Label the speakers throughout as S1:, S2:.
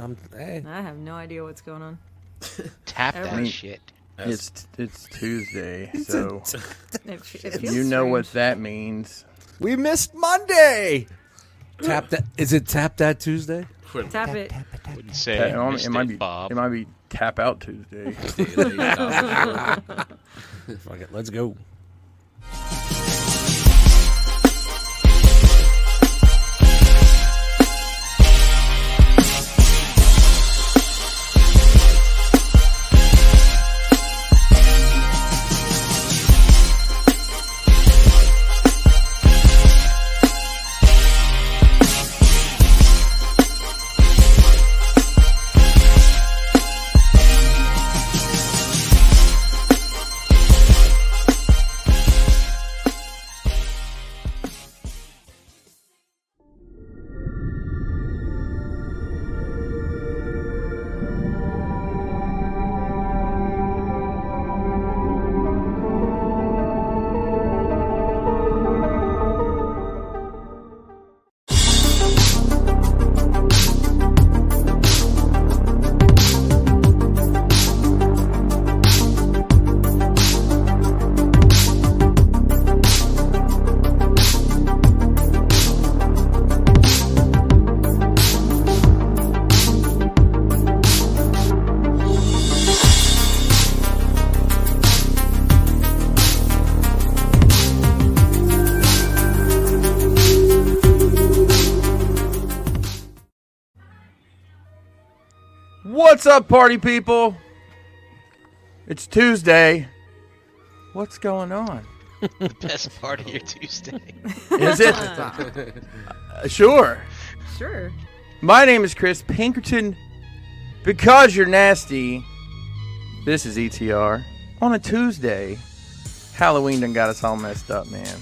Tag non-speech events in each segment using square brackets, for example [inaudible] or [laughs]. S1: I'm, hey,
S2: I have no idea what's going
S3: [laughs]
S2: on.
S4: Tap
S2: I
S4: that
S2: mean-
S4: shit.
S3: It's it's Tuesday,
S1: [laughs] It's
S3: so
S1: a-
S2: It, f- it feels
S3: you know what
S2: strange.
S3: that means.
S1: [laughs] we missed Monday. Tap that. Is it tap that Tuesday?
S2: Tap it.
S4: Wouldn't say
S3: It,
S4: I
S3: only-
S4: missed
S3: it might
S4: it,
S3: be
S4: Bob. [laughs]
S3: it might be Tap Out Tuesday.
S1: Fuck it. Let's go.
S3: [laughs] What's up, party people? It's Tuesday. What's going on?
S4: the best part of your [laughs] Tuesday.
S3: Is it? Uh, sure.
S2: Sure.
S3: My name is Chris Pinkerton. Because you're nasty, this is ETR. On a Tuesday, Halloween done got us all messed up, man.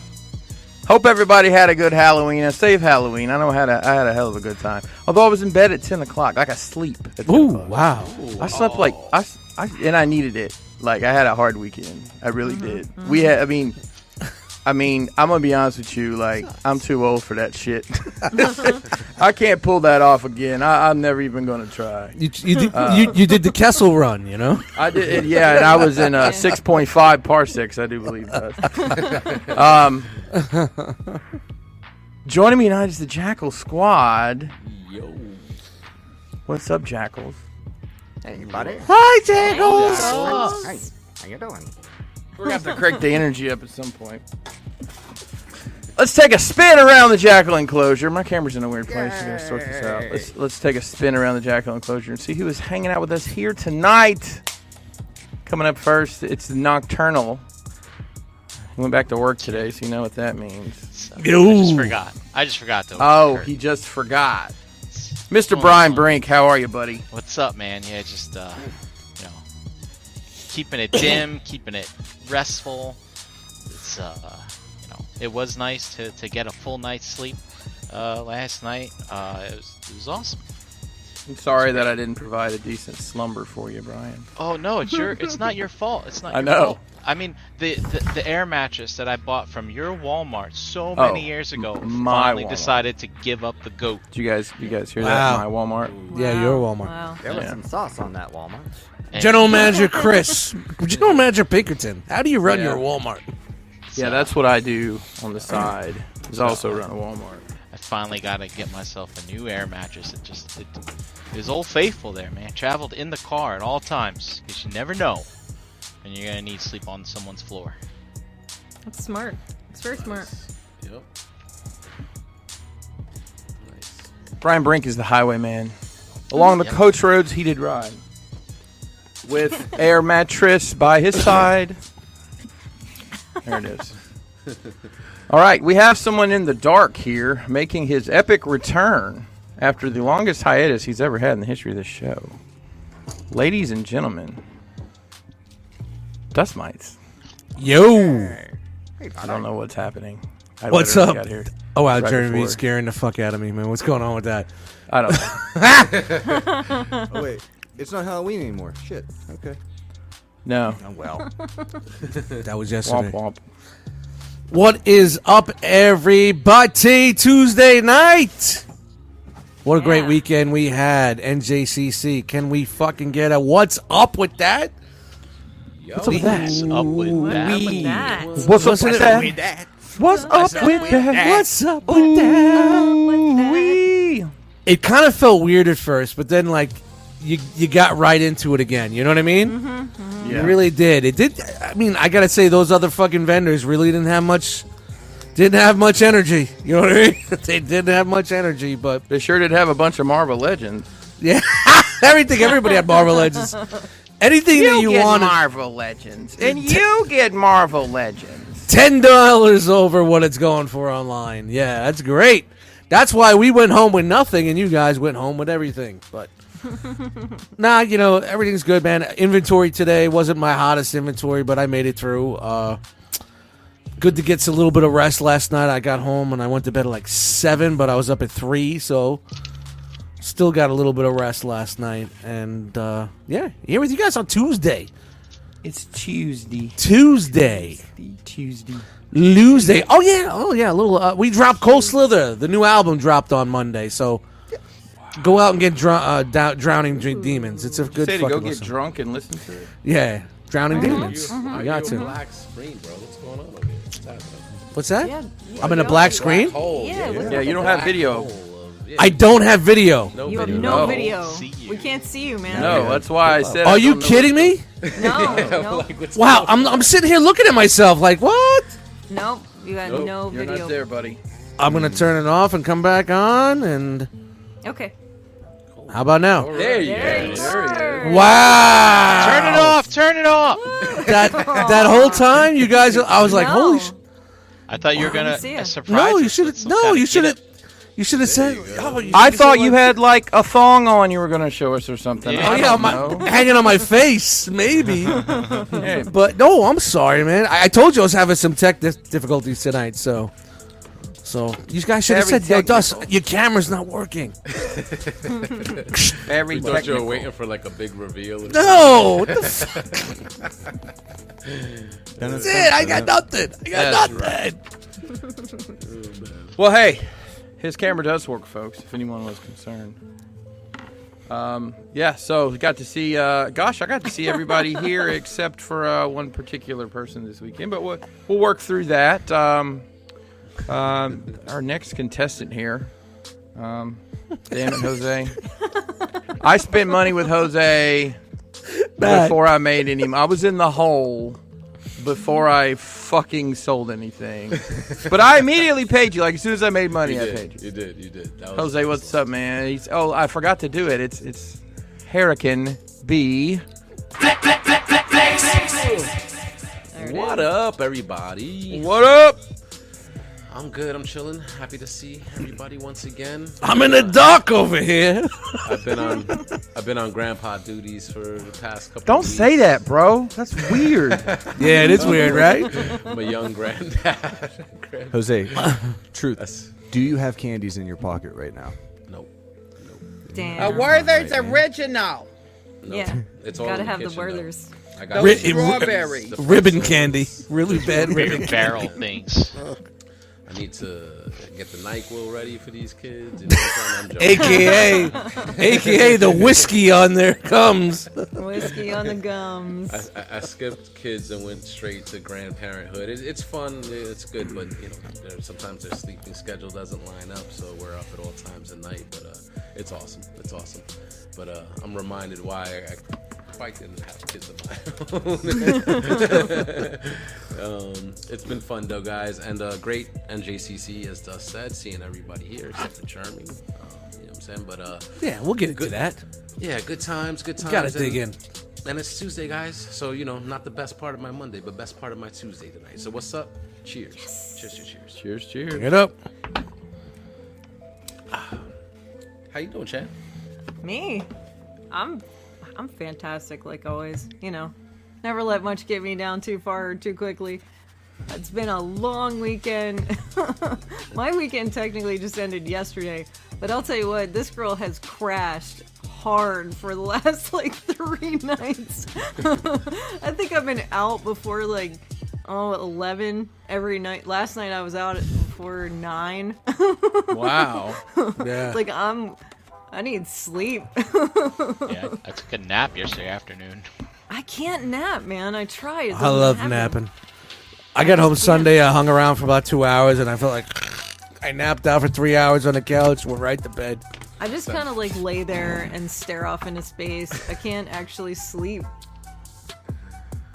S3: Hope everybody had a good Halloween, a safe Halloween. I know I had a, I had a hell of a good time. Although I was in bed at 10 o'clock, like I sleep. At 10
S1: Ooh,
S3: o'clock.
S1: wow.
S3: I slept like I, s- I- and I needed it. Like I had a hard weekend. I really did. We had. I mean, I mean, I'm gonna be honest with you. Like I'm too old for that shit. [laughs] I can't pull that off again. I, I'm never even gonna try.
S1: You you did, you, you did the Kessel run, you know?
S3: I did. It, yeah, and I was in uh, 6.5 parsecs. I do believe that. um, joining me tonight is the Jackal Squad.
S5: Yo.
S3: What's up, Jackals?
S6: Hey, buddy.
S3: Hi, Jackals.
S6: Hey, how you doing?
S3: We're gonna have to crank the energy up at some point. Let's take a spin around the jackal enclosure. My camera's in a weird place. I'm gonna sort this out. Let's let's take a spin around the jackal enclosure and see who is hanging out with us here tonight. Coming up first, it's nocturnal. He went back to work today, so you know what that means.
S4: I just
S1: Ooh.
S4: forgot. I just forgot though.
S3: Oh, he just forgot. Mr. Brian Brink, how are you, buddy?
S4: What's up, man? Yeah, just uh, you know, keeping it
S3: [coughs]
S4: dim, keeping it restful. It's uh, you know, it was nice to, to get a full night's sleep uh, last night. Uh, it was it was awesome.
S3: I'm sorry that I didn't provide a decent slumber for you, Brian.
S4: Oh no, it's your it's not your fault. It's not.
S3: I
S4: your
S3: know.
S4: Fault. I mean, the, the the air mattress that I bought from your Walmart so
S3: Oh,
S4: many years ago
S3: m- my
S4: finally
S3: Walmart.
S4: decided to give up the goat.
S3: Did you guys you guys hear that?
S1: Wow.
S3: My Walmart.
S1: Yeah, you're Walmart.
S2: Wow.
S6: There was
S3: Yeah.
S6: some sauce on that Walmart.
S4: And,
S1: General Manager Chris, General Manager Pinkerton, how do you run your Walmart?
S3: Yeah, that's what I do on the side. Is also run a Walmart.
S4: I finally got to get myself a new air mattress. It just it, it was old faithful there, man. Traveled in the car at all times because you never know when you're gonna need sleep on someone's floor.
S2: That's smart. It's very smart.
S5: Yep. Nice.
S3: Brian Brink is the highwayman. Along the coach roads, he did ride. With air mattress by his side. There it is. All right, we have someone in the dark here making his epic return after the longest hiatus he's ever had in the history of this show. Ladies and gentlemen, dust mites.
S1: Yo,
S6: Hey, buddy.
S3: I don't know what's happening. I
S1: What's
S3: literally
S1: up?
S3: got here.
S1: oh wow,
S3: Right
S1: Jeremy
S3: before.
S1: scaring the fuck out of me, man. What's going on with that?
S3: I don't know.
S7: [laughs] Oh wait, it's not Halloween anymore. Shit. Okay.
S3: No.
S6: Oh, well.
S1: That was
S3: Womp
S1: yesterday.
S3: womp.
S1: What is up, everybody? Tuesday night. What a great
S2: Yeah.
S1: weekend we had. NJCC. Can we fucking get a what's up with that?
S4: What's up with that? Up with
S2: What's up
S4: that.
S2: with that?
S3: What's up
S1: Wasn't
S3: with
S1: it-
S3: that? What's up
S1: What's up
S3: with that?
S1: with that?
S3: Wee.
S1: It kind of felt weird at first, but then like you you got right into it again. You know what I mean? It really did. It did. I mean, I gotta say those other fucking vendors really didn't have much. Didn't have much energy. You know what I mean? [laughs] they didn't have much energy, but
S3: They sure did have a bunch of Marvel legends.
S1: yeah, everything. Everybody had Marvel Legends. Anything that you wanted.
S3: Marvel legends, and
S1: [laughs]
S3: you get Marvel legends.
S1: ten dollars over what it's going for online. Yeah, that's great. That's why we went home with nothing, and you guys went home with everything. But nah, you know everything's good, man. Inventory today wasn't my hottest inventory, but I made it through. Uh, good to get a little bit of rest last night. I got home and I went to bed at like seven, but I was up at three, so still got a little bit of rest last night. And uh, yeah, here with you guys on Tuesday.
S3: It's Tuesday.
S1: Tuesday.
S3: Tuesday.
S1: Tuesday. Oh yeah, oh yeah. A little. Uh, we dropped Cold Slither. The new album dropped on Monday, so go out and get drunk. uh, Dou- Drowning Dr- Demons. It's a good
S3: Say to
S1: fucking.
S3: go get
S1: listen.
S3: drunk and listen to it.
S1: yeah, Drowning Demons.
S5: You-
S1: You
S5: I
S1: got
S5: do a
S1: to.
S5: black screen, bro. What's going on over here? What's happening?
S1: What's that?
S2: Yeah,
S1: I'm
S2: you
S1: in a
S2: go.
S1: black screen.
S5: Hole,
S2: Yeah, what
S3: Yeah, you don't have video.
S1: Oh.
S5: Hole of- yeah,
S1: I don't have video.
S5: no
S2: You have
S5: video.
S2: no
S3: No.
S2: video.
S4: See you.
S2: We can't see you, man.
S3: No, that's why I said. I
S1: Are you
S3: don't know-
S1: kidding me?
S2: [laughs] No, no,
S5: like, what's
S1: Wow, I'm I'm sitting here looking at myself like what?
S2: nope. You got
S5: Nope,
S2: no
S3: Oh, You're
S2: video.
S3: not there, buddy.
S1: I'm gonna turn it off and come back on. And
S2: Okay.
S1: how about now?
S3: There you
S2: There
S3: go.
S2: you
S3: There
S2: are.
S3: you
S1: Wow!
S4: Turn it off! Turn it off!
S1: That that whole time, you guys. I was like,
S2: No.
S1: holy. Sh-
S4: I thought you were
S2: I
S4: gonna
S2: didn't see it.
S4: surprise.
S1: No, you
S4: us
S1: should
S4: with
S1: have.
S4: some
S1: No,
S4: kind of
S1: you should have.
S4: get-up.
S1: You should have said. Oh, you
S3: I
S1: shoulda
S3: thought
S1: said,
S3: you
S1: like-
S3: had like a thong on. You were gonna show us or something.
S1: [laughs]
S4: Yeah.
S1: Oh
S3: I
S1: yeah,
S3: don't
S1: my,
S3: know.
S1: hanging on my face,
S3: [laughs]
S1: maybe.
S3: Hey,
S1: but no, I'm sorry, man. I, I told you I was having some tech dif- difficulties tonight, so. So you guys should have
S3: Very
S1: said, "Yo, Dust,
S3: technical.
S1: your camera's not working."
S3: Very
S5: We thought you were
S3: technical.
S5: waiting for like a big reveal. or
S1: No, what the fuck? That's it. I got nothing. I got
S3: That's
S1: nothing.
S3: Well, hey, his camera does work, folks. If anyone was concerned. Um, yeah, so we got to see. Uh, gosh, I got to see everybody here except for uh, one particular person this weekend, but we'll, we'll work through that. Um, um, our next contestant here. Um, damn it, Jose! I spent money with Jose
S1: Bad.
S3: before I made any. I was in the hole before I fucking sold anything. but I immediately paid you. Like as soon as I made money,
S5: something.
S3: I
S5: You
S3: paid
S5: did.
S3: you.
S5: You did. You did. That was
S3: Jose, what's up, man? He's, oh, I forgot to do it. It's it's Hurricane B.
S2: There it
S5: What
S2: is.
S5: up, everybody?
S3: What up?
S5: I'm good. I'm chilling. Happy to see everybody once again.
S1: I'm in the dark over here.
S5: I've been on. I've been on grandpa duties for the past couple.
S3: Don't
S5: of weeks.
S3: say that, bro. That's
S1: [laughs]
S3: weird.
S1: yeah, it is weird, right? [laughs]
S5: I'm a young granddad. [laughs] Grand-
S7: Jose, truth.
S5: That's-
S7: Do you have candies in your pocket right now?
S5: nope.
S8: Uh,
S2: Damn.
S9: Werther's original.
S5: No.
S2: Yeah.
S5: It's all
S2: Gotta
S5: in
S2: have the
S5: kitchen, though.
S2: Werthers.
S5: I
S9: Those
S5: got it.
S9: strawberries.
S5: The
S1: ribbon
S5: first, uh,
S1: candy, really bad ribbon. [laughs]
S4: Weird barrel things.
S5: I need to get the Nyquil ready for these kids. You know
S3: [laughs]
S5: what I'm joking.
S1: AKA, AKA the whiskey on there comes.
S2: Whiskey on the gums.
S5: I, I, I skipped kids and went straight to grandparenthood. It, it's fun, it's good, but you know, there- sometimes their sleeping schedule doesn't line up, so we're up at all times at night. But uh, it's awesome. It's awesome. But uh, I'm reminded why I quite didn't have kids of my own. [laughs] um, it's been fun though, guys, and uh, great NJCC as Dust said, seeing everybody here except for Charming. Um, you know what I'm saying? But uh,
S1: Yeah, we'll get into
S5: Good.
S1: that.
S5: yeah, good times, good times.
S1: Gotta
S5: and-
S1: dig in.
S5: and it's Tuesday, guys. So you know, not the best part of my Monday, but best part of my Tuesday tonight. So what's up? Cheers. Cheers, cheers, cheers.
S3: cheers, cheers.
S1: Get up.
S5: How you doing, Chad?
S2: Me? I'm I'm fantastic like always, you know. Never let much get me down too far or too quickly. It's been a long weekend. [laughs] My weekend technically just ended yesterday, but I'll tell you what, this girl has crashed hard for the [laughs] last like 3 nights. [laughs] I think I've been out before like oh 11 every night. Last night I was out before 9.
S3: Wow.
S1: Yeah.
S2: like I'm I need sleep. [laughs]
S4: [laughs] Yeah, I I took a nap yesterday afternoon.
S2: I can't nap, man. I tried. It
S1: I
S2: doesn't
S1: love
S2: happen.
S1: napping. I got home Sunday. I hung around for about two hours, and I felt like I napped out for three hours on the couch. Went right to bed.
S2: I just kind of like lay there and stare off into space. I can't actually sleep.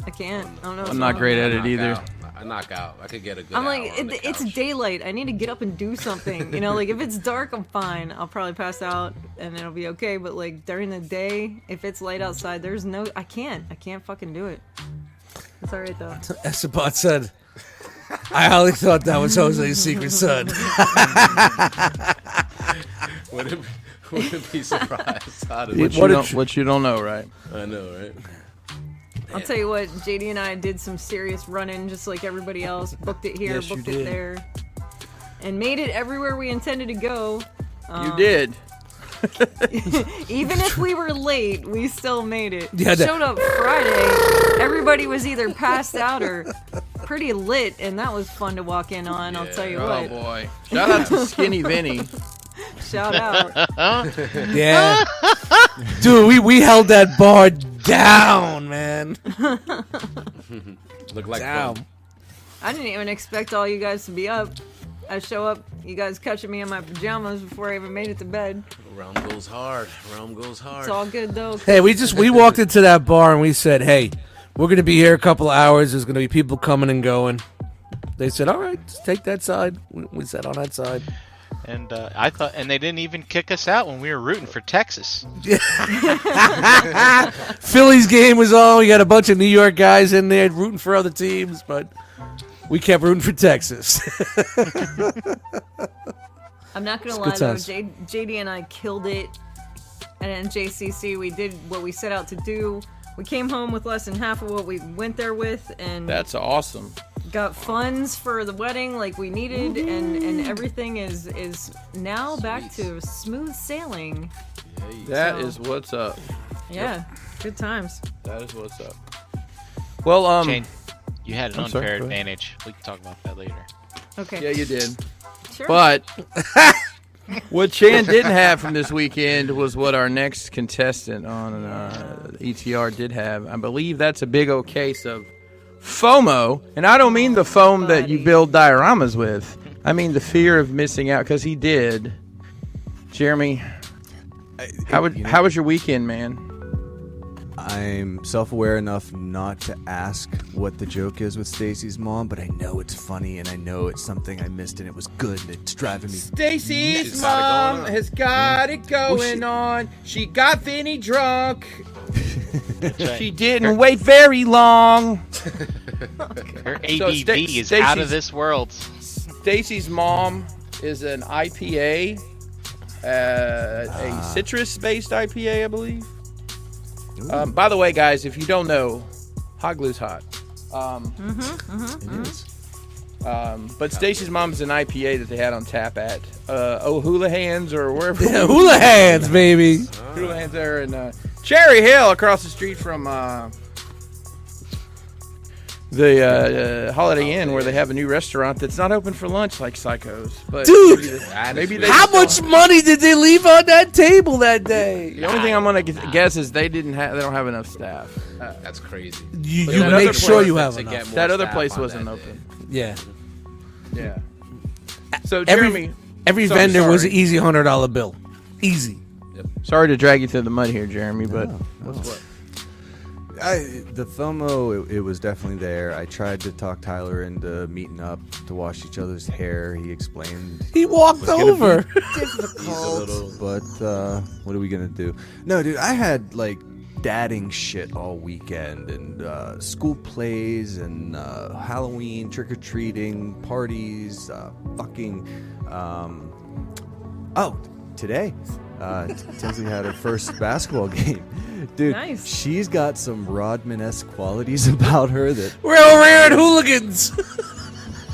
S2: I can't. I don't know.
S3: I'm not great at it
S5: Knock
S3: either.
S5: out. I knock out. I could get a good.
S2: I'm like,
S5: hour on
S2: it,
S5: the
S2: it's
S5: couch.
S2: daylight. I need to get up and do something. You know, like if it's dark, I'm fine. I'll probably pass out and it'll be okay. But like during the day, if it's light outside, there's no. I can't. I can't fucking do it. It's all right though.
S1: Esteban said, "I only thought that was Jose's secret son."
S5: Wouldn't, [laughs] wouldn't
S3: [laughs]
S5: be surprised. How did
S3: What,
S1: What
S3: you
S1: did
S3: don't,
S1: you-
S3: what you don't know, right?
S5: I know, right?
S2: I'll tell you what, JD and I did some serious running, just like everybody else. Booked it here,
S3: Yes, you
S2: booked it
S3: did.
S2: there, and made it everywhere we intended to go.
S3: you did.
S2: Even if we were late, we still made it.
S1: Yeah, that-
S2: Showed up Friday. Everybody was either passed out or pretty lit, and that was fun to walk in on. I'll tell you
S3: Oh
S2: what.
S3: boy! Shout out to Skinny Vinny.
S2: Shout
S3: [laughs]
S2: out.
S1: Yeah, dude, we we held that bar down, man.
S5: Look like
S1: Down.
S5: fun.
S2: I didn't even expect all you guys to be up. I show up, you guys catching me in my pajamas before I even made it to bed.
S5: Realm goes hard. Realm goes hard.
S2: It's all good though.
S1: Hey, we just we walked into that bar and we said, "Hey, we're gonna be here a couple hours. There's gonna be people coming and going." They said, "All right, just take that side." We, we sat on that side.
S4: And uh, I thought, and they didn't even kick us out when we were rooting for Texas.
S1: Phillies game was on. We got a bunch of New York guys in there rooting for other teams, but we kept rooting for Texas. [laughs]
S2: I'm not gonna
S1: good
S2: lie though,
S1: times.
S2: J- JD and I killed it, and then JCC we did what we set out to do. We came home with less than half of what we went there with, and
S3: That's awesome.
S2: got funds for the wedding like we needed, and and everything is is now back to smooth sailing.
S3: That
S2: So-
S3: is what's up.
S2: Yeah, good times.
S3: That is what's up. Well, um,
S4: Jane, you had an
S3: I'm sorry,
S4: unfair
S3: go ahead.
S4: advantage. We can talk about that later.
S2: Okay,
S3: yeah, you did.
S2: sure.
S3: But what Chan didn't have from this weekend was what our next contestant on uh, ETR did have. I believe that's a big old case of FOMO, and I don't mean the foam that you
S2: Buddy.
S3: build dioramas with. I mean the fear of missing out because he did. Jeremy, how would, how was your weekend, man?
S7: I'm self-aware enough not to ask what the joke is with Stacy's mom, but I know it's funny and I know it's something I missed and it was good and it's driving me. [laughs]
S5: She's
S3: Stacy's
S5: got it going mom on.
S3: has got it
S7: going
S3: on. She got Vinny drunk.
S4: right.
S3: she didn't wait very long.
S4: Her ABV
S3: So Sta-
S4: is out
S3: Stacey's-
S4: of this world.
S3: Stacy's mom is an IPA, uh, a citrus-based IPA, I believe. Um, by the way, guys, if you don't know, hot glue's hot. Um,
S7: It is.
S3: um, but Stacy's mom's an IPA that they had on tap at uh, O'Houlihan's or
S1: [laughs]
S3: wherever.
S1: Yeah, hula hands, baby.
S3: O'Houlihan's there in uh, Cherry Hill, across the street from uh, the uh, uh, Holiday Inn, where they have a new restaurant that's not open for lunch like psychos. But
S1: Dude!
S3: maybe the-
S5: That is
S3: Ah, maybe
S5: weird.
S3: they
S1: How
S3: just don't-
S1: much money did they leave on that table that day?
S3: The only thing I'm gonna gu- guess is they didn't have they don't have enough staff.
S5: That's crazy.
S1: You,
S5: But
S1: you
S5: that
S1: make
S3: other
S1: sure
S3: place
S1: you
S5: that
S1: have
S5: to get
S1: enough.
S5: more
S3: that other
S5: staff
S3: place
S5: on
S3: wasn't
S5: that
S3: open.
S1: Yeah.
S3: Yeah. So
S1: Every
S3: Jeremy,
S1: every
S3: so
S1: vendor was an
S3: sorry.
S1: easy hundred dollar bill. Easy.
S3: sorry to drag you through the mud here, Jeremy, but
S7: I, the FOMO, it, it was definitely there. I tried to talk Tyler into meeting up to wash each other's hair. He explained
S1: He walked
S7: gonna be-
S1: over.
S3: [laughs]
S7: difficult, but uh, what are we gonna do? No, dude, I had like dadding shit all weekend and uh, school plays and uh, Halloween trick or treating parties, uh, fucking. Um, oh, today, uh, Tinsley had her first basketball [laughs] game. Dude,
S2: Nice.
S7: she's got some Rodman esque qualities [laughs] about her that
S1: We're over here at hooligans. [laughs]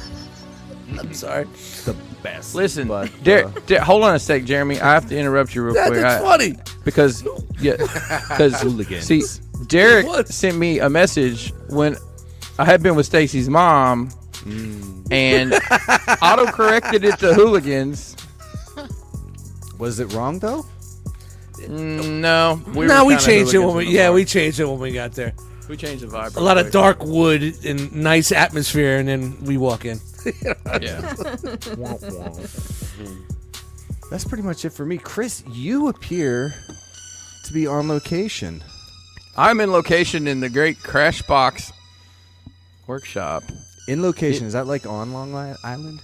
S1: I'm sorry.
S7: the best.
S3: listen,
S7: but
S3: Jer-
S7: uh,
S3: Jer- hold on a sec, Jeremy. I have to interrupt you real
S1: That,
S3: quick
S1: that's
S3: I-
S1: funny.
S3: because
S1: [laughs]
S3: yeah, because
S7: Hooligans.
S3: see, Derek
S1: What?
S3: sent me a message when I had been with Stacy's mom,
S1: Mm. [laughs]
S3: and auto corrected it to hooligans.
S7: was it wrong though?
S3: Mm, no, we
S1: no,
S3: were
S1: we
S3: kinda
S1: changed it when we
S3: hooligans in the
S1: yeah
S3: bar.
S1: we changed it when we got there.
S3: we changed the vibe.
S1: A lot of dark wood and nice atmosphere, and then we walk in.
S3: Yeah,
S7: Womp womp. That's pretty much it for me. Chris, you appear to be on location.
S3: I'm in location in the Great Crash Box Workshop.
S7: In location, is that like on Long Li- Island?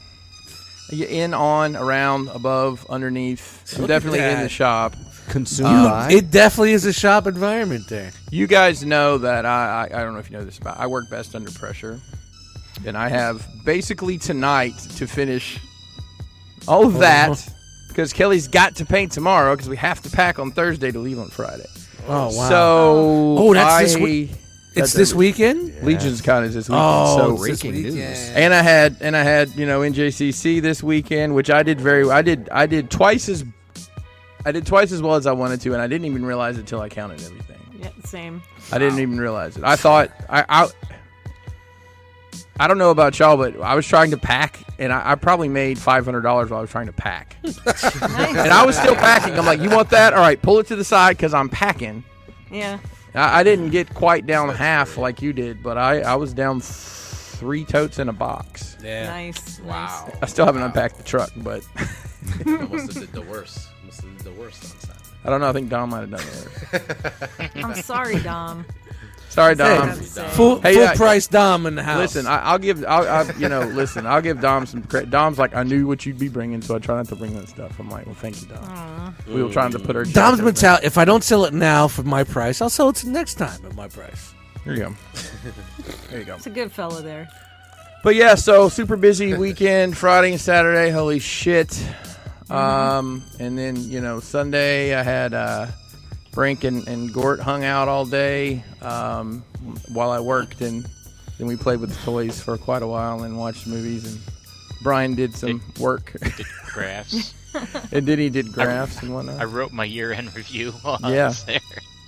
S3: Are you in, on, around, above, underneath? I'm definitely in the
S1: that.
S3: shop.
S7: Consumed
S3: Uh,
S7: by?
S1: It definitely is a shop environment there.
S3: You guys know that I, I I don't know if you know this, but I work best under pressure, and I have basically tonight to finish all of that
S1: Oh.
S3: because Kelly's got to paint tomorrow because we have to pack on Thursday to leave on Friday.
S1: Oh wow!
S3: So
S1: Oh, that's this
S3: I-
S1: week-
S3: that's
S1: it's this
S3: it.
S1: weekend.
S3: Legion's Con is this weekend.
S1: Oh,
S3: so
S1: it's this
S7: breaking news.
S1: weekend.
S3: and I had and I had you know NJCC this weekend, which I did very. I did I did twice as I did twice as well as I wanted to, and I didn't even realize it till I counted everything.
S2: Yeah, same.
S3: I didn't even realize it. I thought I, I I don't know about y'all, but I was trying to pack, and I, I probably made five hundred dollars while I was trying to pack, and I was still packing. I'm like, you want that? All right, pull it to the side because I'm packing.
S2: Yeah.
S3: I, I didn't get quite down half like you did, but I I was down three totes in a box.
S2: Nice.
S5: Wow.
S3: I still haven't unpacked the truck, but [laughs]
S5: I must have did the worst. Must have did the worst on Saturday.
S3: I don't know. I think Dom might have done it.
S2: Nice. I'm
S1: [laughs]
S2: sorry, Dom.
S3: Sorry,
S1: Hey,
S3: Dom.
S1: full
S3: Hey,
S1: full
S3: yeah.
S1: price Dom in the house.
S3: Listen, I, I'll give, I'll, I, you know, [laughs] listen, I'll give Dom some credit. Dom's like, I knew what you'd be bringing, so I try not to bring that stuff. I'm like, well, thank you, Dom. We were trying to put our
S1: Dom's
S3: jobs in
S1: mentality: if I don't sell it now for my price, I'll sell it next time at my price.
S3: there. There you go. There you go.
S2: It's a good fella there.
S3: But yeah, so
S1: [laughs]
S3: super busy weekend, Friday and Saturday. Holy shit! Um, and then you know Sunday, I had uh, Brink and, and Gort hung out all day um, while I worked, and then we played with the toys for quite a while and watched movies. And Brian did some work, [laughs]
S4: Did graphs.
S3: and then he did graphs and whatnot.
S4: [laughs] I wrote my year-end review [laughs] while I
S3: Yeah.
S4: was there.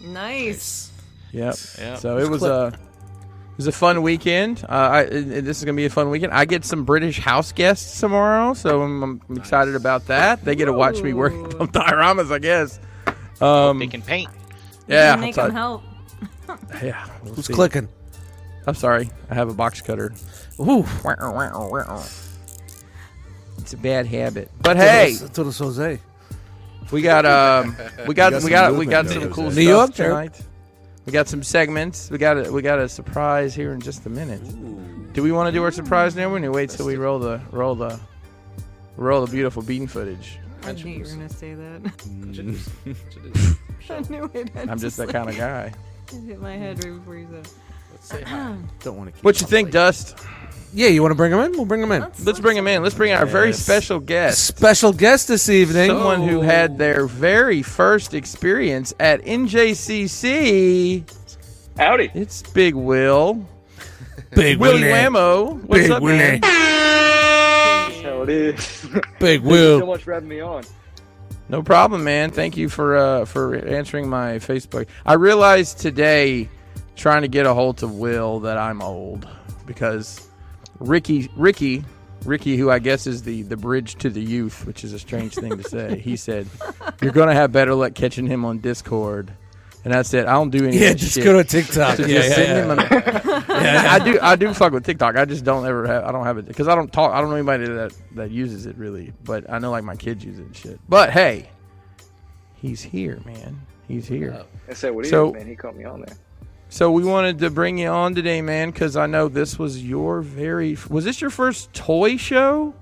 S2: Nice.
S3: Yep.
S4: Yeah.
S3: So it was a it was a fun weekend. Uh, I, and- and this is gonna be a fun weekend. I get some British house guests tomorrow, so I'm, I'm excited about that. They get to watch me work
S2: Ooh.
S3: on [laughs] dioramas, I guess. Um,
S4: They can paint.
S3: yeah,
S2: Make
S3: I'll
S2: him
S3: tell-
S2: help.
S3: yeah. we'll
S1: Who's
S3: see.
S1: clicking?
S3: I'm sorry, I have a box cutter.
S1: Ooh,
S3: It's a bad habit. But hey,
S1: that's what it's Jose.
S3: we got um, we got
S7: got
S3: we got
S7: some
S3: we got
S7: movement
S3: some
S7: there,
S3: cool
S7: Jose.
S3: stuff
S1: New York, Joe.
S3: tonight. We got some segments. We got a, we got a surprise here in just a minute. Do we want to do our surprise now? We're gonna wait till we roll the roll the roll the beautiful bean footage.
S2: I knew you were gonna say that. [laughs]
S5: Introduce- introduce.
S2: I knew it. I
S3: I'm just that kind of guy.
S2: hit my head right before you said. it.
S5: Let's say hi.
S7: Don't want to keep
S3: What you think, Dust?
S1: Yeah, you want to bring him in? We'll bring him in.
S2: That's-
S3: Let's bring him in. Let's bring our very special guest,
S1: Special guest this evening.
S3: someone who had their very first experience at NJCC.
S10: Howdy.
S3: It's Big Will,
S1: Big
S3: Willie
S1: Willie.
S3: Whammo. What's
S1: Big
S3: up,
S1: Willie.
S3: man?
S10: That's how it is. Thank
S1: Big
S10: you so
S1: Will.
S10: much for having me on.
S3: No problem, man. Thank you for uh, for answering my Facebook. I realized today, trying to get a hold of Will, that I'm old because Ricky, Ricky, Ricky, who I guess is the the bridge to the youth, which is a strange thing to say. He said, "You're gonna have better luck catching him on Discord," and I said, "I don't do any of
S1: Yeah,
S3: that
S1: just
S3: shit."
S1: go to TikTok.
S3: So
S1: yeah,
S3: just
S1: yeah,
S3: send
S1: yeah.
S3: him a- I do. I do fuck with TikTok. I just don't ever have. I don't have it because I don't talk. I don't know anybody that that uses it really. But I know like my kids use it and shit. But hey, he's here, man. He's here.
S10: I said, what do
S3: So-
S10: you, man? He caught me on there.
S3: So we wanted to bring you on today, man, because I know this was your very. Was this your first toy show?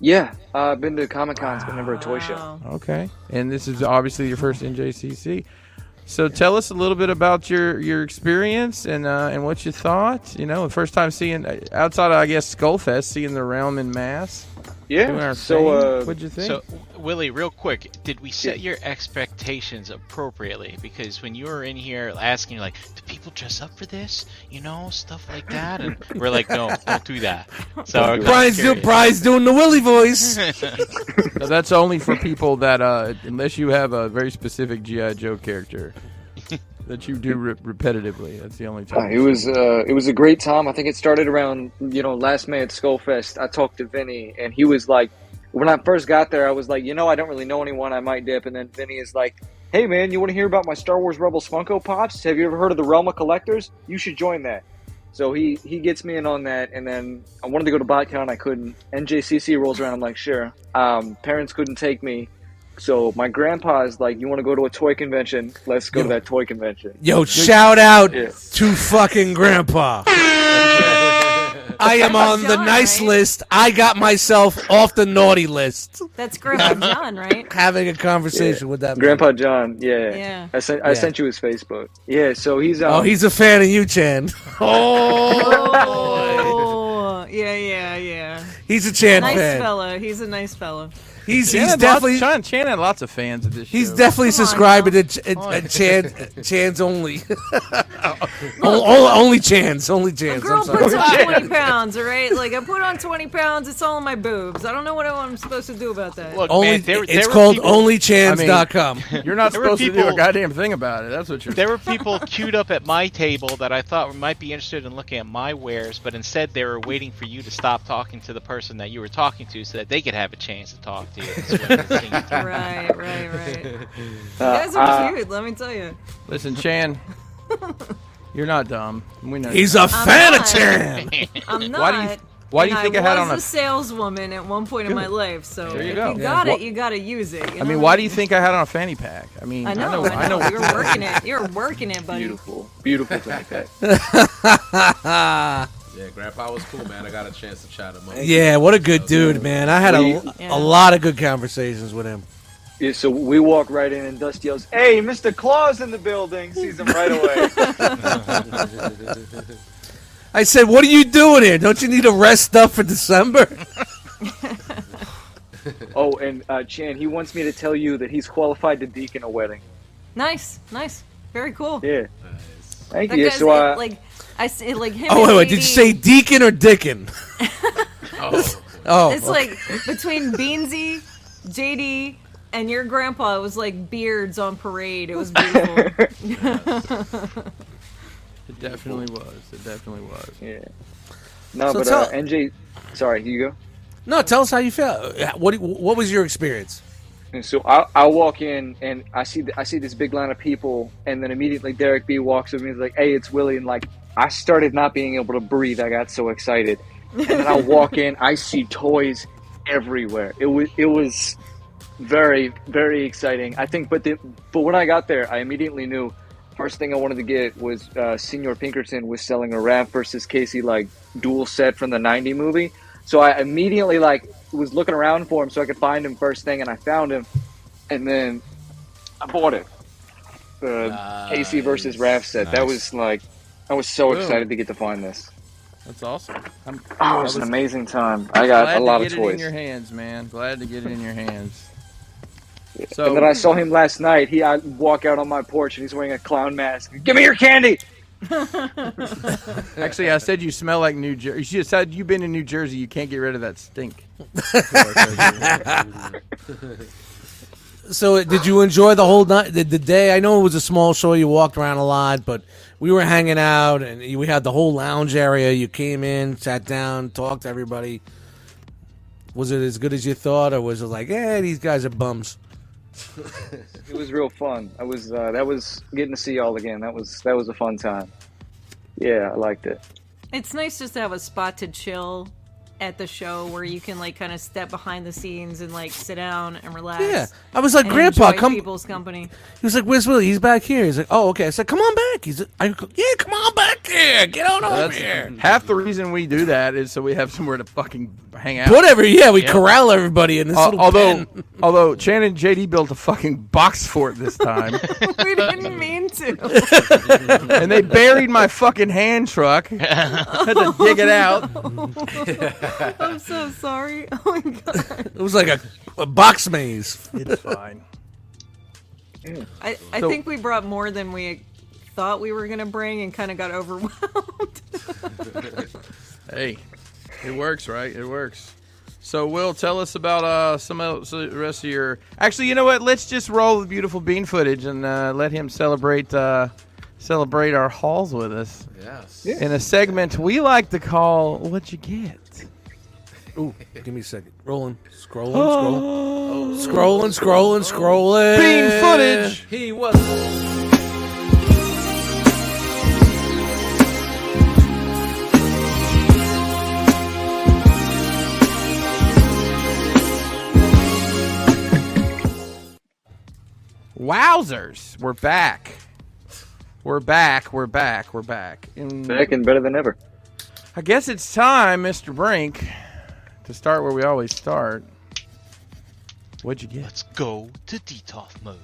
S10: Yeah, uh, I've been to Comic Cons, but never a toy show.
S2: Wow.
S3: Okay, and this is obviously your first NJCC. So tell us a little bit about your your experience and uh, and what you thought. You know, the first time seeing uh, outside of I guess Skullfest, seeing the realm in mass. doing
S10: Yeah.
S3: our
S10: So,
S3: thing.
S10: uh,
S3: what'd you think?
S4: So, Willie, real quick, did we set your expectations appropriately? Because when you were in here asking, like, do people dress up for this? You know, stuff like that, and we're like, no, don't do that. So I'm
S1: Brian's, do,
S4: curious.
S1: Brian's doing the Willie voice.
S4: [laughs]
S3: No, that's only for people that, uh, unless you have a very specific GI Joe
S10: [laughs]
S3: character that you do re- repetitively. That's the only
S10: uh,
S3: time.
S10: it was uh, it was a great time. I think it started around you know last May at Skullfest. I talked to Vinny, and he was like, when I first got there, I was like, you know, I don't really know anyone. I might dip, and then Vinny is like, Hey man, you want to hear about my Star Wars Rebels Funko Pops? Have you ever heard of the Realm of Collectors? You should join that. So he he gets me in on that, and then I wanted to go to BotCon, I couldn't. NJCC rolls around, I'm like, sure. Um, parents couldn't take me, so my grandpa's like, you want to go to a toy convention? Let's go to that toy convention.
S1: Yo, shout out
S10: Yeah.
S1: to fucking grandpa. I am on the
S2: John,
S1: nice
S2: right?
S1: list. I got myself off the naughty list.
S2: That's Grandpa John,
S3: [laughs]
S2: right?
S1: Having a conversation with that man.
S10: Grandpa John, yeah,
S2: Yeah.
S10: I sent I
S1: Yeah.
S10: sent you his Facebook. Yeah, so he's um,
S1: Oh, he's a fan of you,
S3: [laughs]
S1: Chan. Oh,
S2: Oh, yeah, yeah, yeah.
S1: he's a Chan
S2: Nice
S1: fan.
S2: fella. He's a nice fella.
S1: He's
S3: Chan
S1: he's
S3: had
S1: definitely
S3: lots, Chan, Chan had lots of fans of this.
S1: he's
S3: show.
S1: definitely
S2: Come on,
S1: subscribing
S2: now.
S1: to Ch- uh, Chan Chan's only. [laughs] O- o- only Chan's, only Chan's. I'm
S2: Girl
S1: sorry.
S3: [laughs]
S2: puts on 20 pounds, all right? Like, I put on 20 pounds, it's all in my boobs. I don't know what I'm supposed to do about that.
S4: Look,
S1: Only
S4: man, there,
S1: it's
S4: there were
S1: called
S4: people, [laughs]
S1: onlychans.com.
S3: [laughs] You're not
S4: There were
S3: supposed to do a
S4: people-
S3: goddamn thing about it. That's what you're.
S4: There were people queued up at my table that I thought might be interested in looking at my wares, but instead they were waiting for you to stop talking to the person that you were talking to so that they could have a chance to talk to you. That's what it seemed to [laughs] me.
S2: Right, right,
S3: [laughs]
S2: right. You
S10: uh,
S2: guys are
S10: uh,
S2: cute, let me tell you.
S3: Listen, Chan, you're not dumb. We know.
S1: He's a fan of
S2: not.
S1: Chan.
S2: I'm not.
S3: Why do you- why do you
S2: and
S3: think I
S2: I
S3: had on
S2: was
S3: a-
S2: saleswoman at one point in my life? So
S3: There you
S2: if
S3: go.
S2: you
S3: Yeah.
S2: got
S3: Wha-
S2: it, you got to use it. you
S3: I
S2: know
S3: mean,
S2: what
S3: why do you think I had on a fanny pack? I mean,
S2: I know,
S3: I know, I know.
S2: You're working it. You're working it, buddy.
S10: beautiful, beautiful thing. like
S1: [laughs]
S10: that.
S5: Yeah, Grandpa was cool, man. I got a chance to chat him up.
S1: Yeah, what a good dude, man. I had a,
S10: We-
S2: Yeah.
S1: a lot of good conversations with him.
S10: Yeah, so we walk right in, and Dust yells, "Hey, Mr. Claus in the building!" Sees him right away.
S1: I said, "What are you doing here? Don't you need to rest up for December?"
S10: oh, and uh, Chan, he wants me to tell you that he's qualified to deacon a wedding.
S2: Nice, nice, very cool.
S10: Yeah. Thank
S2: That
S10: you.
S2: guy's
S10: So I,
S3: uh,
S2: like, I see, like him.
S1: Oh
S2: and
S1: wait, wait, did you
S2: BD,
S1: say Deacon or Dickin?
S5: Oh,
S1: [laughs] Oh,
S2: It's like between Beansy, JD, and your grandpa. It was like beards on parade. It was
S3: [laughs]
S2: beautiful.
S3: It definitely was. It definitely was.
S10: yeah. No,
S1: So
S10: but
S1: tell-
S10: uh, NJ. Sorry, here you go.
S1: no. Tell us how you felt. Uh, What What was your experience?
S10: And so I, I walk in and I see th- I see this big line of people, and then immediately Derek B walks over and he's like, "Hey, it's Willie." And like I started not being able to breathe. I got so excited, and then I walk in. I see toys everywhere. It was it was very very exciting. I think, but the, but when I got there, I immediately knew. First thing I wanted to get was uh, Senior Pinkerton was selling a Raph versus Casey like dual set from the '90 movie. So I immediately like was looking around for him so I could find him first thing, and I found him, and then I bought it. The Casey versus Raph set. That was like, I was so
S3: Boom.
S10: excited to get to find this.
S3: That's awesome. I'm
S10: Oh, it was an amazing time. I got
S3: glad
S10: a lot
S3: to
S10: of
S3: get it in
S10: toys.
S3: your hands, man. Glad to get it in your hands. So uh,
S10: And then I saw him last night. He I walk out on my porch and he's wearing a clown mask. Give me your candy.
S3: actually, I said you smell like New Jersey. You should have said you've been in New Jersey. You can't get rid of that stink.
S1: So, did you enjoy the whole night, the, the day? I know it was a small show. You walked around a lot, but we were hanging out, and you- we had the whole lounge area. You came in, sat down, talked to everybody. Was it as good as you thought, or was it like, eh, these guys are bums?
S10: It was real fun. I was uh, that was getting to see y'all again. That was that was a fun time. Yeah, I liked it.
S2: it's nice just to have a spot to chill at the show where you can like kind of step behind the scenes and like sit down and relax.
S1: Yeah, I was like,
S2: and
S1: Grandpa,
S2: enjoy
S1: come.
S2: people's company.
S1: He was like, "Where's Willie? He's back here." He's like, "Oh, okay." I said, "Come on back." He's, like, I, go, "Yeah, come on back here. Get on over
S3: That's
S1: here."
S10: Mm-hmm.
S3: half the reason we do that is so we have somewhere to fucking hang out.
S1: Whatever. Yeah, we corral everybody in this
S3: Al-
S1: little
S3: although,
S1: pen.
S3: although Chan and JD built a fucking box fort this time,
S2: [laughs] we
S4: [laughs]
S2: didn't mean to.
S3: and they buried my fucking hand truck. [laughs] Had [laughs] to dig it out.
S2: I'm so sorry. [laughs] Oh my god.
S1: it was like a, a box maze.
S3: It's fine.
S2: I, I
S3: So-
S2: think we brought more than we thought we were gonna bring and kind of got overwhelmed.
S3: Hey, it works, right? It works. So, Will, tell us about uh, some else, the rest of your. Actually, you know what? Let's just roll the beautiful bean footage and uh, let him celebrate uh, celebrate our hauls with us
S5: yes.
S3: in a segment we like to call "What You Get."
S1: Ooh, give me a second. Rolling, scrolling, scrolling,
S3: [gasps]
S1: scrolling, scrolling, scrolling.
S3: Bean footage.
S5: He was.
S3: Wowzers. We're back. We're back. We're back. We're back. And
S10: Back and better than ever.
S3: I guess it's time, Mr. Brink, to start where we always start. What'd you get?
S4: Let's go to DTOF mode.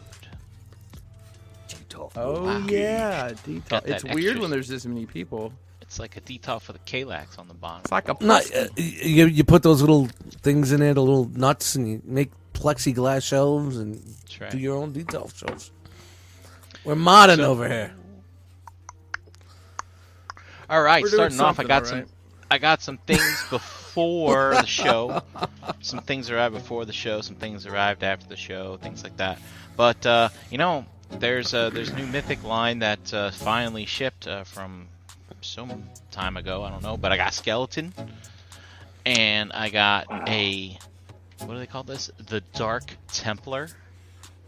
S3: Oh
S4: Wow.
S3: yeah, detox.
S4: Got that
S3: It's weird
S4: extra-
S3: when there's this many people.
S4: It's like a DTOF with a KLAX on the bottom.
S3: It's like a
S1: Not, uh, y- you, you put those little things in there, the little nuts, and you make plexiglass shelves and
S4: That's right.
S1: do your own detail shelves. We're modding over here.
S4: All right,
S5: We're doing
S4: starting off, I
S5: something,
S4: got
S5: all
S4: some,
S5: right.
S4: I got some
S5: [laughs]
S4: things before the show. Some things arrived before the show. Some things arrived after the show. Things like that. But uh, you know, there's uh, there's a new mythic line that uh, finally shipped uh, from some time ago. I don't know, but I got skeleton, and I got a what do they call this? The Dark Templar.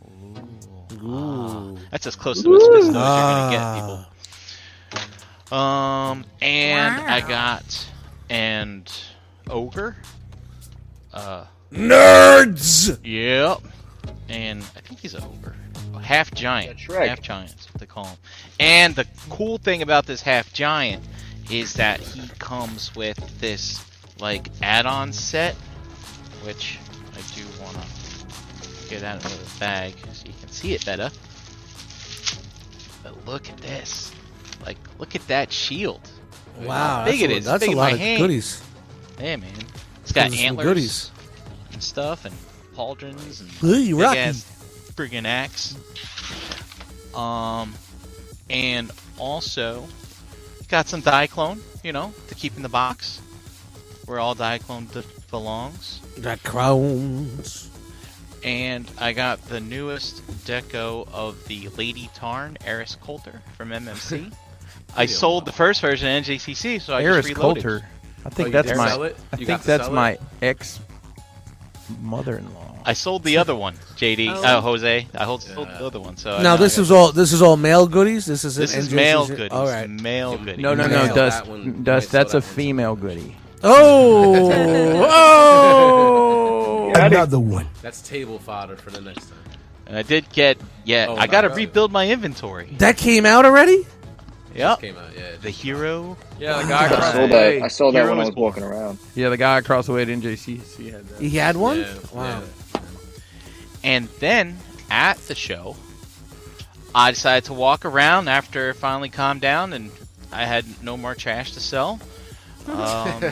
S4: Ooh. Ah, that's as close to a Smith as you're gonna get, people. Um, and I got and ogre. Uh,
S1: Nerds.
S4: yep. And I think he's an ogre, half giant,
S10: That's right.
S4: half giant. is what they call him. And the cool thing about this half giant is that he comes with this like add-on set, which I do want to get out of the bag so you can see it better. But look at this! Like, look at that shield.
S1: Wow,
S4: big
S1: that's
S4: it
S1: a-
S4: is.
S1: That's
S4: Big
S1: a
S4: in
S1: lot
S4: my
S1: of
S4: hand.
S1: goodies.
S4: Yeah, man. It's got
S1: Those are some
S4: antlers
S1: goodies.
S4: and stuff and pauldrons and
S1: Ooh, you rocky.
S4: big-ass friggin' axe. Um, and also got some diaclone, you know, to keep in the box where all diaclone d- belongs.
S1: Got crowns.
S4: And I got the newest deco of the Lady Tarn, Eris Coulter from MMC. I sold the first version at NJCC, so I
S3: Eris
S4: just reloaded.
S3: Coulter. I
S5: Oh,
S3: think
S5: you
S3: that's
S5: dare
S3: my.
S5: sell it?
S3: I
S5: You
S3: think
S5: got to
S3: that's
S5: sell
S3: my
S5: it?
S3: ex mother-in-law.
S4: I sold the other one, [laughs] JD.
S2: Oh.
S4: Oh, Jose. I hold, sold the other one. So I-
S1: now
S4: I
S1: this
S4: got-
S1: is all this is all male goodies. This is
S4: This is male goodies. Mm.
S1: All right.
S4: Male goodies.
S3: No, no, no,
S1: Male.
S3: Dust.
S5: That one-
S3: Dust.
S5: I saw
S3: That's a
S5: that one.
S3: female goodie.
S1: Oh,
S4: [laughs]
S1: oh.
S7: Another one.
S5: That's table fodder for the next time.
S4: And I did get. Yeah,
S5: Oh,
S4: I got to
S5: nice.
S4: rebuild my inventory.
S1: That came out already.
S4: Yep.
S5: Came out, yeah.
S4: The hero.
S5: Yeah, the guy
S10: I
S5: across
S10: saw
S5: the
S10: that.
S5: way.
S10: I saw that
S4: Hero
S10: when I
S4: is
S10: was walking around.
S3: Yeah, the guy across the way at NJCC had that.
S1: He had one.
S5: Yeah,
S1: wow.
S4: And then at the show, I decided to walk around after it finally calmed down and I had no more trash to sell. Um,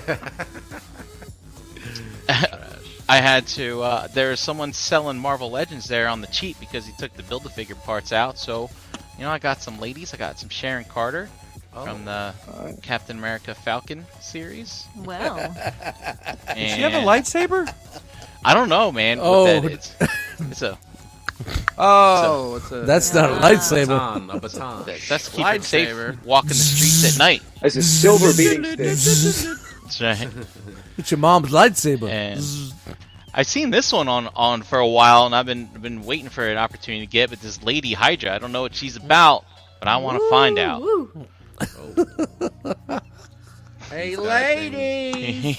S4: I had to. Uh, there was someone selling Marvel Legends there on the cheap because he took the build a figure parts out. So, you know, I got some ladies. I got some Sharon Carter from the Captain America Falcon series.
S2: [laughs] Well,
S4: And
S3: Do you have a lightsaber?
S4: I don't know, man.
S1: Oh.
S4: What that is. It's a
S3: Oh, it's a,
S1: Uh, That's not a
S5: yeah.
S1: lightsaber.
S5: Baton, a baton.
S4: That- That's keep it
S5: Lightsaber.
S4: safe walking the streets at night.
S10: It's a silver beating stick.
S4: That's right.
S1: It's your mom's lightsaber.
S4: And I've seen this one on, on for a while, and I've been been waiting for an opportunity to get. But this Lady Hydra, I don't know what she's about, but I want to find out.
S3: [laughs]
S2: woo.
S9: Hey, lady.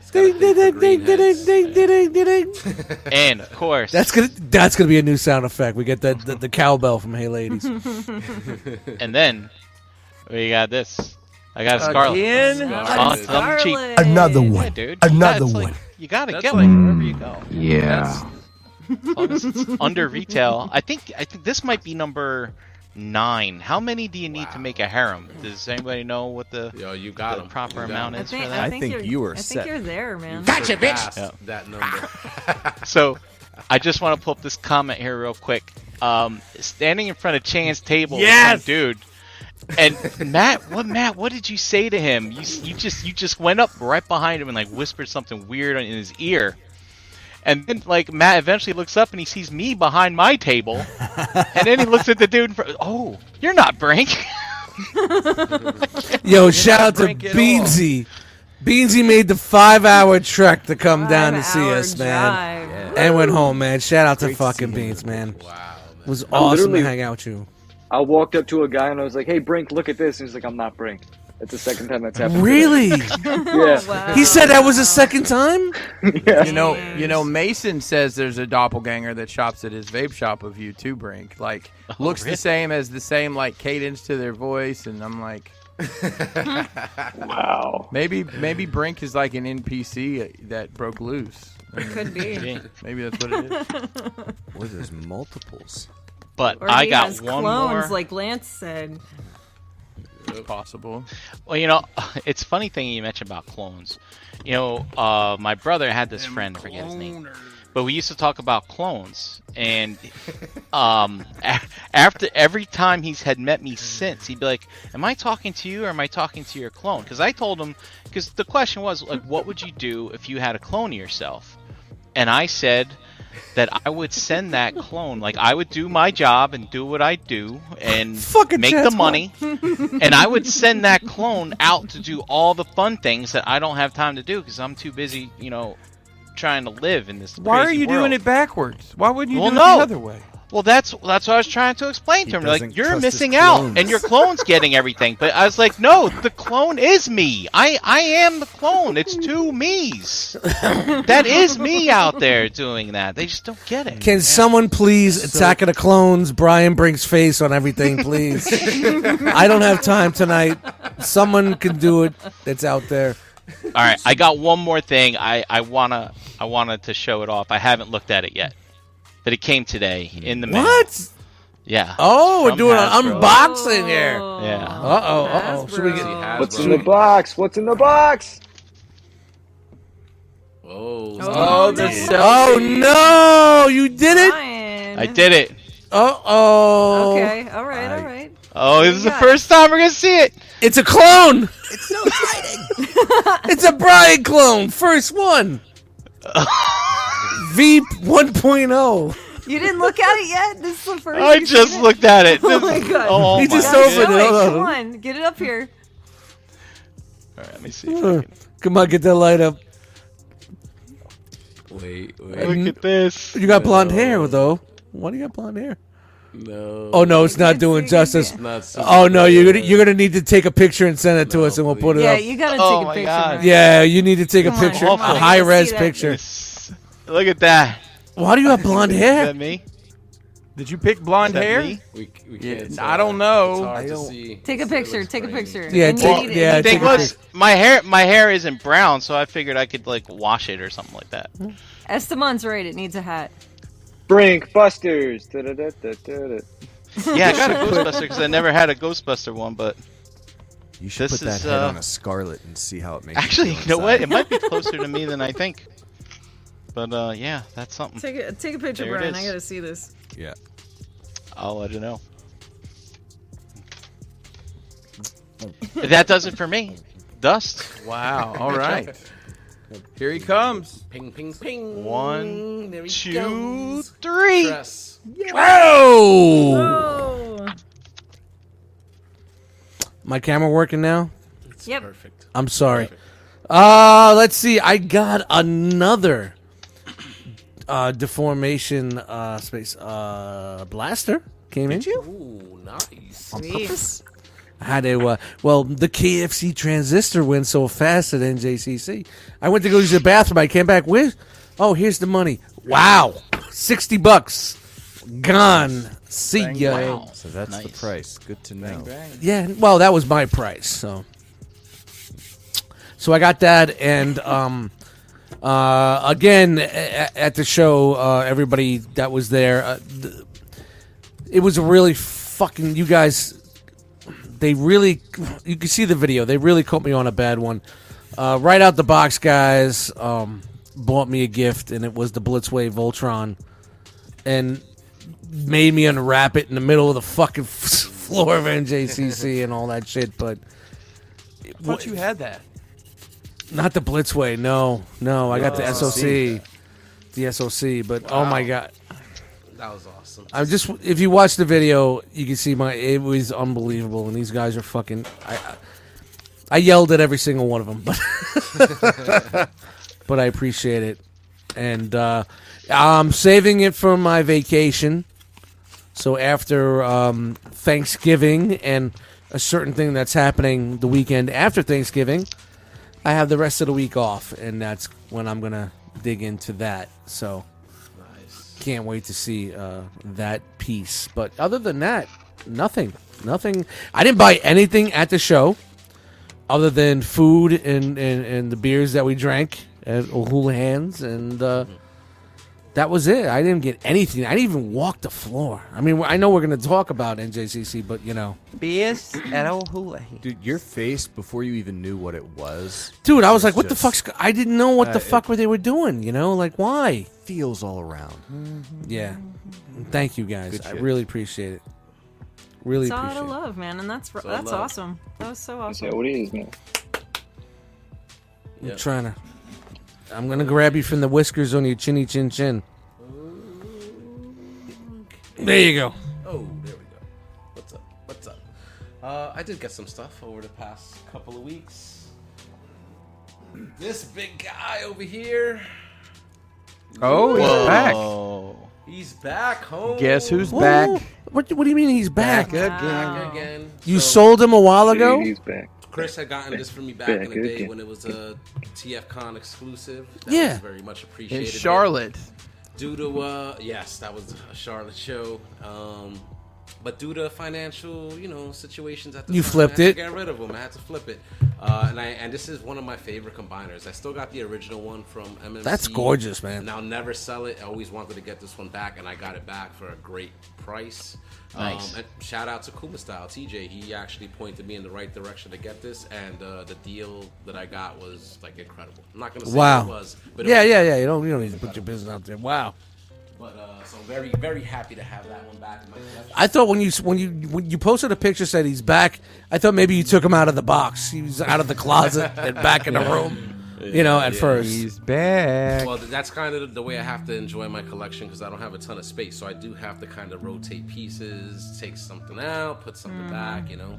S5: It's got a
S1: Ding,
S5: thing for
S1: ding, ding, ding,
S5: greenheads.
S1: ding, ding, ding, ding, ding.
S4: [laughs] and of course,
S1: That's gonna that's gonna be a new sound effect. We get that the, the cowbell from Hey Ladies.
S4: and then we got this. I got a Scarlet.
S3: Again?
S4: On,
S5: Scarlet.
S4: on the cheap.
S2: Scarlet.
S7: Another
S4: Yeah,
S7: one.
S4: dude.
S7: Another
S4: That's
S7: one.
S4: Like, you gotta
S3: That's
S4: get
S3: like
S4: one.
S3: wherever you go.
S6: Yeah.
S4: As long as it's under retail, I think I think this might be number nine. How many do you need to make a harem? Does anybody know what the
S5: Yo, you got
S4: The
S5: him.
S4: proper amount
S2: I
S4: Thanks
S2: think,
S4: for that.
S2: I
S7: I
S2: think
S7: think
S2: you're,
S7: you are
S2: I think
S7: set.
S2: you're there, man.
S5: Gotcha, bitch.
S4: Yeah.
S5: That number.
S4: So, I just want to pull up this comment here real quick. Um, standing in front of Chan's table, yes, dude. And Matt, what Matt? What did you say to him? You you just you just went up right behind him and like whispered something weird in his ear. And then like Matt eventually looks up and he sees me behind my table, and then he looks at the dude. In front, oh, you're not Brink.
S1: Yo, shout out to
S3: break it all.
S1: Beansy. Beansy made the five hour trek to come down to see
S2: Five-hour
S1: us, man.
S2: drive. Yeah.
S1: And went home, man. Shout out to fucking Beans, man. Wow. It was awesome to
S10: literally-
S1: hang out with you.
S10: I walked up to a guy and I was like, "Hey, Brink, look at this." And he's like, "I'm not Brink." That's the second time that's happened.
S1: Really?
S10: Yeah.
S2: Wow.
S1: [laughs] He said that was the second time?
S3: You know, you know. Mason says there's a doppelganger that shops at his vape shop of you too, Brink.
S4: [laughs]
S3: Like, looks
S4: Oh, really?
S3: the same as the same like cadence to their voice, and
S4: [laughs]
S3: I'm like,
S10: Wow.
S3: maybe maybe Brink is like an NPC that broke loose. I mean,
S2: Could be.
S4: Gee.
S3: maybe that's what it is.
S4: [laughs]
S7: Or there's multiples.
S4: But
S2: Or
S4: I
S2: he
S4: got
S2: has
S4: one
S2: clones,
S4: more.
S2: like Lance said.
S3: It's possible.
S4: Well, you know, [laughs] it's a funny thing you mentioned about clones. You know, uh, my brother had this friend, I forget his name, but we used to talk about clones. And um, [laughs] a- after every time he's had met me since, he'd be like, "Am I talking to you or am I talking to your clone?" Because I told him, because the question was like, "What would you do if you had a clone of yourself?" and I said that I would send that clone. Like I would do my job and do what I do
S2: [laughs]
S4: and
S1: Fucking
S4: make the
S1: Chad's
S4: money, and I would send that clone out to do all the fun things that I don't have time to do because I'm too busy, you know, trying to live in this.
S3: Why are
S4: crazy
S3: you
S4: world.
S3: doing it backwards? Why wouldn't you
S4: Well,
S3: do it
S4: no.
S3: the other way?
S4: Well, that's that's what I was trying to explain to him.
S7: doesn't
S4: Like you're
S7: trust his
S4: missing out,
S7: clones.
S4: and your clone's getting everything. But I was like, no, the clone is me. I I am the clone. It's two me's. that is me out there doing that. They just don't get it.
S1: Can someone please attack of the clones Brian Brink's face on everything, please? [laughs] I don't have time tonight. Someone can do it that's out there.
S4: All right, I got one more thing. I I wanna I wanted to show it off. I haven't looked at it yet, but it came today in the mail.
S1: What?
S4: Yeah.
S1: Oh, we're
S4: From
S1: doing an
S4: Hasbro.
S1: unboxing here.
S4: Yeah.
S1: Uh oh, uh oh.
S2: Hasbro.
S1: Should we get
S10: What's
S5: Hasbro.
S10: in the box? What's in the box?
S5: Whoa.
S2: Oh,
S1: Oh no, you did it!
S2: Brian.
S4: I did it.
S1: Uh oh.
S2: Okay. All right. All right.
S4: Oh, this is the
S2: Yeah.
S4: first time we're gonna see it.
S1: It's a clone! It's so exciting! [laughs] it's a Brian clone, first [laughs] one! V oh. 1.0.
S2: You didn't look at it yet. This is the first.
S4: I
S2: you've
S4: just
S2: seen it?
S4: looked at
S2: [laughs]
S4: it.
S2: Oh
S4: This-
S2: my god.
S4: oh
S1: He
S4: my
S1: just
S2: Gotta
S1: opened
S2: show
S1: it. Hold on.
S2: Come on, get it up here.
S4: All right, let me see. if I can-
S1: Come on, get that light up.
S5: Wait,
S1: Oh,
S5: wait.
S4: Look at this.
S1: You got blonde hair, though. Why do you got blonde hair?
S5: No.
S1: Oh no, it's not
S2: can't
S1: doing
S2: see it,
S1: justice.
S2: yeah.
S5: Not so
S1: Oh no, you're gonna you're gonna need to take a picture and send it to us, and we'll put it
S2: Yeah,
S1: up.
S2: you gotta
S4: Oh
S2: take
S4: my
S2: a picture.
S4: God.
S2: Brian.
S1: yeah, you need to take a
S2: Come on,
S1: picture,
S4: come on.
S1: a high res
S2: See that.
S1: picture.
S4: Yes. Look at that.
S1: Why do you have [laughs] blonde
S4: Is
S1: hair?
S4: that me?
S3: Did you pick blonde
S4: Is that
S3: hair?
S4: me?
S5: We, we
S3: Yeah,
S5: can't
S3: I
S5: tell.
S3: don't know.
S5: It's hard
S7: I
S5: to
S7: don't-
S5: see.
S2: Take a
S5: It looks
S2: picture. Take a
S5: grainy.
S2: picture.
S1: Yeah,
S2: And you
S1: take-
S2: need
S1: yeah,
S2: you
S1: take
S2: need
S4: Thing
S1: a
S2: it.
S1: picture.
S4: was, my hair my hair isn't brown, so I figured I could like wash it or something like that.
S2: Esteban's right. It needs a hat.
S10: Brink Busters. Da-da-da-da-da-da.
S4: Yeah, I got a Ghostbuster because I never had a Ghostbuster one, but
S7: You should
S4: This
S7: put that
S4: is,
S7: head
S4: uh,
S7: on a scarlet and see how it makes.
S4: actually,
S7: feel
S4: you know what? It
S7: inside.
S4: might be closer to me than I think. But uh, yeah, that's something.
S2: Take a take a picture,
S4: There it
S2: Brian.
S4: is.
S2: I gotta see this.
S7: Yeah.
S4: I'll let you know. that does it for me. Dust.
S3: Wow. All right. Here he comes.
S5: Ping, ping, ping.
S4: One,
S5: There he
S4: Two,
S5: goes.
S4: three.
S5: Press.
S1: Whoa!
S2: Oh.
S1: My camera working now?
S5: It's
S2: Yep.
S5: perfect.
S1: I'm sorry. Uh let's see. I got another uh deformation uh space uh blaster came in.
S5: Ooh, nice.
S2: Sweet.
S1: How they uh, well the KFC transistor went so fast at NJCC. I went to go use the bathroom. I came back with, oh here's the money. Wow, sixty bucks gone. See ya.
S4: Wow.
S7: So that's the
S4: Nice.
S7: price. Good to know.
S1: Yeah, well that was my price. So, so I got that and um. Uh, again, a- a- at the show, uh, everybody that was there, uh, th- it was a really fucking. You guys they really you can see the video they really caught me on a bad one uh, right out the box guys um, bought me a gift and it was the blitzwave voltron and made me unwrap it in the middle of the fucking [laughs] floor of njcc and all that shit but
S3: I thought you had that.
S1: not the blitzwave no no i got
S3: Oh,
S1: the soc the soc but oh my god
S5: That was awesome.
S1: I'm just if you watch the video, you can see my it was unbelievable, and these guys are fucking. I I, I yelled at every single one of them, [laughs] but but I appreciate it, and uh, I'm saving it for my vacation. So after um, Thanksgiving and a certain thing that's happening the weekend after Thanksgiving, I have the rest of the week off, and that's when I'm gonna dig into that. So can't wait to see uh, that piece. But other than that, nothing, nothing. I didn't buy anything at the show other than food and, and, and the beers that we drank at O'Houlihan's, and uh, that was it. I didn't get anything. I didn't even walk the floor. I mean, I know we're going to talk about NJCC, but you know,
S11: BS at O'Houlihan.
S7: Dude, your face before you even knew what it was.
S1: dude, I was like, what the
S7: just
S1: fuck's? go- I didn't know what
S7: Uh,
S1: the
S7: it-
S1: fuck were they were doing. You know, like why?
S7: Feels all around.
S1: Yeah. Thank you guys.
S7: Mm-hmm. Good
S1: I
S7: shit.
S1: really appreciate it. Really
S2: it's all
S1: appreciate it.
S2: out of love, man, and that's
S5: all
S2: that's
S5: love.
S2: awesome. That was so
S10: That's
S2: awesome.
S10: how it is, man.
S1: I'm
S5: Yeah.
S1: trying to. I'm gonna grab you from the whiskers on your chinny chin chin. There you go.
S5: Oh, there we go. What's up? What's up? Uh, I did get some stuff over the past couple of weeks. This big guy over here,
S3: Oh, he's back.
S4: Oh,
S5: he's back home.
S3: Guess who's
S1: Whoa,
S3: back?
S1: whoa, What, what do you mean he's back?
S5: back again?
S1: You
S5: So,
S1: sold him a while
S10: Dude,
S1: ago.
S10: he's back.
S5: Chris had gotten this for me back
S10: Back
S5: in the day
S10: again.
S5: when it was a TFCon exclusive. That
S1: Yeah.
S5: was very much
S3: In
S5: appreciated.
S3: Charlotte.
S5: due to uh yes that was a charlotte show um but due to financial you know situations at the
S1: You
S5: time,
S1: flipped
S5: I had
S1: it?
S5: to get rid of them i had to flip it uh and i and this is one of my favorite combiners i still got the original one from mmc
S1: That's gorgeous, man.
S5: and i'll never sell it i always wanted to get this one back and i got it back for a great price
S4: Nice.
S5: um, and shout out to Kuma Style TJ. He actually pointed me in the right direction to get this, and uh, the deal that I got was like incredible. I'm not gonna say
S1: Wow.
S5: what it was, but it
S1: Yeah,
S5: was
S1: yeah, yeah. You don't, you don't need to put your business out there. Wow.
S5: but uh, so very, very happy to have that one back in my collection.
S1: I thought when you when you when you posted a picture said he's back, I thought maybe you took him out of the box. He was out of the closet and back
S5: [laughs]
S1: in the room. You know, at first.
S3: He's back.
S5: Well, th- that's kind of the way I have to enjoy my collection because I don't have a ton of space. So I do have to kind of rotate pieces, take something out, put something
S1: Mm.
S5: back. You know,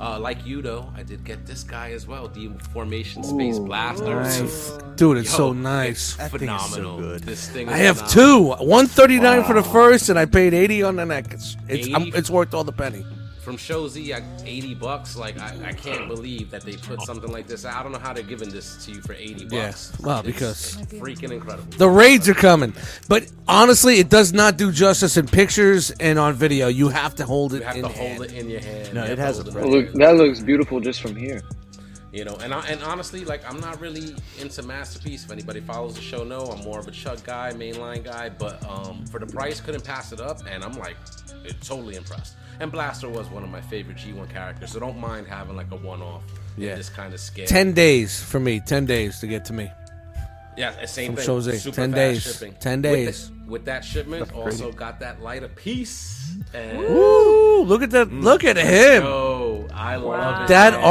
S5: uh, like you though, I did get this guy as well, the Formation Space Blaster.
S3: nice.
S1: Dude, it's
S5: Yo,
S1: so nice.
S5: It's
S7: thing is so
S5: phenomenal.
S7: good.
S5: This thing. Is
S1: I have
S5: phenomenal.
S1: two. One thirty nine for the first, and I paid eighty on the neck. It's it's, I'm,
S5: 80?
S1: it's worth all the penny.
S5: from Shozy at eighty bucks. Like I, I can't believe that they put something like this. out. I don't know how they're giving this to you for eighty
S1: Yeah.
S5: bucks.
S1: Well,
S5: It's
S1: because-
S5: freaking incredible.
S1: The raids are coming, but honestly, it does not do justice in pictures and on video. You have to hold it.
S5: You have
S1: in
S5: to
S1: hand.
S5: hold it in your hand.
S7: No,
S5: You have
S7: it
S5: to
S7: has
S5: hold
S7: a
S5: in
S7: presence.
S5: your
S10: Look,
S5: hand.
S10: that looks beautiful just from here.
S5: You know, and I, and honestly, like I'm not really into masterpiece. If anybody follows the show, no, I'm more of a Chuck guy, mainline guy. But um, for the price, couldn't pass it up, and I'm like, eh, totally impressed. And Blaster was one of my favorite G1 characters, so don't mind having like a one-off. in
S1: Yeah.
S5: This kind of scale.
S1: Ten days for me. Ten days to get to me.
S5: Yeah, same
S1: From
S5: thing.
S1: Jose, 10
S5: fast
S1: days. 10
S5: With
S1: days.
S5: the- With, that shipment, also got that lighter piece. And
S1: Ooh, look at that! Mm. Look at him.
S5: oh, I love it.
S1: That
S5: man.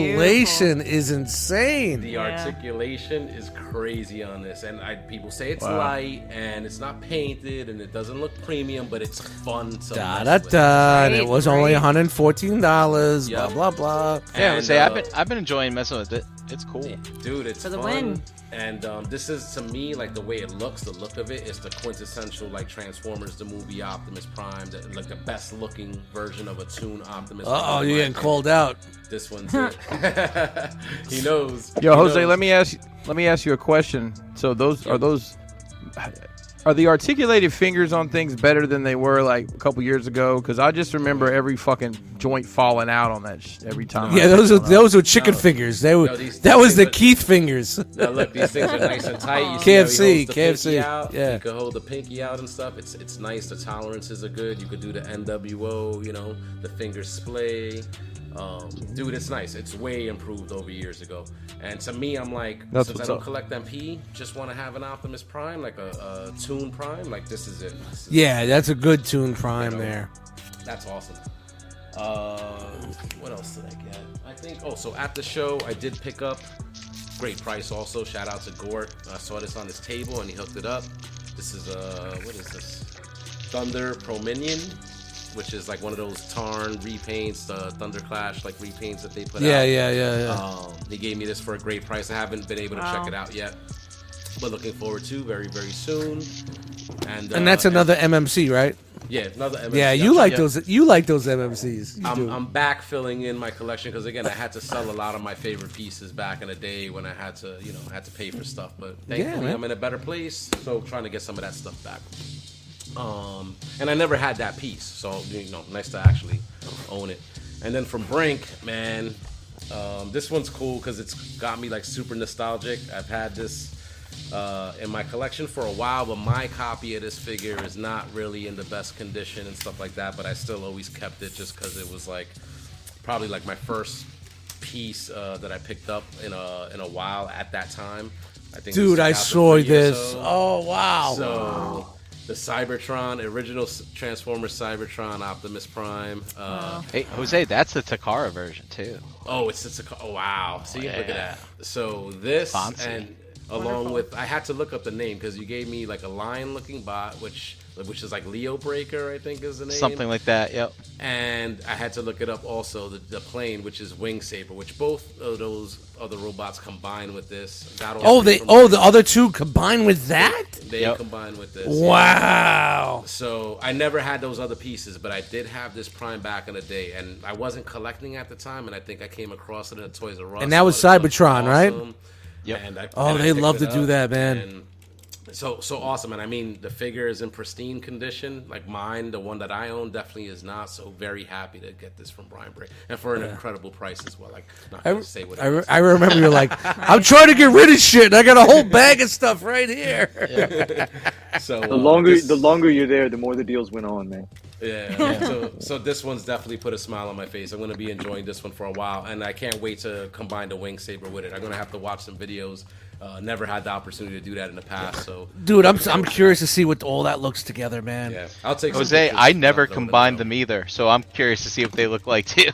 S1: articulation is insane.
S5: The
S2: Yeah.
S5: articulation is crazy on this, and I, people say it's light and it's not painted and it doesn't look premium, but it's fun. To
S1: Da
S5: mess
S1: da
S5: with.
S1: da. And it
S2: Right,
S1: was only
S2: right.
S1: one hundred fourteen dollars.
S5: Yep.
S1: Blah blah blah.
S4: yeah. I
S5: And,
S4: would say I've
S5: uh,
S4: been I've been enjoying messing with it. It's cool.
S5: dude it's
S2: For the
S5: fun.
S2: win.
S5: and um, this is to me like the way it looks the look of it is the quintessential like transformers the movie optimus prime the, like the best looking version of a tune optimus
S1: Uh oh,
S5: Prime.
S1: you're getting called out.
S5: this one's it [laughs] he knows
S3: Yo,
S5: He
S3: Jose,
S5: knows.
S3: let me ask let me ask you a question. So those are those are the articulated fingers on things better than they were like a couple years ago? Because I just remember every fucking joint falling out on that sh- every time.
S1: Yeah,
S3: I-
S1: those are those were chicken fingers. They were
S5: No, these-
S1: that
S5: these
S1: was the
S5: things are-
S1: Keith fingers.
S5: now look these things are nice and tight you
S1: KFC,
S5: see how he holds the pinky
S1: KFC,
S5: out.
S1: yeah.
S5: you can hold the pinky out and stuff it's it's nice the tolerances are good you could do the nwo you know the finger splay um, dude, it's nice. It's way improved over years ago. And to me, I'm like,
S3: That's
S5: since
S3: what's
S5: I don't
S3: up.
S5: collect MP, just want to have an Optimus Prime, like a, a Tune Prime. Like this is it. This is-
S1: Yeah, that's a good tune prime there.
S5: that's awesome. Uh, what else did I get? I think. Oh, so at the show, I did pick up. Great price. Also, shout out to Gort. I saw this on his table and he hooked it up. This is uh, what is this? Thunder Pro Minion. which is like one of those Tarn repaints, the Thunderclash like repaints that they put
S1: Yeah,
S5: out.
S1: yeah, yeah, yeah.
S5: Um, they gave me this for a great price. I haven't been able to
S1: Wow.
S5: check it out yet, but looking forward to very very soon. And
S1: and
S5: uh,
S1: that's another MMC, right?
S5: Yeah, another MMC.
S1: Yeah, you like
S5: Yeah.
S1: those. You like those MMCs. You
S5: I'm,
S1: do.
S5: I'm back filling in my collection because again, I had to sell a lot of my favorite pieces back in the day when I had to, you know, had to pay for stuff. But thankfully,
S1: man.
S5: I'm in a better place, so trying to get some of that stuff back. Um, and I never had that piece, so you know, nice to actually own it. And then from Brink, man, um, this one's cool because it's got me like super nostalgic. I've had this uh, in my collection for a while, but my copy of this figure is not really in the best condition and stuff like that. But I still always kept it just because it was like probably like my first piece uh, that I picked up in a in a while at that time. I think
S1: Dude,
S5: this
S1: I
S5: was out for
S1: saw
S5: three years
S1: this.
S5: old.
S1: Oh, wow.
S5: So the Cybertron original S- Transformers Cybertron Optimus Prime. Uh,
S4: Hey, Jose, that's the Takara version too.
S5: Oh, it's it's a co- oh, wow. See, look
S4: Yeah.
S5: at that. So this
S4: Fancy.
S5: and along with I had to look up the name because you gave me like a lion looking bot, which which is like Leo Breaker, I think is the name.
S4: Something like that. Yep.
S5: And I had to look it up also the, the plane, which is Wing Saber, which both of those other robots combined with this. Got all
S1: oh,
S5: three
S1: they.
S5: from-
S1: Oh, the other two combined with that.
S5: They combined with this.
S1: Wow.
S5: So I never had those other pieces, but I did have this Prime back in the day, and I wasn't collecting at the time, and I think I came across it in a Toys R Us.
S1: And that was
S5: so I thought it
S1: Cybertron, right?
S5: awesome.
S1: Yep.
S5: And I-
S1: Oh,
S5: and I
S1: they
S5: picked
S1: love
S5: it
S1: to do
S5: up,
S1: that, man.
S5: and so so awesome, and I mean the figure is in pristine condition. Like mine, the one that I own, definitely is not. So very happy to get this from Brian Bray, and for an
S1: Yeah.
S5: incredible price as well. Like not
S1: I,
S5: gonna say what it
S1: I, re-
S5: is.
S1: I remember you're like, I'm trying to get rid of shit. And I got a
S5: [laughs]
S1: whole bag of stuff right here.
S5: so
S10: The
S5: uh,
S10: longer
S5: this-
S10: the longer you're there, the more the deals went on, man.
S5: Yeah. so, so this one's definitely put a smile on my face. I'm going to be enjoying this one for a while, and I can't wait to combine the wing saber with it. I'm going to have to watch some videos. Uh, never had the opportunity to do that in the past, so
S1: Dude, I'm I'm curious to see what all that looks together, man.
S5: Yeah, I'll take some
S4: Jose,
S5: pictures.
S4: I never
S5: Upload them.
S4: combined them either, so I'm curious to see what they look
S2: [laughs]
S4: like too.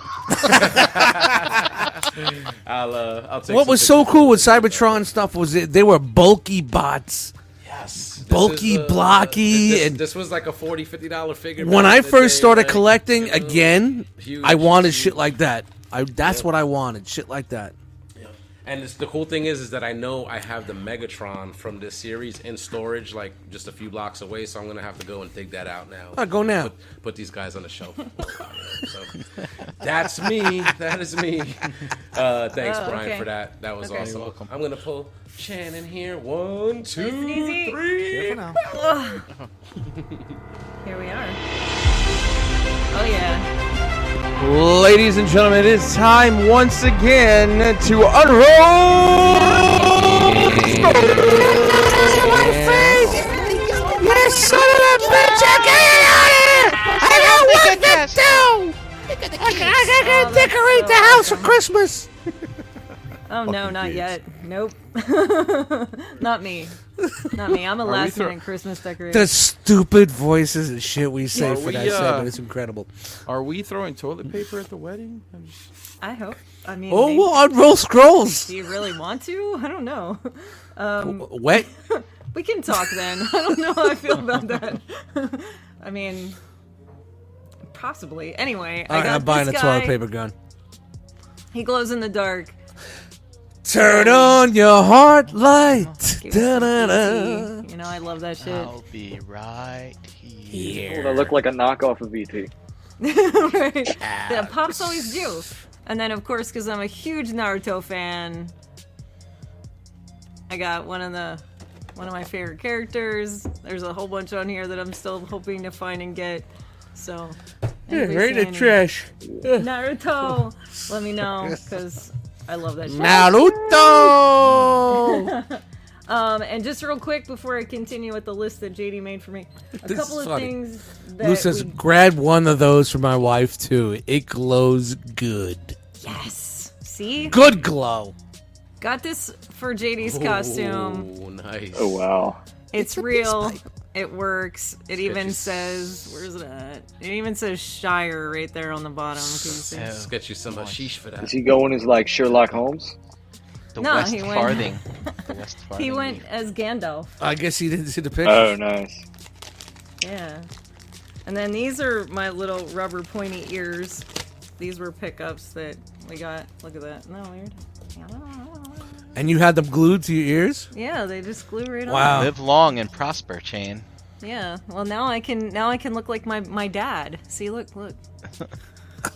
S5: I'll uh, I'll take.
S1: What was
S5: some pictures.
S1: so cool with Cybertron stuff was it, they were bulky bots.
S5: Yes.
S1: Bulky,
S5: This is, uh,
S1: blocky,
S5: This,
S1: and
S5: this was like a 40 50 dollar figure.
S1: when
S5: back
S1: I
S5: in the
S1: first
S5: day, uh,
S1: started
S5: like,
S1: collecting
S5: you know,
S1: again,
S5: huge,
S1: I wanted
S5: huge.
S1: shit like that. I that's what I wanted, shit like that.
S5: And it's, the cool thing is, is that I know I have the Megatron from this series in storage, like just a few blocks away. So I'm gonna have to go and dig that out Ah, now.
S1: Oh, go now.
S5: Put, put these guys on the shelf. [laughs] so that's me. That is me. Uh, thanks,
S9: Oh,
S5: Brian,
S9: okay.
S5: for that. That was
S9: Okay.
S5: awesome.
S9: You're welcome.
S5: I'm gonna pull Shannon here. One, two,
S9: and easy.
S5: three.
S9: Careful now.
S2: Ugh. [laughs] Here we [laughs] are. Oh yeah.
S3: Ladies and gentlemen, it is time once again to unroll.
S9: You son of a bitch! I got it out of here! I got work to do! I, I gotta decorate the house for Christmas!
S2: [laughs] Oh no, not yet. Nope. [laughs] not me. Not me. I'm
S1: [laughs]
S2: a
S1: Are we
S2: last
S1: throw-
S2: minute Christmas decorator.
S1: The stupid voices and shit we say
S3: Are
S1: for
S3: we,
S1: that
S3: uh,
S1: segment is incredible.
S3: Are we throwing toilet paper at the wedding? I'm just-
S2: I hope. I mean.
S1: Oh,
S2: maybe-
S1: well, unroll scrolls.
S2: Do you really want to? I don't know. [laughs] Um,
S1: What?
S2: we can talk then. [laughs] I don't know how
S1: [laughs]
S2: I feel about that. [laughs] I mean, possibly. Anyway,
S1: All
S2: I
S1: right,
S2: got
S1: I'm buying a
S2: this
S1: toilet
S2: guy.
S1: paper gun.
S2: He glows in the dark.
S1: Turn on your heart light.
S2: Gives Oh, me
S1: Da-da-da.
S2: PTSD. You know, I love that shit.
S4: I'll be right here.
S10: Well, they look like a knockoff of E
S2: [laughs]
S10: ET.
S2: right. Yeah, pops always do. And then, of course, because I'm a huge Naruto fan, I got one of the one of my favorite characters. There's a whole bunch on here that I'm still hoping to find and get. So,
S1: Yeah,
S2: anybody
S1: right
S2: see
S1: in the
S2: any
S1: trash.
S2: Naruto, let
S1: [laughs]
S2: me know because I love that. shit. [laughs]
S1: Naruto!
S2: um, and just real quick before I continue with the list that JD made for me, a
S1: This
S2: couple
S1: is
S2: of
S1: funny.
S2: things that
S1: Lou says,
S2: we
S1: grab one of those for my wife, too. It glows good.
S2: Yes. see.
S1: Good glow.
S2: Got this for JD's
S9: Um,
S2: costume.
S5: Oh, nice.
S10: Oh wow.
S2: It's real. It works. It even
S5: Sketchy.
S2: says, where's it at? It even says Shire right there on the bottom. Can you see?
S5: Let's get you some hashish for that.
S10: Is he going as like Sherlock Holmes?
S4: The
S2: No,
S4: West
S2: he went- [laughs]
S4: Farthing. The West
S2: He
S4: Farthing.
S2: went as Gandalf.
S1: I guess he didn't see the picture.
S10: Oh nice.
S2: Yeah. And then these are my little rubber pointy ears. These were pickups that we got. Look at that. Isn't that weird?
S1: And you had them glued to your ears?
S2: Yeah, they just glue right on.
S4: Live long and prosper, Chain.
S2: Yeah. Well, now I can now I can look like my my dad. See, look, look.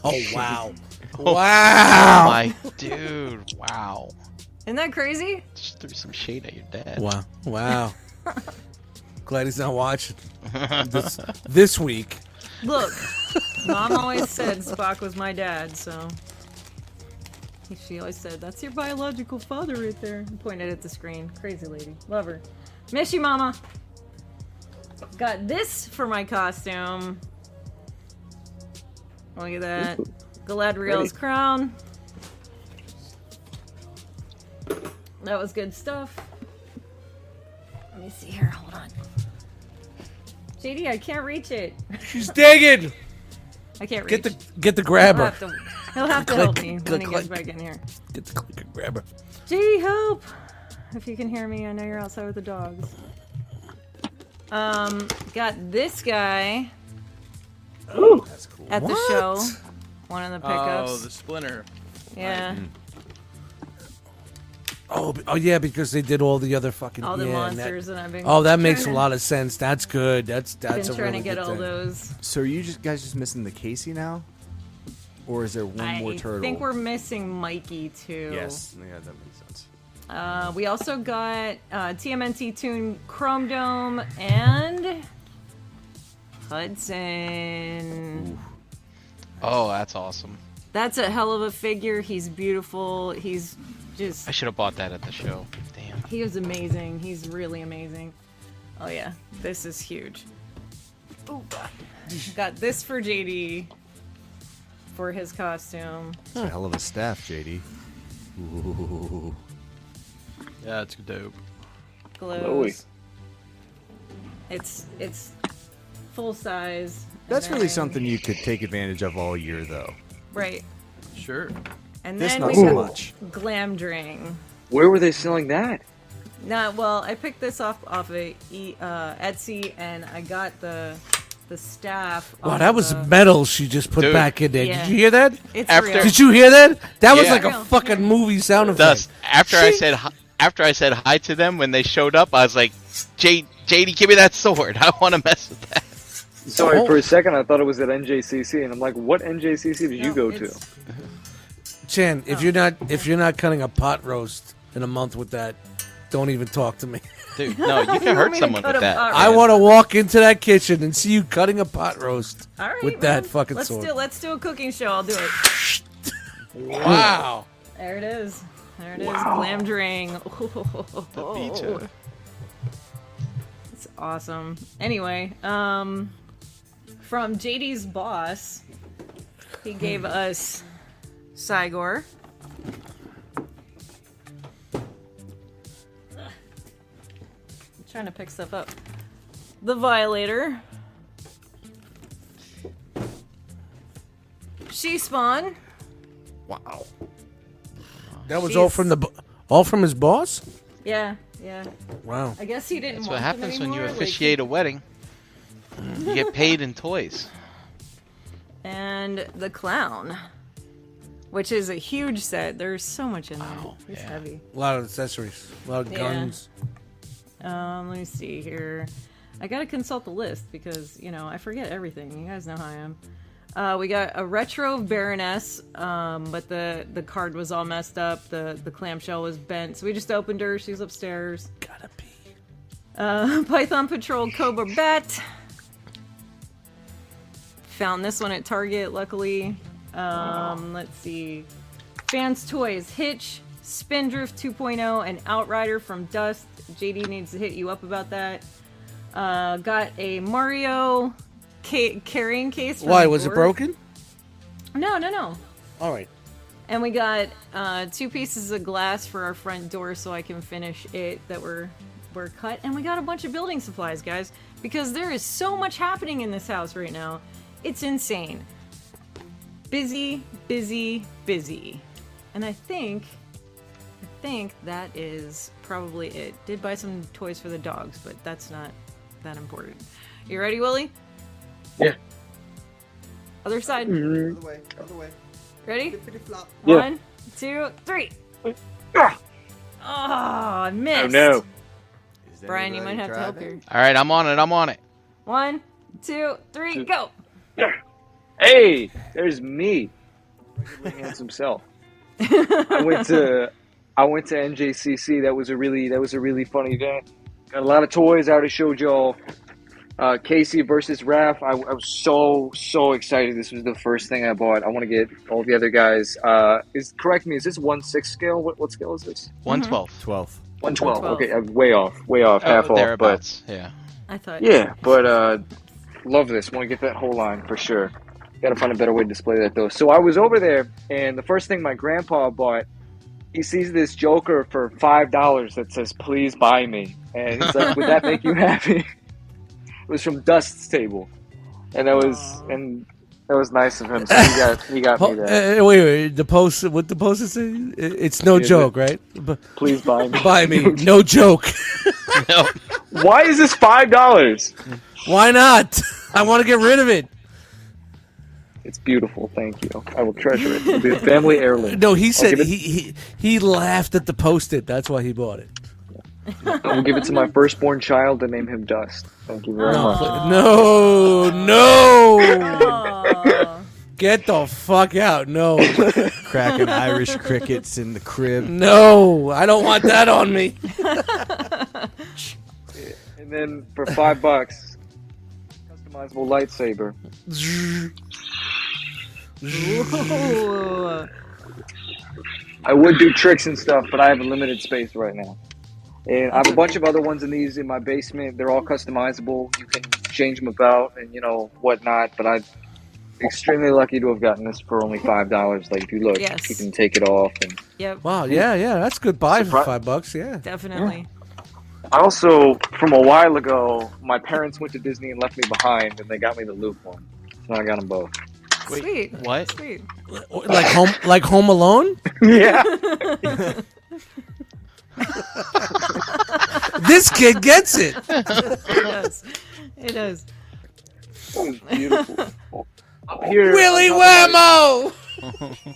S1: Oh wow.
S4: wow. my dude. Wow.
S2: Isn't that crazy?
S4: Just threw some shade at your dad.
S1: Wow.
S2: [laughs]
S1: Wow. Glad he's not watching this, this week.
S2: Look, mom always said Spock was my dad, so she always said that's your biological father right there. And pointed at the screen. Crazy lady, love her. Miss you, mama. Got this for my costume. Look at that, Galadriel's
S10: Pretty.
S2: crown. That was good stuff. Let me see here. Hold on. JD, I can't reach it.
S1: She's digging.
S2: I can't
S1: Get [laughs]
S2: reach.
S1: the get the grabber.
S2: He'll have to, he'll have to help me when he gets back in here.
S1: Get the clicker grabber.
S2: Gee, help! If you can hear me, I know you're outside with the dogs. Um, got this guy
S3: That's cool.
S2: at the show. One of the
S3: Oh,
S2: pickups.
S3: the splinter.
S2: yeah.
S1: Oh, b- oh yeah, because they did all the other fucking
S2: All the
S1: yeah, and that-
S2: monsters, and I've been.
S1: Oh, that makes a
S2: trying to-
S1: lot of sense. That's good. That's that's
S2: been
S1: a
S2: trying
S1: really
S2: to get
S1: good
S2: all
S1: thing.
S2: those.
S7: So are you just guys just missing the Casey now, or is there one
S2: I
S7: more turtle?
S2: think we're missing Mikey too.
S7: yes. Yeah, that makes sense.
S2: Uh, we also got uh, TMNT Tune Chrome Dome and Hudson.
S4: Oh, that's awesome.
S2: That's a hell of a figure. He's beautiful. He's just
S4: I should have bought that at the show. Damn.
S2: he is amazing. He's really amazing. Oh yeah, this is huge. Ooh, God. got this for JD for his costume.
S7: It's a hell of a staff, JD. Ooh.
S3: Yeah, that's dope.
S2: Glows.
S10: Chloe.
S2: It's it's full size. and
S7: That's really
S2: then-
S7: something you could take advantage of all year, though.
S2: right?
S3: Sure.
S2: And
S7: This
S2: then
S7: not
S2: we
S7: so
S2: got
S7: much.
S2: Glamdring.
S10: Where were they selling that?
S2: Nah, well, I picked this off off of E- uh, Etsy, and I got the the staff.
S1: Wow,
S2: off
S1: that was
S2: the-
S1: metal she just put
S4: Dude.
S1: back in there.
S2: Yeah.
S1: Did you hear that?
S2: It's
S4: After-
S2: real.
S1: Did you hear that? That was
S4: Yeah.
S1: like a
S2: Real,
S1: fucking movie sound effect.
S4: Thus, after I
S1: She-
S4: said hi, after I said hi to them when they showed up, I was like, J- "JD, give me that sword. [laughs] I want to mess with that."
S10: Sorry, for a second I thought it was at NJCC, and I'm like, what NJCC did you
S2: No,
S10: go to?
S2: it's-
S1: Chan,
S2: Oh.
S1: if you're not if you're not cutting a pot roast in a month with that, don't even talk to me. [laughs]
S4: Dude, no,
S2: [laughs]
S4: you
S2: You
S4: can
S2: want
S4: hurt
S2: me to
S4: someone
S2: cut
S4: with
S2: a
S4: that.
S2: bar-
S1: I want to walk into that kitchen and see you cutting a pot roast
S2: All right,
S1: with
S2: man.
S1: that fucking
S2: let's
S1: sword.
S2: Do, let's do a cooking show. I'll do it.
S1: Wow.
S2: There it is. There it is. [laughs] Glamdring.
S4: Pizza.
S2: It's awesome. Anyway, um, from JD's boss, he
S4: Hmm.
S2: gave us Sigor. I'm trying to pick stuff up. The Violator. She Spawn.
S1: That was all
S2: Jeez.
S1: from the bo- all from his boss?
S2: Yeah, yeah.
S1: Wow.
S2: I guess he didn't
S4: That's
S2: want
S4: what happens
S2: them
S4: when you
S2: anymore, like-
S4: officiate
S2: [laughs]
S4: a wedding. You get paid in toys.
S2: and the clown, which is a huge set. There's so much in there.
S4: Wow,
S2: it's
S4: yeah.
S2: heavy.
S1: A lot of accessories, a lot of
S2: Yeah.
S1: guns.
S2: Um, let me see here. I gotta consult the list because you know I forget everything. You guys know how I am. Uh, we got a retro Baroness, um, but the the card was all messed up. The the clamshell was bent, so we just opened her. She's upstairs.
S1: Gotta be.
S2: Uh, [laughs] Python Patrol Cobra Bat. Found this one at Target, luckily. Um, let's see. Fans Toys Hitch, Spindrift 2.0, and Outrider from Dust. JD needs to hit you up about that. Uh, got a Mario ca- carrying case. from
S1: Why was it
S2: Gorg.
S1: broken?
S2: No, no, no.
S1: All right.
S2: And we got uh, two pieces of glass for our front door so I can finish it that were were cut. And we got a bunch of building supplies, guys, because there is so much happening in this house right now. It's insane. Busy, busy, busy. And I think I think that is probably it. Did buy some toys for the dogs, but that's not that important. You ready, Willie?
S10: Yeah.
S2: Other side.
S10: Mhm.
S2: Other
S12: way. Mm-hmm. Other way.
S2: Ready?
S10: Yeah.
S2: One, two, three. Oh, I missed.
S4: no.
S2: Brian, you might have to help here.
S4: All right, I'm on it. I'm on it.
S2: One, two, three, go.
S10: Hey, there's me, regularly handsome self. I went to I went to NJCC. That was a really that was a really funny event. Got a lot of toys. I already showed y'all uh, Casey versus Raph. I, I was so so excited. This was the first thing I bought. I want to get all the other guys. Uh, is correct me? Is this one six scale? What what scale is this?
S2: Mm-hmm.
S4: One twelve. Oh,
S7: Twelve.
S10: One twelve. Okay, I'm way off. Way off. half off. But
S4: thereabouts. yeah.
S2: I thought.
S10: yeah, but uh, love this. Want to get that whole line for sure. Got to find a better way to display that though. So I was over there, and the first thing my grandpa bought, he sees this Joker for five dollars that says "Please buy me," and he's like, "Would that make you happy?" it was from Dust's table, and that was and that was nice of him. So he got he got me
S1: Po-
S10: that.
S1: uh, wait, wait, the post. What the post is? saying? It- It's no
S10: Yeah,
S1: joke,
S10: the-
S1: right? B-
S10: Please buy me.
S1: Buy me. no joke.
S10: Why is this five dollars?
S1: Why not? I want to get rid of it.
S10: It's beautiful. Thank you. I will treasure it. It'll be a family heirloom.
S1: No, he
S10: I'll
S1: said
S10: give
S1: he,
S10: it-
S1: he he laughed at the post-it. That's why he bought it.
S10: I will give it to my firstborn child and name him Dust. Thank you very much.
S1: No, no. Get the fuck out. No.
S7: Cracking Irish crickets in the crib.
S1: No, I don't want that on me.
S10: And then for five bucks, customizable lightsaber.
S2: Ooh.
S10: I would do tricks and stuff, but I have a limited space right now. And I have a bunch of other ones in these in my basement. They're all customizable. You can change them about and you know whatnot. But I'm extremely lucky to have gotten this for only five dollars. Like if you look,
S2: Yes.
S10: you can take it off. And
S2: Yep.
S1: Wow, yeah, yeah. That's a good buy for five bucks, yeah.
S2: Definitely.
S10: I also, from a while ago, my parents went to Disney and left me behind, and they got me the Luke one. So I got
S1: [laughs]
S10: them both.
S2: Sweet.
S4: What?
S2: Sweet.
S1: Like home like home
S10: [laughs]
S1: alone?
S10: Yeah.
S1: This kid gets it.
S2: it does. It does.
S10: beautiful. Up here,
S1: Willy
S10: on top of my-
S1: Whammo!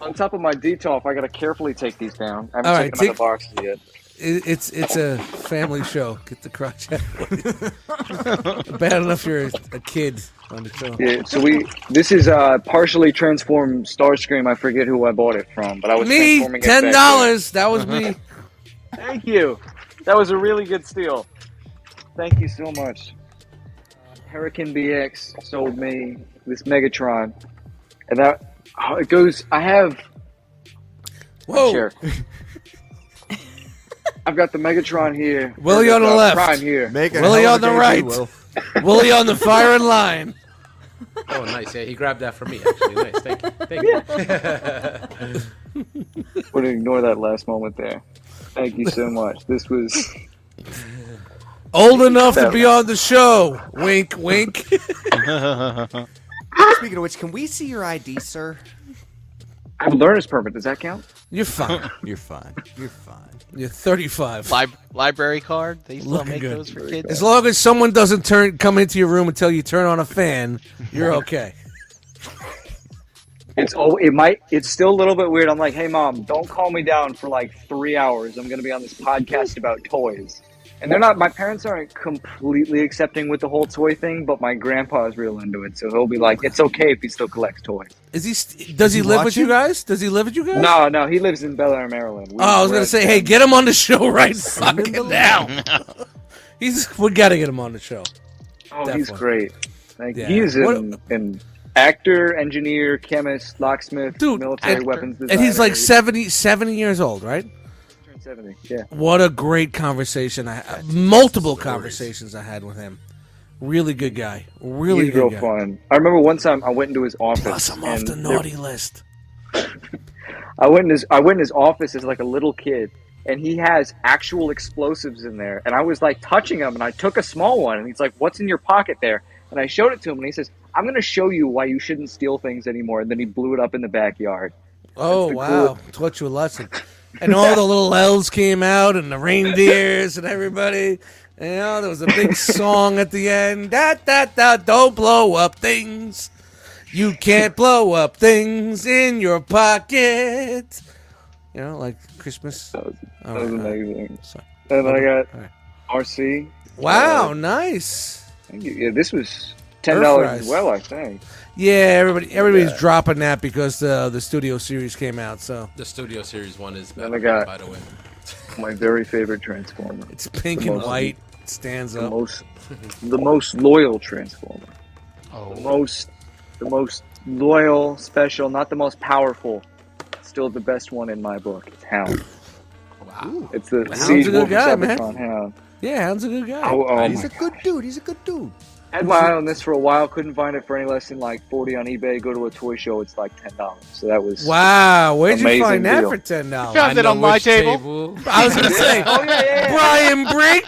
S10: On top of my detolf, I gotta carefully take these down. I haven't
S1: All right,
S10: taken them out
S1: take-
S10: of the box yet.
S1: It, it's it's a family show. Get the crotch
S10: [laughs]
S1: out. Bad enough you're a, a kid on the show.
S10: Yeah, so we this is uh partially transformed Starscream. I forget who I bought it from, but I was
S1: me
S10: transforming it back
S1: ten
S10: in.
S1: dollars. That was me.
S10: Thank you. That was a really good steal. Thank you so much. Uh, Hurricane BX sold me this Megatron, and that oh, it goes. I have. my
S1: Whoa. [laughs]
S10: chair. I've got the Megatron here.
S1: Willie on the
S10: Uh,
S1: left.
S10: Prime here.
S7: Make a
S1: Willie
S7: hell
S1: on
S7: of
S1: the
S7: a game,
S1: right.
S7: Will.
S1: Willie on the firing line.
S5: Oh, nice. Yeah, he grabbed that for me. Actually, nice. Thank
S9: [laughs]
S5: you. Thank you. [laughs]
S10: We're gonna ignore that last moment there. Thank you so much. This was.
S1: Old enough to be on the show. Wink,
S7: [laughs]
S1: wink.
S12: Speaking of which, can we see your ID, sir?
S10: I have a learner's permit. Does that count?
S1: You're fine.
S7: [laughs] You're fine. You're fine.
S1: You're 35.
S4: Lib- library card. They still
S1: Looking
S4: make
S1: good.
S4: those for kids.
S1: As long as someone doesn't turn come into your room until you turn on a fan, you're okay.
S10: It's oh, it might. It's still a little bit weird. I'm like, hey mom, don't call me down for like three hours. I'm gonna be on this podcast about toys, and they're not. My parents aren't completely accepting with the whole toy thing, but my grandpa is real into it, so he'll be like, it's okay if he still collects toys.
S1: Is he? St- does he,
S7: he
S1: live with you
S7: watching?
S1: guys? Does he live with you guys?
S10: No, no, he lives in Bel Air, Maryland. We-
S1: Oh, I was
S10: we're
S1: gonna
S10: at-
S1: say, hey, get him on the show
S7: [laughs]
S1: right fucking
S7: the
S1: now. He's we gotta get him on the show.
S10: Oh, he's
S1: definitely.
S10: great. Like,
S1: Yeah.
S10: He is
S1: What-
S10: an, an actor, engineer, chemist, locksmith,
S1: Dude,
S10: military
S1: actor.
S10: weapons designer.
S1: And he's like 70, 70 years old, right?
S10: Turned 70. Yeah.
S1: What a great conversation! I uh, multiple conversations I had with him. Really good guy. Really
S10: he's
S1: good guy.
S10: real fun. I remember one time I went into his office.
S1: Plus, I'm off
S10: and
S1: the
S10: there-
S1: naughty list.
S10: I went in his I went in his office as like a little kid, and he has actual explosives in there. And I was like touching them, and I took a small one, and he's like, "What's in your pocket there?" And I showed it to him, and he says, "I'm going to show you why you shouldn't steal things anymore." And then he blew it up in the backyard.
S1: Oh
S10: the
S1: wow, taught you a lesson. And all the little elves came out, and the reindeers, and everybody. You know, there was a
S10: [laughs]
S1: big song at the end. Da da da. Don't blow up things. You can't blow up things in your pocket. You know, like Christmas. That was,
S10: That was amazing. And I got RC.
S1: Wow, nice.
S10: Thank you. Yeah, this was ten dollars as
S1: fries.
S10: well, I think.
S1: Yeah, everybody, everybody's dropping that because uh, the studio series came out. So
S5: The Studio Series one is
S10: And I
S5: better,
S10: got
S5: by the way.
S10: my very favorite Transformer.
S1: It's pink
S10: The
S1: and
S10: most-
S1: white. Stands
S10: the
S1: up. [laughs]
S10: most, the most loyal Transformer.
S1: Oh.
S10: The most, the most loyal, special, not the most powerful. Still the best one in my book. It's Hound. Wow. It's the
S1: Hound's
S10: Siege
S1: a good
S10: Wolf
S1: guy, man.
S10: Decepticon Hound.
S1: Yeah, Hound's a good guy.
S10: Oh, oh
S1: He's
S10: my
S1: a
S7: Good dude. He's a good dude.
S10: Had my eye on this for a while. Couldn't find it for any less than like forty on eBay. Go to a toy show. It's like ten dollars. So that was
S1: Wow, where'd you
S10: amazing
S1: find that
S10: deal.
S1: for ten dollars?
S4: [laughs]
S10: Found it on my table.
S1: I was gonna say,
S10: Oh, yeah, yeah,
S1: Brian Brink.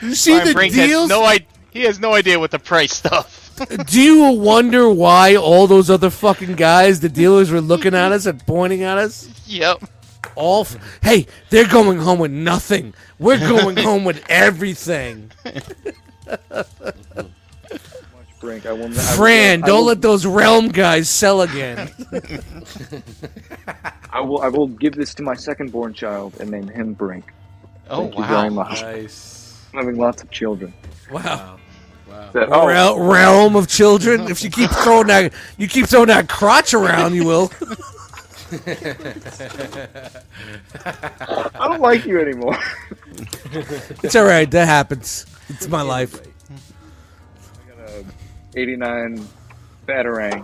S1: You see
S4: Hmm. Brian
S1: the
S4: Brink
S1: deals?
S4: Has no, I- he has no idea what the price stuff. [laughs]
S1: Do you wonder why all those other fucking guys, the dealers, were looking at us and pointing at us?
S4: Yep.
S1: All, f- hey, they're going home with nothing. We're going home with everything.
S10: Brink. [laughs] I will.
S1: Fran,
S10: I will-
S1: don't let those realm guys sell again.
S10: I will. I will give this to my second born child and name him Brink.
S4: Oh,
S10: Thank You
S4: wow.
S10: very much.
S5: Nice.
S10: I'm having lots of children.
S1: Wow.
S5: Wow.
S10: That-
S1: Rel- realm of children. If you keep throwing that, you keep throwing that crotch around, you will.
S10: I don't like you anymore.
S1: It's all right. That happens. It's my life.
S10: 89 Batarang.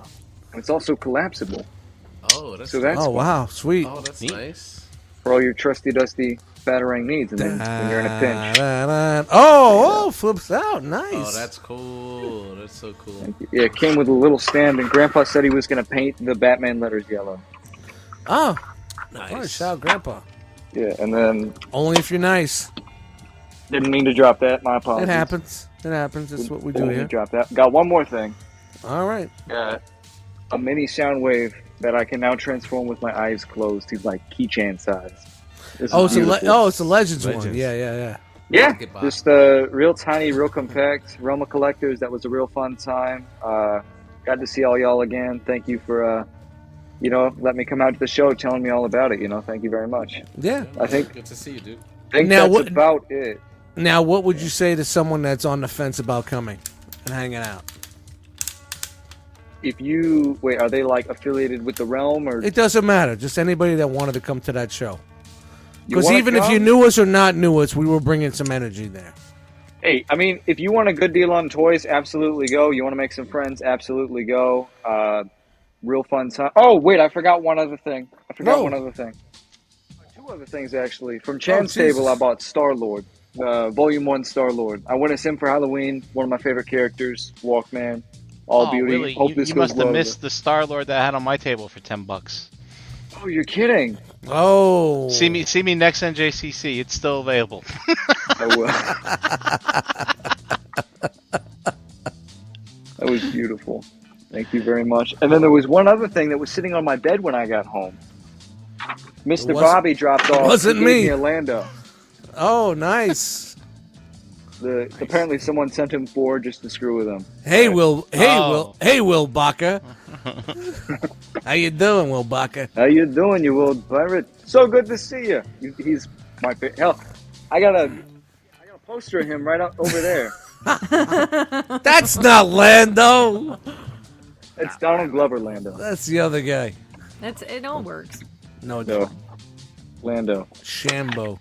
S10: And it's also collapsible
S5: Oh, that's
S10: So that's
S1: oh
S10: fun.
S1: wow, sweet.
S5: Oh, that's nice.
S10: for all your trusty dusty Batarang needs and then when you're in a
S1: Da,
S10: pinch.
S1: da, da. Oh, oh, flips out. Nice.
S5: Oh, that's cool. That's so cool.
S10: Yeah, it came with a little stand, and Grandpa said he was going to paint the Batman letters yellow.
S1: Oh, nice.
S5: Nice.
S1: Shout out, Grandpa.
S10: Yeah, and then
S1: Only if you're nice.
S10: didn't mean to drop that. My apologies.
S1: It happens. It happens. That's what we do
S10: Didn't mean
S1: here.
S10: to drop that. Got one more thing.
S1: All right.
S10: Uh, a mini sound wave that I can now transform with my eyes closed to like keychain size. This is
S1: Oh, it's a le-
S10: beautiful.
S1: oh, it's a Legends, one.
S7: Legends.
S1: Yeah, yeah, yeah.
S10: Yeah,
S5: Goodbye.
S10: just
S1: oh.
S10: uh, real tiny, real compact. Realm of Collectors, that was a real fun time. Uh, got to see all y'all again. Thank you for, uh, you know, let me come out to the show telling me all about it. You know, thank you very much.
S1: Yeah.
S10: I think,
S5: Good to see you, dude.
S10: think
S1: Now
S10: that's
S1: what-
S10: about it.
S1: Now, what would you say to someone that's on the fence about coming and hanging out?
S10: If you, wait, are they like affiliated with the Realm or?
S1: It doesn't matter. Just anybody that wanted to come to that show.
S10: You
S1: Because
S10: wanna
S1: even if
S10: come?
S1: you knew us or not knew us, we were bringing some energy there.
S10: Hey, I mean, if you want a good deal on toys, absolutely go. You want to make some friends, absolutely go. Uh, real fun time. Oh, wait, I forgot one other thing. I forgot
S1: No.
S10: one other thing. Two other things, actually. From Chan's
S1: Oh, Jesus.
S10: table, I bought Star Lord, uh, Volume 1 Star Lord. I went as him for Halloween, one of my favorite characters, Walkman, All
S4: oh,
S10: Beauty.
S4: Willie,
S10: Hope
S4: you,
S10: this
S4: you
S10: goes
S4: must have
S10: well.
S4: missed the Star Lord that I had on my table for ten bucks.
S10: Oh, you're kidding.
S1: Oh.
S4: See me, see me next NJCC. It's still available.
S10: I [laughs] will. that was beautiful. Thank you very much. And then there was one other thing that was sitting on my bed when I got home. Mr.
S1: wasn't-
S10: Bobby dropped off.
S1: wasn't
S10: he gave
S1: me.
S10: Orlando.
S1: Oh, nice.
S10: The, Apparently, someone sent him four just to screw with him.
S1: hey, Will. Hey,
S4: Oh.
S1: Will. Hey, Will Baca. How you doing, Will Baca?
S10: How you doing, you old pirate? So good to see you. He- He's my fa- hell. I got a, I got a poster of him right up over there.
S1: That's not Lando.
S10: It's Donald Glover Lando.
S1: That's the other guy.
S2: That's it. All works.
S1: No, it's
S10: No, Lando.
S1: Shambo.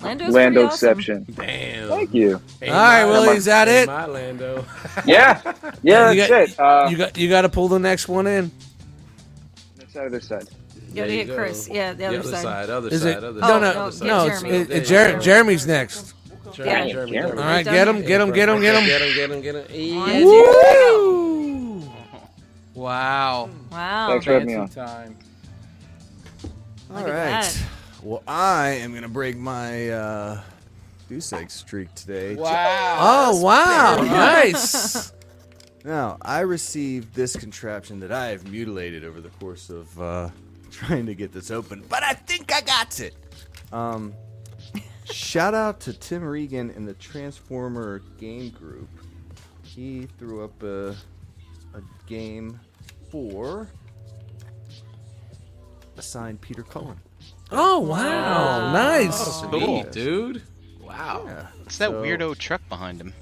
S2: Lando's pretty awesome.
S10: Landoception.
S5: Damn.
S10: Thank you.
S1: All right, Willie, is that it?
S5: My Lando.
S10: Yeah, yeah,
S1: you
S10: that's
S1: got,
S10: it. Uh,
S1: you got you got to pull the next one in.
S10: this side, this side.
S2: Yeah,
S5: There
S2: they
S5: you
S2: hit
S5: go.
S2: Chris. Yeah, the other side.
S5: Other
S1: Is
S5: side. Oh,
S1: it?
S5: Other
S1: no,
S5: side.
S1: no,
S5: other side.
S1: no.
S2: Jeremy.
S1: It's, it,
S5: There you
S1: it, Jer-
S5: go.
S1: Jeremy's next.
S5: Jeremy,
S2: Yeah.
S5: Jeremy,
S1: All
S5: Jeremy.
S1: right, get him, get him, get him, get him.
S5: Get him, get him, get him.
S2: One,
S5: Yeah.
S2: two,
S1: Woo!
S3: Wow. Oh,
S2: Wow.
S10: Thanks for having me on.
S3: Fancy time.
S2: Look
S7: All
S2: at
S7: right.
S2: that.
S7: Well, I am gonna break my uh, goose egg streak today.
S3: Wow.
S1: Oh wow, nice.
S7: Now, I received this contraption that I have [laughs] mutilated over the course of uh, trying to get this open, but I think I got it. Um, shout out to Tim Regan in the Transformer game group. He threw up a, a game for assigned Peter Cullen.
S1: Oh wow! Nice,
S4: Sweet, dude. Wow. What's that
S7: so-
S4: weirdo truck behind him?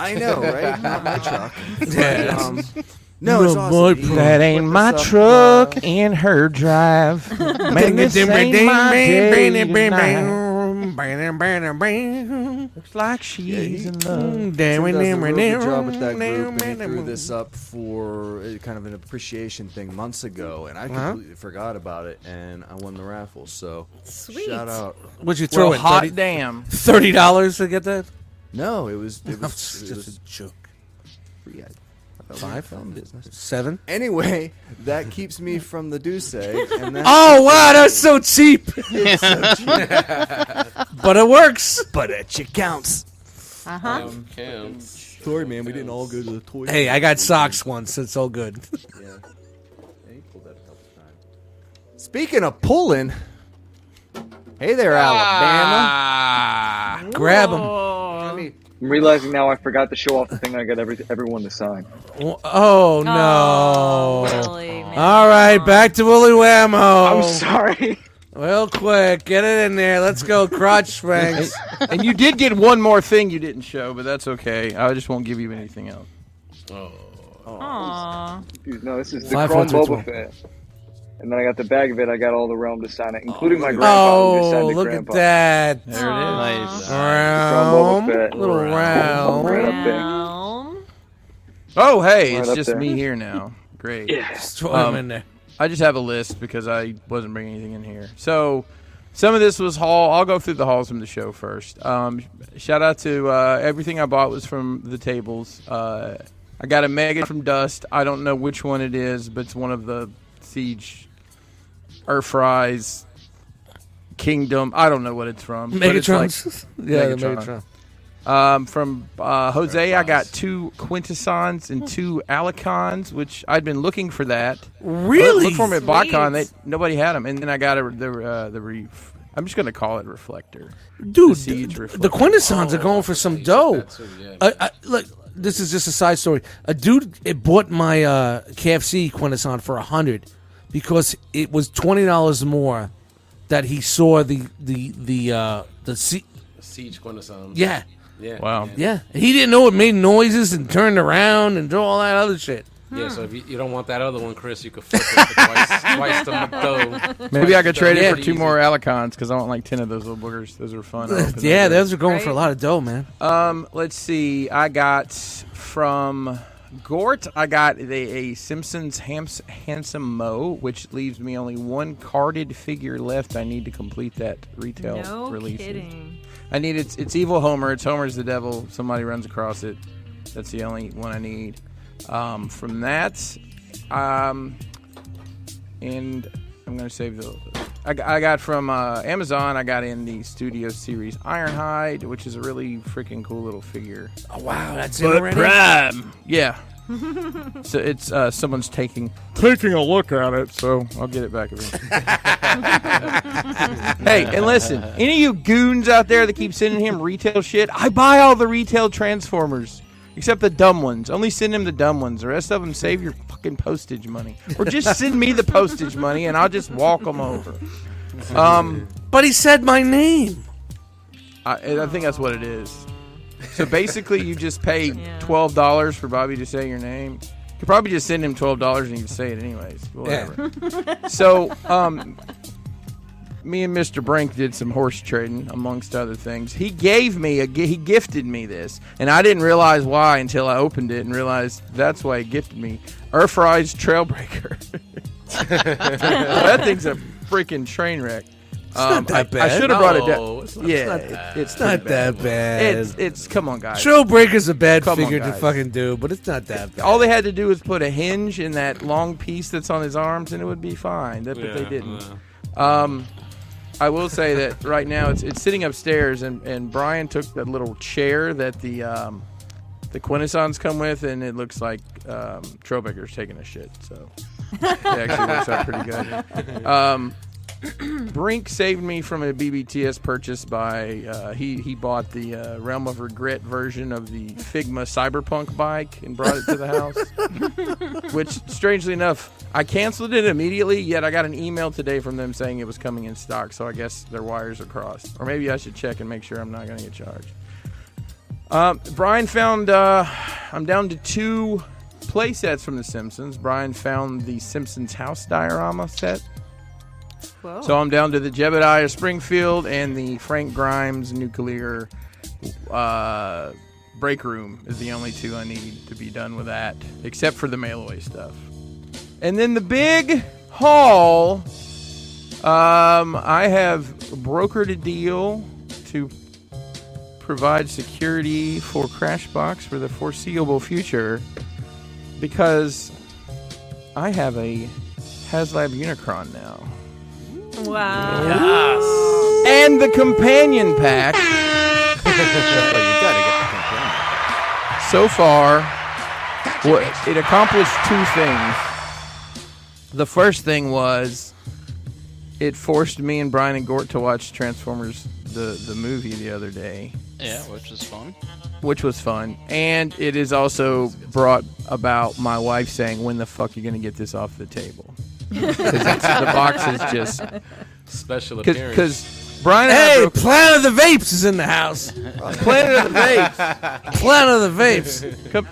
S7: I know, right? Not my truck.
S4: Yeah.
S7: But, um, no, it's
S4: Not
S7: awesome. He
S11: That ain't
S7: put
S11: my
S7: this up, uh,
S11: truck in her
S3: [laughs]
S11: drive. Man, this ain't my day tonight.
S1: Looks
S11: like she's
S7: he-
S1: mm,
S11: in
S7: Tim
S11: love.
S7: does a real good job with that group, and he threw this up for uh, kind of an appreciation thing months ago, and I
S1: Uh-huh.
S7: completely forgot about it, and I won the raffle. So
S2: Sweet.
S7: shout out.
S1: Would you throw
S3: Well,
S1: in
S3: hot
S1: 30
S3: damn.
S1: thirty dollars to get that?
S7: No, it was [laughs] it was,
S1: That's
S7: it
S1: just
S7: was
S1: a joke.
S7: free. I- I thought we were
S1: Five?
S7: film business.
S1: Seven?
S7: Anyway, that keeps me from the douce. [laughs] And that's
S1: Oh wow, that's so cheap.
S7: [laughs] It's so cheap.
S1: [laughs] but it works.
S7: But it you counts.
S2: Uh huh.
S7: Sorry, man, we didn't all go to the toy.
S1: Hey, I got socks once. It's all good.
S7: Yeah. Speaking of pulling, hey there, Alabama.
S3: Ah.
S1: Grab them.
S10: I'm realizing now I forgot to show off the thing I got every, everyone to sign.
S1: Oh no!
S3: Oh.
S1: all right, back to Willy Whammo.
S10: I'm sorry.
S1: Real quick, get it in there. Let's go, crotch
S10: [laughs]
S1: swings.
S3: [laughs] and you did get one more thing you didn't show, but that's okay. I just won't give you anything else.
S2: Aww.
S10: Dude, no, this is the
S1: Five,
S10: Chrome
S1: four, two,
S10: Boba Fett. And then I got the bag of it. I got all the realm to sign it,
S4: Oh,
S10: including my grandpa. who just signed
S1: Oh,
S10: the
S1: look
S10: grandpa.
S1: at that.
S3: There it
S4: Nice.
S3: is.
S1: Round,
S10: From Boba Fett.
S1: little round.
S10: Right up there.
S2: Realm.
S3: Oh, hey,
S10: Right
S3: it's
S10: up
S3: just
S10: there.
S3: me here now. Great.
S1: Just throw 'em
S3: Um,
S1: in there.
S3: I just have a list because I wasn't bringing anything in here. So some of this was haul. I'll go through the hauls from the show first. Um, shout out to uh, everything I bought was from the tables. Uh, I got a mega from Dust. I don't know which one it is, but it's one of the Siege, Earthrise, Kingdom. I don't know what it's from. but it's like-
S1: Megatrons. [laughs] yeah, the
S3: Megatron.
S1: Megatron.
S3: um, from uh, Jose, I got
S4: Earthrise.
S3: two Quintessons and two Alicons, which I'd been looking for that.
S1: Really?
S3: Look for them at
S2: Sweet.
S3: BotCon. They, nobody had them, and then I got a, the uh, the re. I'm just gonna call it reflector.
S1: dude,
S3: The
S1: th-
S3: siege
S1: th- the,
S3: reflector.
S1: Quintessons are going for some dough.
S5: yeah.
S1: Uh, uh, look, this is just a side story. A dude it bought my uh, KFC Quintesson for a hundred because it was twenty dollars more that he saw the the the uh, the se-
S5: Siege Quintessence.
S1: yeah
S5: Yeah.
S3: Wow.
S5: Yeah.
S1: yeah he didn't know it made noises and turned around and did all that other shit.
S5: Yeah, So if you, you don't want that other one, Chris, you could flip it for twice, twice the
S2: [laughs]
S5: dough.
S3: Maybe I could trade
S1: Yeah.
S3: it for two more Alicons because I want like ten of those little boogers. Those are fun. [laughs] I opened
S1: yeah,
S3: them.
S1: those are going for a
S2: Right.
S1: lot of dough, man.
S3: Um, let's see. I got from Gort. I got the, a Simpsons Hams, handsome Mo, which leaves me only one carded figure left. I need to complete that retail
S2: No
S3: release.
S2: kidding.
S3: I need it's it's evil Homer. It's Homer's the devil. Somebody runs across it. That's the only one I need. Um, from that, um, and I'm gonna save the. I, g- I got from uh, Amazon. I got in the Studio Series Ironhide, which is a really freaking cool little figure.
S1: Oh, wow, that's it
S3: But
S1: already.
S3: prime, yeah. so it's uh, someone's taking taking a look at it. So I'll get it back. Eventually. [laughs] Hey, and listen, any of you goons out there that keep sending him retail shit, I buy all the retail Transformers. Except the dumb ones. Only send him the dumb ones. The rest of them, save your fucking postage money. Or just send me the postage money and I'll just walk them over. Um,
S1: But he said my name.
S3: I, and I think that's what it is. So basically, you just pay
S2: Yeah.
S3: $12 for Bobby to say your name. You could probably just send him $12 and he'd say it anyways. Whatever. so, um, me and Mr. Brink did some horse trading, amongst other things. He gave me a gi- he gifted me this, and I didn't realize why until I opened it and realized that's why he gifted me Earthrise Trailbreaker. [laughs] that thing's a freaking train wreck. It's
S1: not that
S3: I,
S1: bad.
S3: should have brought it
S5: No,
S3: down.
S5: it's not-
S3: yeah,
S5: it's not
S3: it-
S5: that
S3: it's
S1: Not that bad.
S3: It's it's come on, guys.
S1: Trailbreaker's a bad
S3: Come on,
S1: figure to
S3: guys.
S1: fucking do, but it's not that bad.
S3: All they had to do was put a hinge in that long piece that's on his arms, and it would be fine. That, but they
S5: Yeah,
S3: didn't.
S5: yeah.
S3: Um, I will say that right now it's it's sitting upstairs, and, and Brian took that little chair that the um, the quintessons come with, and it looks like um, Trobeker's taking a shit. So it actually works out pretty good. Um, Brink saved me from a BBTS purchase by uh, he he bought the uh, Realm of Regret version of the Figma Cyberpunk bike and brought it to the house. Which, strangely enough, I canceled it immediately. Yet I got an email today from them saying it was coming in stock. So I guess their wires are crossed, or maybe I should check and make sure I'm not going to get charged. Uh, Brian found uh, I'm down to two play sets from The Simpsons. Brian found the Simpsons house diorama set.
S2: Whoa.
S3: So I'm down to the Jebediah Springfield and the Frank Grimes nuclear uh, break room is the only two I need to be done with that, except for the mail away stuff. And then the big haul. Um, I have brokered a deal to provide security for Crashbox for the foreseeable future because I have a HasLab Unicron now.
S2: Wow.
S3: And the companion pack. So far, what, it accomplished two things. The first thing was it forced me and Brian and Gort to watch Transformers the, the movie the other day
S4: Yeah, which was fun.
S3: which was fun. And it is also brought about my wife saying, "When the fuck are you gonna get this off the table?" 'Cause it's- the box is just
S5: Special appearance.
S3: because Brian. and I
S1: Hey,
S3: broke-
S1: Planet of the Vapes is in the house. Planet of the Vapes. Planet
S3: [laughs]
S1: of the Vapes.
S3: Come,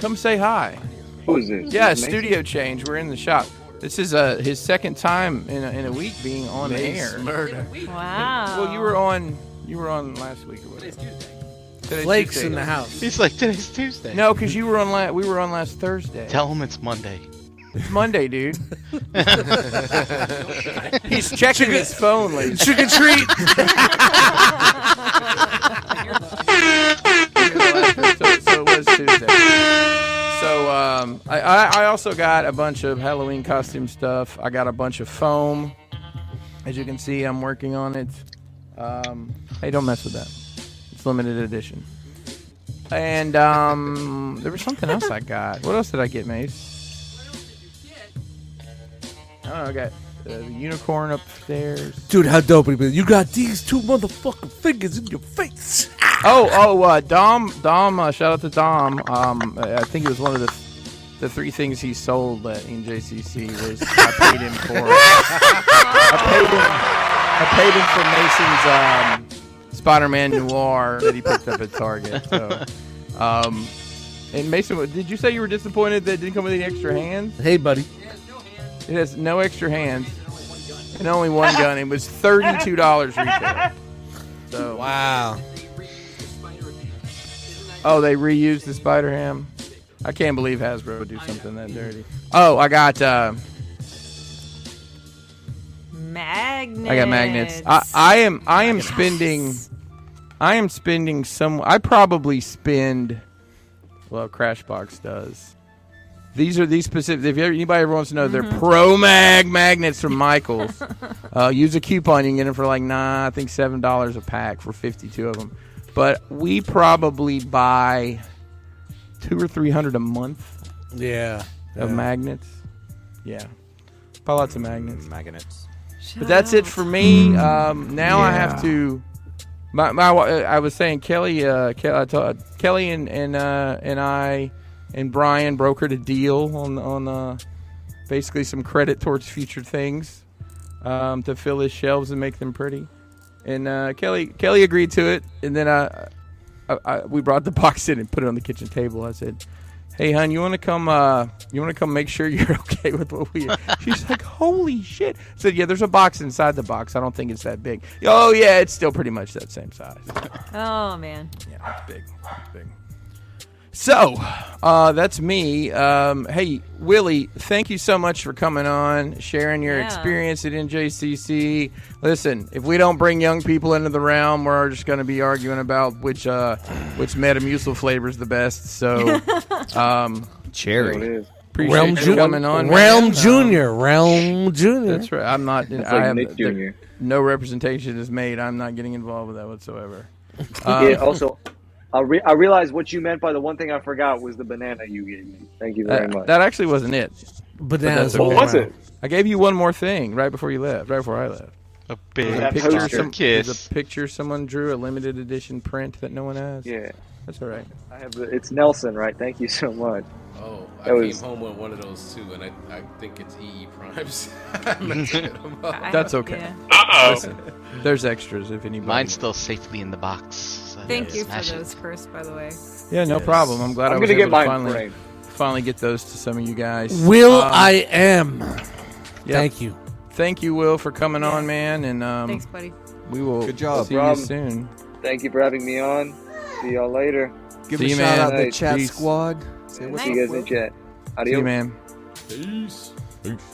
S3: come say hi.
S10: Who is this?
S3: Yeah,
S10: Mason?
S3: studio change. We're in the shop. This is uh, his second time in a, in a week being on
S5: Mace
S3: air.
S5: murder.
S2: Wow.
S3: Well, you were on. You were on last week or whatever. Today's
S1: Blake's
S3: Tuesday.
S1: in the house.
S4: He's like today's Tuesday.
S3: No, because you were on. La- we were on last Thursday.
S4: Tell him it's Monday.
S3: It's Monday, dude. He's checking his phone, ladies.
S1: Trick or treat.
S3: so, so it was Tuesday. So um, I, I, I also got a bunch of Halloween costume stuff. I got a bunch of foam. As you can see, I'm working on it. Um, hey, don't mess with that. It's limited edition. And um, there was something else I got. What else did I get, Mace? I don't know. I got uh, the unicorn upstairs.
S1: Dude, how dope would it be? You got these two motherfucking fingers in your face.
S3: Oh, oh, uh, Dom, Dom, uh, shout out to Dom. Um, I I think it was one of the the three things he sold at in JCC was I paid him for. [laughs] I paid him. I paid him for Mason's um, Spider-Man Noir that he picked up at Target. So, um, and Mason, what- did you say you were disappointed that it didn't come with any extra hands?
S1: Hey, buddy.
S3: It has no extra hands and only one gun. It was thirty-two dollars retail. So
S1: wow.
S3: Oh, they reused the Spider Ham. I can't believe Hasbro would do something that dirty. Oh, I got uh,
S2: Magnets.
S3: I got magnets. Ah, I, I am I am spending I am spending some I probably spend well Crashbox does. These are these specific if you- anybody ever wants to know they're Pro Mag magnets [laughs] from Michaels. uh, use a coupon you can get them for like nah, I think $7 a pack for 52 of them. But we probably buy 2 or 300 a month
S1: Yeah.
S3: of
S1: Yeah.
S3: magnets. Yeah. Buy lots of magnets.
S6: Magnets.
S3: But that's it for me. Um, now I have to. My, my wa- uh, I was saying Kelly, uh, Ke- I told- Kelly and and uh, and I and Brian brokered a deal on on uh, basically some credit towards future things um, to fill his shelves and make them pretty. And uh, Kelly Kelly agreed to it, and then I, I, I we brought the [laughs] box in and put it on the kitchen table. I said. Hey, hon, you want to come? Uh, you want to come make sure [laughs] you're okay with what we? She's like, holy shit! I said, yeah, there's a box inside the box. I don't think it's that big. Oh yeah, it's still pretty much that same size.
S2: Oh man.
S3: Yeah, it's big. It's big. So, uh, that's me. Um, hey, Willie, thank you so much for coming on, sharing your
S2: Yeah.
S3: experience at NJCC. Listen, if we don't bring young people into the realm, we're just going to be arguing about which uh, which Metamucil flavor is the best. So, um,
S10: It
S7: Cherry.
S10: is.
S3: appreciate
S1: Realm,
S3: you
S1: Ju-
S3: coming on.
S1: Realm
S3: man. Uh,
S1: Junior. Realm Junior.
S3: That's right. I'm not.
S10: It's
S3: I
S10: like
S3: have,
S10: Nick
S3: there-
S10: Jr.
S3: No representation is made. I'm not getting involved with that whatsoever.
S10: [laughs]
S3: Um,
S10: yeah, also, I, re- I realized what you meant by the one thing I forgot was the banana you gave me. Thank you very
S3: Uh, That,
S10: much.
S3: that actually wasn't it.
S1: Bananas.
S3: What
S1: all
S10: was
S1: around.
S10: it?
S3: I gave you one more thing right before you left, right before I left.
S4: A
S3: There's
S4: big
S3: picture,
S4: poster
S3: some,
S4: kiss.
S3: there's a picture someone drew, a limited edition print that no one has.
S10: Yeah.
S3: That's all right.
S10: I have the, it's Nelson, right? Thank you so much.
S5: Oh, I
S10: that was
S5: came home with one of those too, and I, I think it's EE Primes. [laughs] I meant to hit 'em up.
S3: That's okay. Listen, there's extras if anybody.
S4: Mine's still safely in the box. so I
S2: Thank
S4: didn't
S2: you for
S4: smash it.
S2: those, Chris, by the way.
S3: Yeah, no problem. I'm glad I
S10: I'm
S3: was
S10: gonna get
S3: able
S10: mine
S3: to finally
S10: framed.
S3: finally get those to some of you guys.
S1: Will
S3: Um,
S1: I am.
S3: yeah.
S1: Thank you.
S3: Thank you, Will, for coming on, man. And um,
S2: Thanks, buddy.
S3: We will
S7: Good job.
S3: see
S10: Rob.
S3: you soon.
S10: Thank you for having me on. See y'all later.
S7: Give
S3: See
S7: a
S3: you,
S7: shout
S3: man.
S7: out to
S10: Nice.
S7: Chat
S3: Peace.
S7: Squad. Say what's
S10: See
S7: up,
S10: you guys
S7: Will.
S10: in chat.
S3: See you,
S10: Adios.
S3: man.
S5: Peace.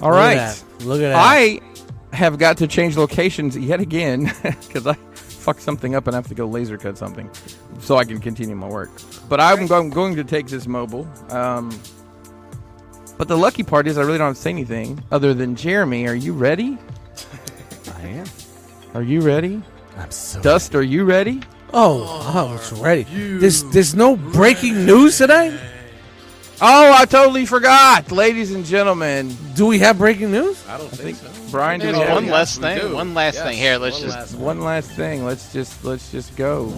S3: All
S1: Look
S3: right.
S1: at that. Look at that.
S3: I have got to change locations yet again [laughs] because I fucked something up and I have to go laser cut something so I can continue my work. But I'm, go- I'm going to take this mobile. Um, but the lucky part is I really don't have to say anything other than Jeremy, are you ready?
S7: [laughs] I am.
S3: Are you ready?
S7: I'm so.
S3: Dust, are you ready?
S1: Oh, oh, it's ready. There's there's no breaking news today.
S3: Oh, I totally forgot, ladies and gentlemen.
S1: Do we have breaking news?
S5: I don't
S3: I
S5: think,
S3: think
S5: so.
S3: Brian did
S4: There's
S3: have
S4: one
S3: it.
S4: last
S5: we
S4: thing.
S5: do.
S4: One last
S5: Yes,
S4: thing. Here, let's
S5: one
S4: just.
S5: last
S3: One last thing. Let's just let's just go.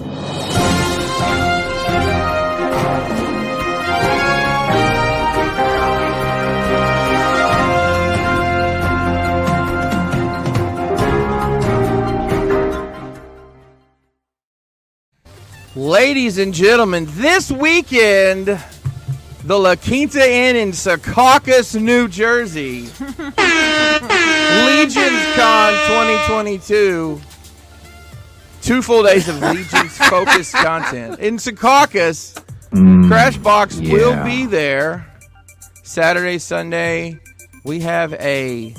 S3: Ladies and gentlemen, this weekend, the La Quinta Inn in Secaucus, New Jersey. Legions Con 2022. Two full days of Legions focused content. In Secaucus, Crashbox will be there Saturday, Sunday. We have a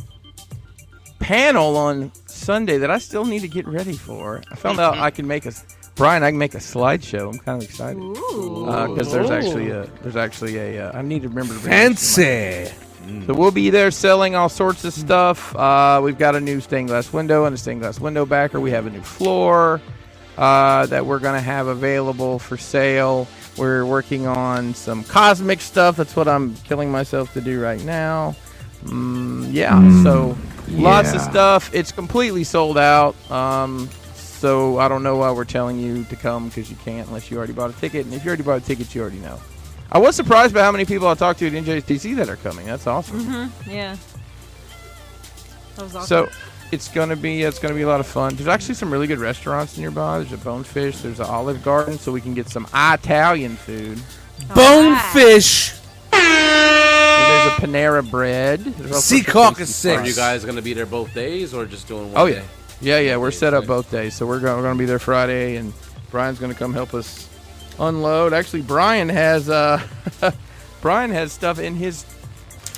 S3: panel on Sunday that I still need to get ready for. I found
S2: Mm-hmm.
S3: out I can make a Brian. I can make a slideshow. I'm kind of excited
S2: Ooh.
S3: because there's actually a there's actually a uh, I need to remember to bring this to my-
S1: Fancy.
S3: so we'll be there selling all sorts of stuff. Uh, we've got a new stained glass window and a stained glass window backer. We have a new floor uh, that we're going to have available for sale. We're working on some cosmic stuff. That's what I'm killing myself to do right now. Mm, yeah, so lots of
S7: yeah.
S3: stuff. It's completely sold out. Um, so I don't know why we're telling you to come because you can't unless you already bought a ticket. And if you already bought a ticket, you already know. I was surprised by how many people I talked to at NJTC that are coming. That's awesome.
S2: Yeah. That was awesome.
S3: So it's gonna be it's gonna be a lot of fun. There's actually some really good restaurants nearby. There's a Bonefish. There's an Olive Garden, so we can get some Italian food.
S1: Bonefish.
S3: And there's a Panera Bread. There's also
S1: Sea
S3: some
S1: Caucus
S3: tasty
S1: six.
S5: Are
S3: fries.
S5: you guys gonna be there both days or just doing one
S3: Oh
S5: day?
S3: yeah, yeah, yeah. We're set up both days, so we're going, we're going to be there Friday, and Brian's going to come help us unload. Actually, Brian has uh, [laughs] Brian has stuff in his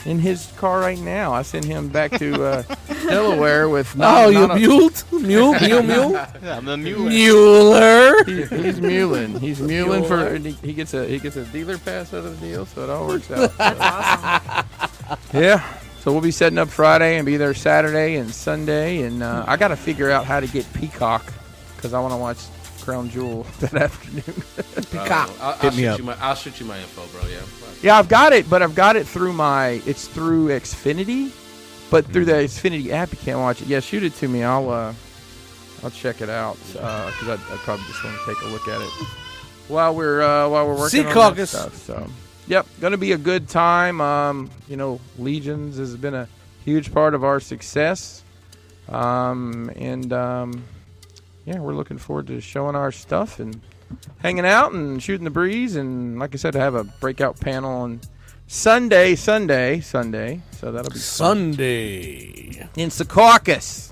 S3: in his car right now. I sent him back to
S1: [laughs]
S3: uh, Delaware with not,
S1: Oh,
S3: not a-
S1: you mule, mule, mule,
S3: [laughs]
S1: mule,
S4: Yeah, I'm a mule.
S1: mueller.
S3: he- he's mulling. He's mulling for and he, he gets a he gets a dealer pass out of the deal, so it all
S2: [laughs]
S3: works out.
S2: That's awesome.
S3: Yeah. So we'll be setting up Friday and be there Saturday and Sunday, and uh, I got to figure out how to get Peacock because I want to watch Crown Jewel [laughs] that afternoon.
S5: I don't know. I'll, I'll
S7: me
S5: shoot
S7: up.
S5: You my, I'll shoot you my info, bro. Yeah.
S3: yeah, I've got it, but I've got it through my it's through Xfinity, but through the
S1: Mm-hmm.
S3: Xfinity app you can't watch it. Yeah, shoot it to me. I'll uh, I'll check it out because I I probably just want to take a look at it while we're uh, while we're working
S1: Sea
S3: on that
S1: Caucus.
S3: stuff. So, yep, gonna be a good time. Um, you know, Legions has been a huge part of our success, um, and um, yeah, we're looking forward to showing our stuff and hanging out and shooting the breeze. And like I said, I have a breakout panel on Sunday, Sunday, Sunday. So that'll be
S1: Sunday.
S3: in Secaucus.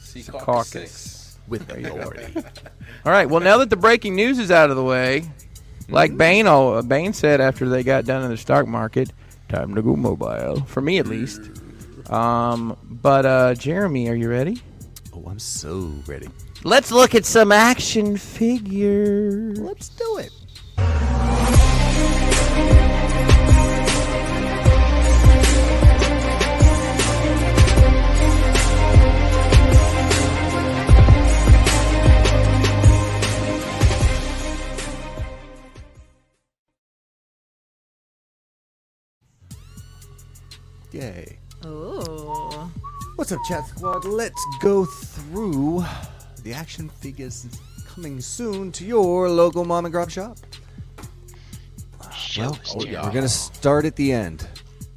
S5: Sea
S3: Caucus. With the Lord. [laughs] All right. Well, now that the breaking news is out of the way,
S7: Mm-hmm.
S3: like Bain, all, Bain said after they got done in the stock market, time to go mobile. For
S7: Mm.
S3: me, at least. Um, but uh, Jeremy, are you ready?
S7: Oh, I'm so ready.
S3: Let's look at some action figures.
S7: Let's do it. Yay.
S2: Ooh.
S7: What's up, chat squad? Let's go through the action figures coming soon to your local mom and grub shop. Well,
S4: oh, yeah.
S7: We're gonna start at the end.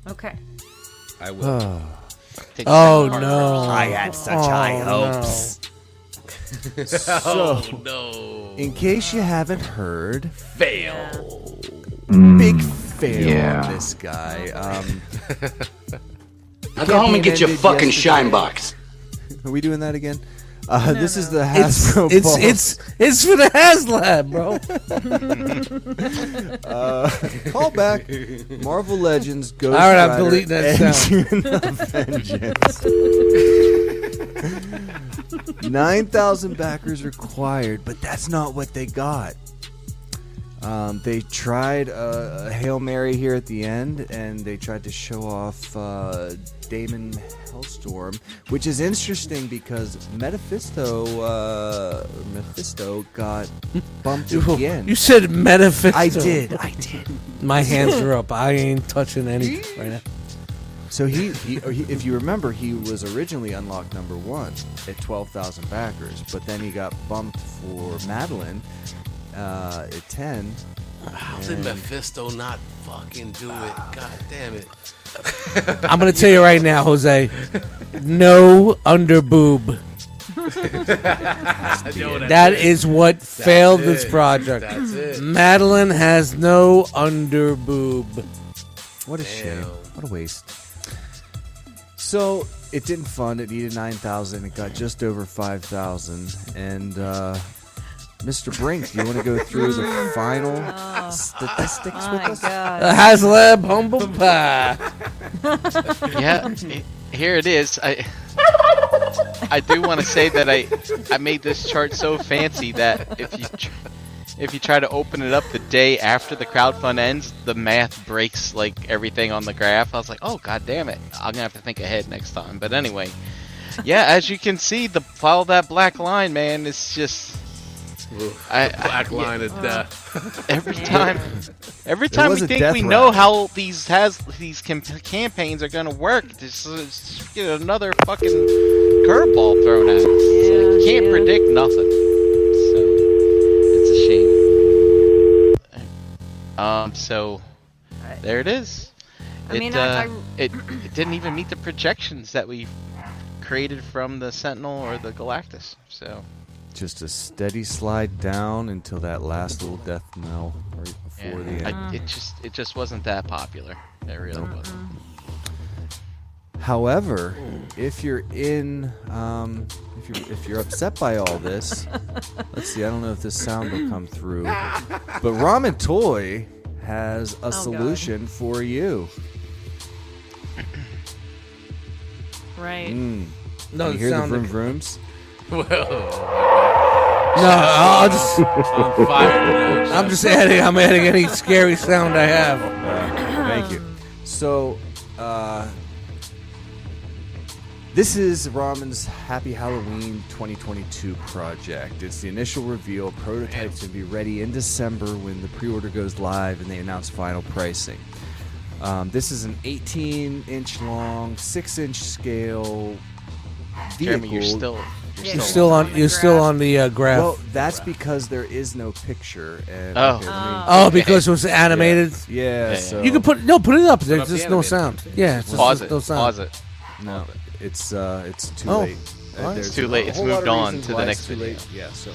S2: Okay.
S5: I will.
S7: Oh,
S4: Take
S1: Oh,
S4: that
S1: no.
S4: card.
S1: I had such high
S7: no.
S1: hopes.
S7: so,
S5: Oh, no.
S7: in case you haven't heard, Mm,
S5: Fail.
S7: big fail
S13: yeah.
S7: on this guy.
S13: [laughs]
S7: Um,
S13: Now go home and get your
S7: ended
S13: fucking
S7: yesterday.
S13: shine box.
S7: [laughs] Are we doing that again? Uh, this is the Hasbro
S1: It's
S7: Pulse.
S1: it's it's for the HasLab, bro.
S7: Uh, call back. Marvel Legends Ghost
S1: All right, I'm
S7: Rider
S1: deleting that sound.
S7: Engine of [laughs]
S1: [laughs]
S7: Vengeance. Nine thousand backers required, but that's not what they got. Um, they tried uh, a hail mary here at the end, and they tried to show off uh, Damon Hellstorm, which is interesting because Mephisto, uh, Mephisto got bumped
S1: [laughs]
S7: again.
S1: You said Metaphysical.
S7: I did. I did.
S1: My hands are up. I ain't touching any right now.
S7: So he, he, or he if you remember, he was originally unlocked number one at 12,000 backers, but then he got bumped for Madeline uh, at 10.
S5: How did Mephisto not fucking do it? God damn it.
S1: I'm gonna tell you right now, Jose. No [laughs] underboob.
S5: No, that's
S1: That
S5: it.
S1: is what
S5: That's
S1: failed this
S5: it.
S1: project.
S5: That's it.
S1: Madeline has no underboob.
S7: What a shame. What a waste. So it didn't fund. It needed 9,000. It got just over 5,000. And uh, Mr. Brink, do you want to go through the final statistics with
S2: Oh, My
S7: us?
S2: God.
S1: [laughs] The HasLab [laughs] humble pie.
S4: yeah, he- here it is. I I do want to say that I I made this chart so fancy that if you tr- if you try to open it up the day after the crowdfund ends, the math breaks like everything on the graph. I was like, oh god damn it, I'm gonna have to think ahead next time. But anyway, yeah, as you can see, the follow that black line, man. It's just I,
S5: Black
S4: I-
S5: line of [laughs] death.
S4: every time every
S7: There
S4: time we
S7: was a
S4: think
S7: death
S4: we
S7: rattle.
S4: know how these has these cam- campaigns are going to work just, just get another fucking curveball thrown at us It's like, you can't predict nothing so it's a shame um so there it is
S2: I
S4: it,
S2: mean,
S4: uh,
S2: I- I-
S4: it it didn't even meet the projections that we created from the sentinel or the galactus so
S7: Just a steady slide down until that last little death knell right before
S4: yeah,
S7: the end.
S4: I, it just it just wasn't that popular it really wasn't
S7: However, if you're in, um, if you're if you're upset by all this, let's see. I don't know if this sound will come through, but Ramen Toy has a solution for you.
S2: Right.
S7: Mm.
S1: No,
S7: you
S1: the
S7: hear
S1: sound
S7: the vroom
S1: again.
S7: vrooms?
S1: No, I'll just.
S5: I'm fired.
S1: I'm just adding. I'm adding any scary sound I have.
S7: Thank you. So, uh, this is Ramen's Happy Halloween 2022 project. It's the initial reveal. Prototypes will be ready in December when the pre order goes live and they announce final pricing. Um, this is an 18 inch long, 6 inch scale vehicle.
S4: Jeremy, you're still you're
S1: You're
S2: Yeah,
S4: still,
S1: still on. You're still on the uh, graph.
S7: Well, that's because there is no picture. And
S4: Oh.
S7: okay, let me-
S1: oh, because it was animated.
S7: yeah,
S4: yeah.
S7: so
S1: You can put no, put it up. There's
S5: up the
S1: just no
S5: animated.
S1: sound. Yeah, it's just,
S4: pause
S1: just
S4: it.
S1: no sound.
S4: Pause it.
S7: No, it's uh, it's too
S1: Oh.
S7: late. Uh,
S1: It's
S7: there's
S4: too
S7: a
S4: late. It's
S7: whole lot
S4: moved
S7: of
S4: on
S7: reasons
S4: to the
S7: why
S4: next
S7: it's too
S4: video.
S7: late. Yeah. So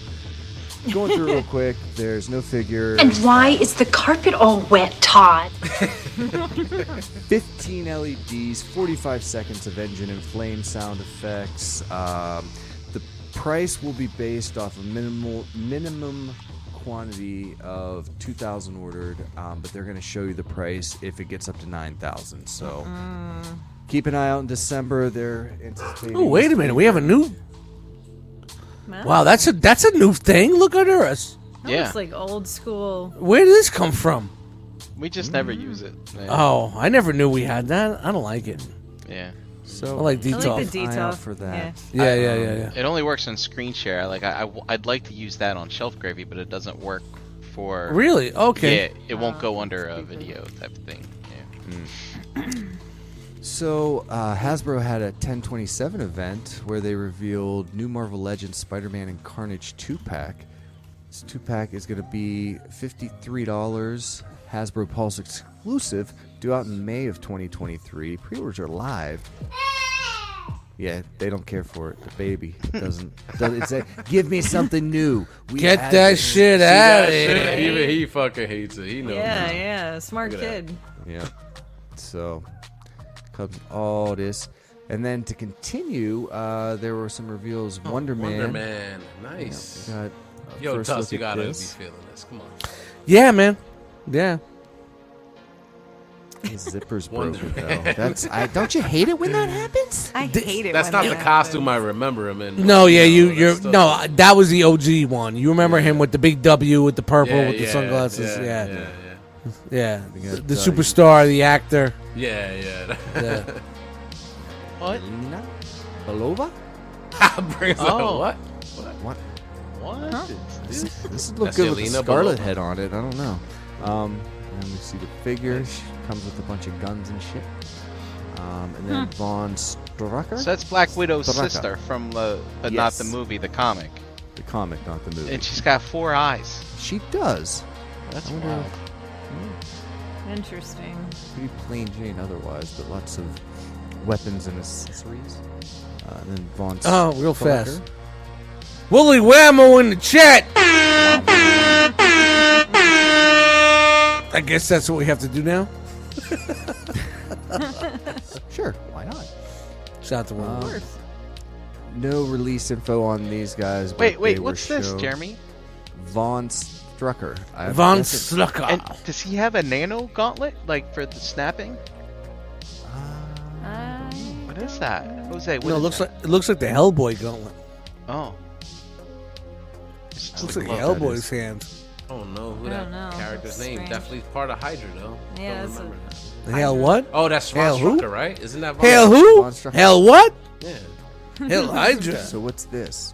S7: going through it real quick. There's
S1: [laughs]
S7: no figure.
S14: And why is the carpet all wet, Todd?
S7: 15 LEDs, 45 E seconds of engine and flame sound effects. Um, the price will be based off a minimal minimum quantity of 2,000 ordered, um, but they're going to show you the price if it gets up to 9,000. So keep an eye out in December. They're anticipating.
S1: Oh, Mm-hmm. wait a minute. We have a new.
S2: Wow.
S1: Wow, that's a that's a new thing. Look at us.
S2: That
S4: Yeah,
S2: looks like old school.
S1: Where did this come from?
S4: we just never use it. man.
S1: Oh, I never knew we had that. I don't like it.
S4: Yeah,
S7: So
S1: I like
S2: I like
S1: detox.
S2: the
S7: eye out
S2: detail
S7: for that.
S1: Yeah, yeah, yeah, yeah.
S4: it only works on screen share. Like I, would like to use that on Shelf Gravy, but it doesn't work for.
S1: Really? Okay.
S4: Yeah, it won't go under a video type of thing. Yeah.
S7: Also, uh, Hasbro had a 1027 event where they revealed new Marvel Legends Spider-Man and Carnage 2-pack. This 2-pack is going to be $53, Hasbro Pulse exclusive, due out in May of 2023. Pre-orders are live. Yeah, they don't care for it. The baby doesn't. doesn't it's a, give me something new.
S1: Get
S7: had
S1: that
S7: this."
S1: shit
S7: See
S1: out
S7: that
S1: of
S7: shit?
S1: here.
S5: Even he fucking hates it. He knows.
S2: Yeah, yeah, smart
S5: Look at that.
S2: kid.
S7: Yeah. So comes all this. And then to continue, uh, there were some reveals. Wonder Man.
S5: Oh, Wonder Man. Nice.
S7: Yeah, we got, uh,
S5: Yo,
S7: first
S5: Tuss,
S7: look
S5: you
S7: at
S5: gotta
S7: this.
S5: be feeling this. Come on.
S1: Yeah, man. Yeah.
S7: [laughs] His zipper's
S5: Wonder
S7: broken though.
S5: Man.
S7: That's I don't you hate it when
S5: [laughs]
S7: that happens?
S2: I hate it.
S5: That's
S2: when
S5: not
S2: that
S5: the
S2: happens.
S5: costume I remember him in.
S1: No, yeah, you, you're
S5: that's
S1: no. I- That was the OG one. You remember him with the big W with the purple
S5: Yeah,
S1: with the
S5: yeah,
S1: sunglasses.
S5: yeah,
S1: Yeah,
S5: yeah,
S1: yeah.
S7: We
S1: The,
S7: got,
S1: the
S7: uh,
S1: superstar, the actor.
S5: Yeah, yeah. [laughs]
S1: Yeah.
S4: What?
S7: Lena Belova?
S5: Brings
S4: Oh.
S5: up what? What?
S7: What?
S4: What? is
S7: This,
S4: this?
S7: this would look
S5: That's
S7: good with
S5: Yelena
S7: the scarlet
S5: Belova.
S7: head on it. I don't know. Um, and we see the figure. She comes with a bunch of guns and shit. Um, and
S5: Hmm.
S7: then Von Strucker.
S4: So that's Black Widow's
S1: uh,
S7: Strucker.
S4: sister from the, but not the
S7: Yes.
S4: movie, the comic.
S7: The comic, not the movie.
S4: And she's got four eyes.
S7: She does.
S4: That's
S7: I wonder
S4: wild.
S2: Interesting.
S7: pretty plain Jane otherwise, but lots of weapons and accessories. Uh, and then Von
S4: Uh-huh.
S1: Oh, real
S7: Strucker.
S1: fast. Wooly Whammo in the chat. I guess that's what we have to do now.
S7: [laughs] Sure, why not?
S1: Shout out to Whammo.
S7: Um, No release info on these guys. but
S4: Wait, wait,
S7: they were
S4: what's this,
S7: shown-
S4: Jeremy?
S7: Von Strucker. I
S1: Von
S7: guess it-
S1: Strucker.
S4: And does he have a nano gauntlet, like for the snapping? What is that, Jose? What
S1: no, it
S4: is
S1: looks
S4: that?
S1: like it looks like the Hellboy gauntlet.
S4: Oh. It's just
S1: Looks
S4: a
S1: like
S4: glove.
S7: that
S1: Hellboy's
S7: is.
S1: hands.
S5: I don't know who
S2: I
S5: that
S2: don't know.
S5: character's
S2: That's
S5: name.
S2: strange.
S5: Definitely part of Hydra though.
S2: Yeah,
S5: Don't
S2: that's a-
S5: remember that.
S1: The hell what?
S5: Oh, that's Von
S1: hell who?
S5: Strucker, right? Isn't that Von
S1: Hell
S5: Strucker?
S1: who?
S7: Von Strucker.
S1: Hell [laughs] what?
S5: Yeah.
S1: Hell Hydra.
S7: So what's this?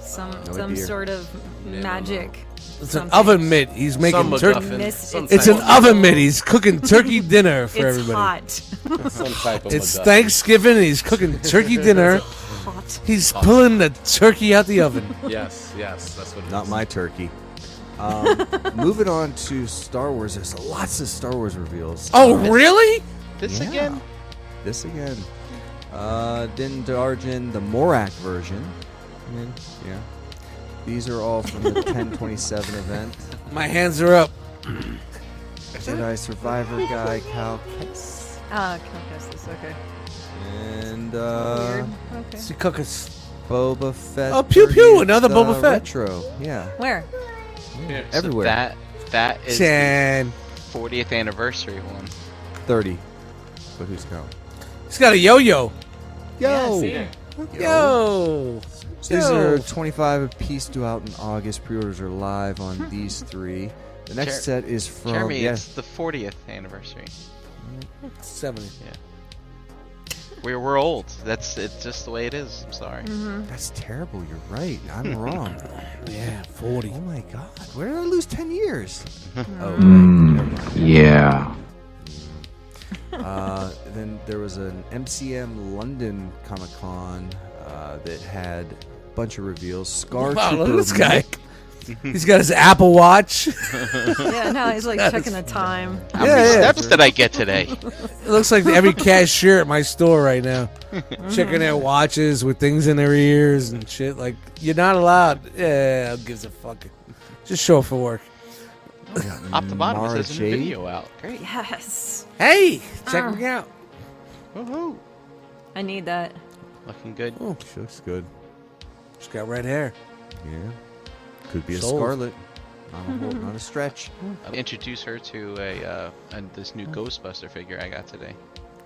S2: Some
S7: No
S2: some
S7: idea.
S2: sort of magic.
S1: It's an oven mitt. He's making
S5: Some
S1: turkey.
S5: MacGuffin.
S2: Miss-
S5: Some
S1: It's
S5: type
S1: an
S5: of-
S1: oven mitt. He's cooking
S2: [laughs]
S1: turkey dinner for
S2: it's
S1: everybody. [laughs]
S2: hot.
S5: Some type of
S1: It's
S5: MacGuffin.
S1: Thanksgiving. and He's
S2: [laughs]
S1: cooking turkey dinner.
S2: hot.
S1: He's pulling the turkey out the oven.
S2: [laughs]
S5: Yes, yes, that's what. It
S7: Not
S5: is.
S7: my [laughs] turkey. Um, moving on to Star Wars. There's lots of Star Wars reveals. Uh,
S1: Oh, really?
S4: This
S7: Yeah.
S4: again?
S7: This again. Uh, Din Djarin, the Morak version. I mean, yeah. These are all from the [laughs] 1027 event.
S1: My hands are up.
S7: Jedi Survivor Guy, Cal Kestis.
S2: Ah, Countess is okay.
S7: And uh,
S2: Weird. Okay.
S1: See, cook us.
S7: Boba Fett.
S1: Oh, pew, pew,
S7: 30th,
S1: another Boba
S7: uh,
S1: Fett.
S7: Retro, yeah.
S1: [laughs]
S2: Where?
S4: Yeah, so
S7: Everywhere.
S4: that that is
S1: Chan.
S4: the 40th anniversary one.
S7: 30. But who's counting?
S1: He's got a yo-yo.
S2: Yeah,
S7: Yo!
S2: see?
S1: Yo.
S7: These
S1: Yo.
S7: are 25 apiece due out in August. Pre-orders are live on these three. The next
S4: Jer-
S7: set is from
S4: Jeremy,
S7: yeah,
S4: it's the 40th anniversary.
S1: 70.
S4: We're, we're old. That's it's just the way it is. I'm sorry.
S2: Mm-hmm.
S7: that's terrible. You're right. I'm wrong.
S1: Yeah, 40.
S7: Oh my god, where did I lose 10 years? oh,
S13: Yeah.
S7: uh, then there was an MCM London Comic Con uh, that had a bunch of reveals. Scar
S1: Wow, Oh, look
S7: Trooper
S1: at this guy.
S7: Mick-
S1: He's got his Apple Watch.
S2: Yeah, no, he's like checking the time.
S4: How
S1: Yeah,
S4: many
S1: yeah.
S4: steps did I
S2: [laughs]
S4: get today?
S2: Mm-hmm.
S1: It looks like every cashier at my store right now, checking their watches with things in their ears and shit. Like you're not allowed. Yeah, who gives a fuck. Just show up for work.
S4: Optibottom
S7: Mara
S4: has a new
S7: Jade?
S4: video out. Great.
S2: Yes.
S1: Hey, check me out.
S4: Woohoo.
S2: I need that.
S4: Looking good.
S7: Oh, she looks good.
S1: She's got red hair.
S7: Yeah. Could be
S1: Sold.
S7: a Scarlet. Not a, hole, not a stretch.
S4: Introduce her to a uh, and this
S2: Oh.
S4: new Ghostbuster figure I got today.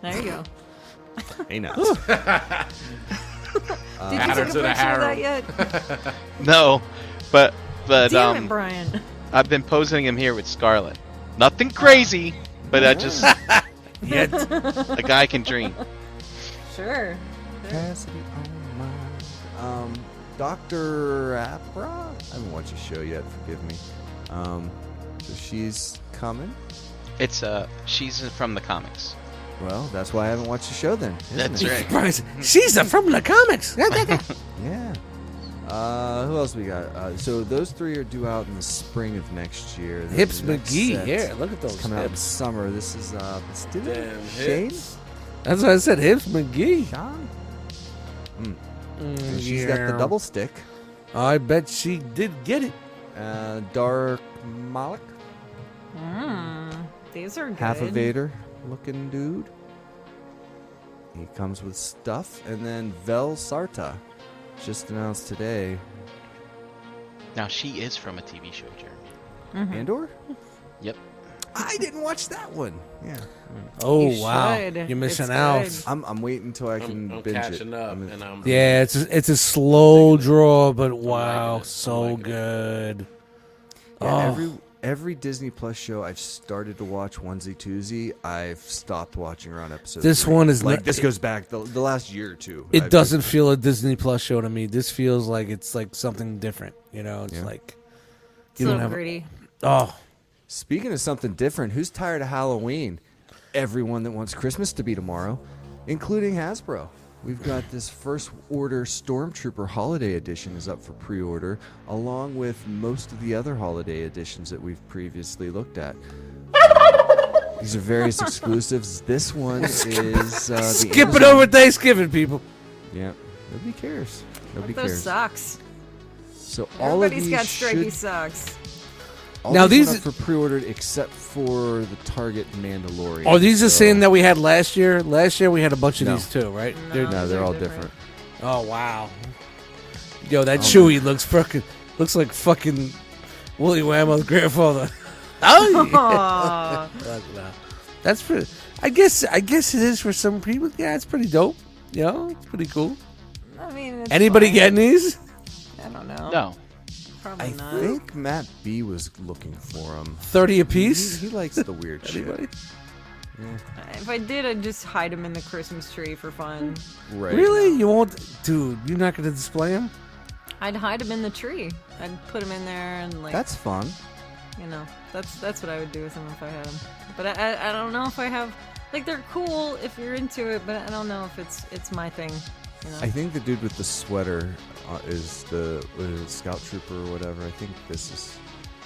S2: There you go.
S7: [laughs] Hey, now. [laughs]
S2: Did you
S5: Add her
S2: take a
S5: to
S2: picture
S5: the
S2: of that
S5: harem.
S2: yet?
S4: No, but but
S2: Damn
S4: um,
S2: it, Brian.
S4: I've been posing him here with Scarlet. Nothing crazy, but
S2: Oh. [laughs]
S4: I just [laughs]
S1: Yet
S4: a guy can dream.
S2: Sure.
S7: Cassidy on my- Um, Dr. Apra? I haven't watched the show yet, forgive me. Um, so she's coming.
S4: It's uh, she's from the comics.
S7: Well, that's why I haven't watched the show then. isn't
S4: That's
S7: it? [laughs]
S4: right.
S1: She's a- from the comics.
S7: yeah. Uh, who else we got? Uh, so those three are due out in the spring of next year. Those
S1: Hips
S7: are the next
S1: McGee,
S7: sets.
S1: yeah, look at
S7: It's
S1: those
S7: coming out in
S1: hips.
S7: summer. This is uh, it's due to
S1: Damn
S7: Shane.
S1: hips. That's what I said. Hips McGee.
S7: Mm.
S1: Mm,
S7: And she's got the
S1: yeah.
S7: double stick.
S1: I bet she did get it.
S7: Uh, Dark Malik,
S2: Mm, these are good.
S7: half a Vader looking dude. He comes with stuff, and then Vel Sarta, just announced today.
S4: Now she is from a TV show, Jeremy.
S7: Andor.
S4: Yep.
S7: I didn't watch that one. Yeah.
S1: Oh, You wow. should. You're missing It's out. good.
S7: I'm, I'm waiting until I can
S5: I'm
S7: binge
S5: catching
S7: it.
S5: up, and I'm
S1: Yeah, it's a, it's a slow draw, but wow, so good.
S7: Yeah,
S1: oh,
S7: Every every Disney Plus show I've started to watch onesie twosie, I've stopped watching around episode.
S1: This
S7: three.
S1: one is
S7: like
S1: not-
S7: this
S1: it-
S7: goes back the, the last year or two.
S1: it
S7: I've-
S1: doesn't feel a Disney Plus show to me. This feels like it's like something different. You know, it's
S7: Yeah.
S1: like
S2: It's a little gritty.
S1: Oh,
S7: speaking of something different, who's tired of Halloween? Everyone that wants Christmas to be tomorrow, including Hasbro. We've got this first order Stormtrooper Holiday Edition is up for pre-order, along with most of the other holiday editions that we've previously looked at. These are various exclusives. This one is uh, the
S1: skip it
S7: Amazon-
S1: over Thanksgiving, people.
S7: Yeah, nobody cares. Nobody
S2: Those
S7: cares.
S2: socks.
S7: So all of
S2: Everybody's
S7: these
S2: got stripy
S7: should
S2: socks.
S7: all
S1: Now
S7: these,
S1: these-
S7: went up for pre-ordered except for the Target Mandalorian.
S1: Are Oh, these the
S7: so-
S1: same that we had last year? Last year we had a bunch of
S7: No.
S1: these too, right?
S7: No, they're, all different.
S1: Oh wow. Yo, that
S7: Oh.
S1: Chewie looks fucking looks like fucking Willie Whammo's grandfather. [laughs] oh, yeah.
S2: Aw.
S1: Fuck no. that's pretty. I guess I guess it is for some people. Yeah, it's pretty dope. You know, it's pretty cool.
S2: I mean, it's
S1: Anybody
S2: fine.
S1: getting these?
S2: I don't know.
S4: No.
S2: Probably
S7: I
S2: not.
S7: think Matt B was looking for them.
S1: 30 apiece?
S7: He, he likes the weird shit. Yeah.
S2: If I did, I'd just hide them in the Christmas tree for fun.
S7: Right.
S1: Really? You won't, dude? You're not gonna display them?
S2: I'd hide them in the tree. I'd put them in there and like.
S7: That's fun.
S2: You know, that's that's what I would do with them if I had them. But I, I, I don't know if I have. Like they're cool if you're into it, but I don't know if it's it's my thing. You know?
S7: I think the dude with the sweater uh, is the what is it, scout trooper or whatever. I think this is.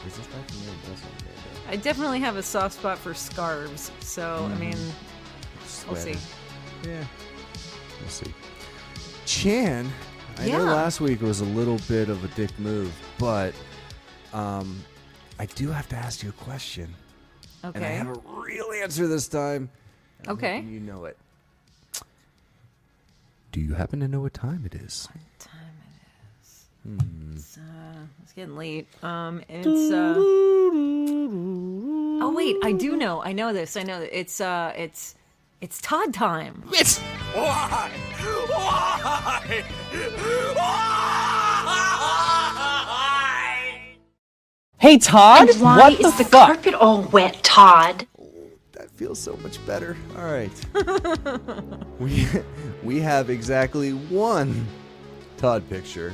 S7: Is this back from the doesn't?
S2: I definitely have a soft spot for scarves, so I
S7: Mhm.
S2: mean, we'll
S7: Sweater.
S2: see.
S7: Yeah. We'll see. Chan, I know
S2: Yeah.
S7: last week was a little bit of a dick move, but um, I do have to ask you a question. And I
S2: Okay.
S7: have a real answer this time. and I'm
S2: Okay.
S7: hoping You know it. Do you happen to know what time it is?
S2: Time it
S7: is.
S2: It's, uh, it's getting late. Um, it's uh. Oh wait, I do know. I know this. I know that it's uh, it's it's Todd time.
S9: It's why? Why? Why?
S14: Hey, Todd. And why is the, carpet all wet, Todd?
S7: That feels so much better. All right. [laughs] we we have exactly one Todd picture.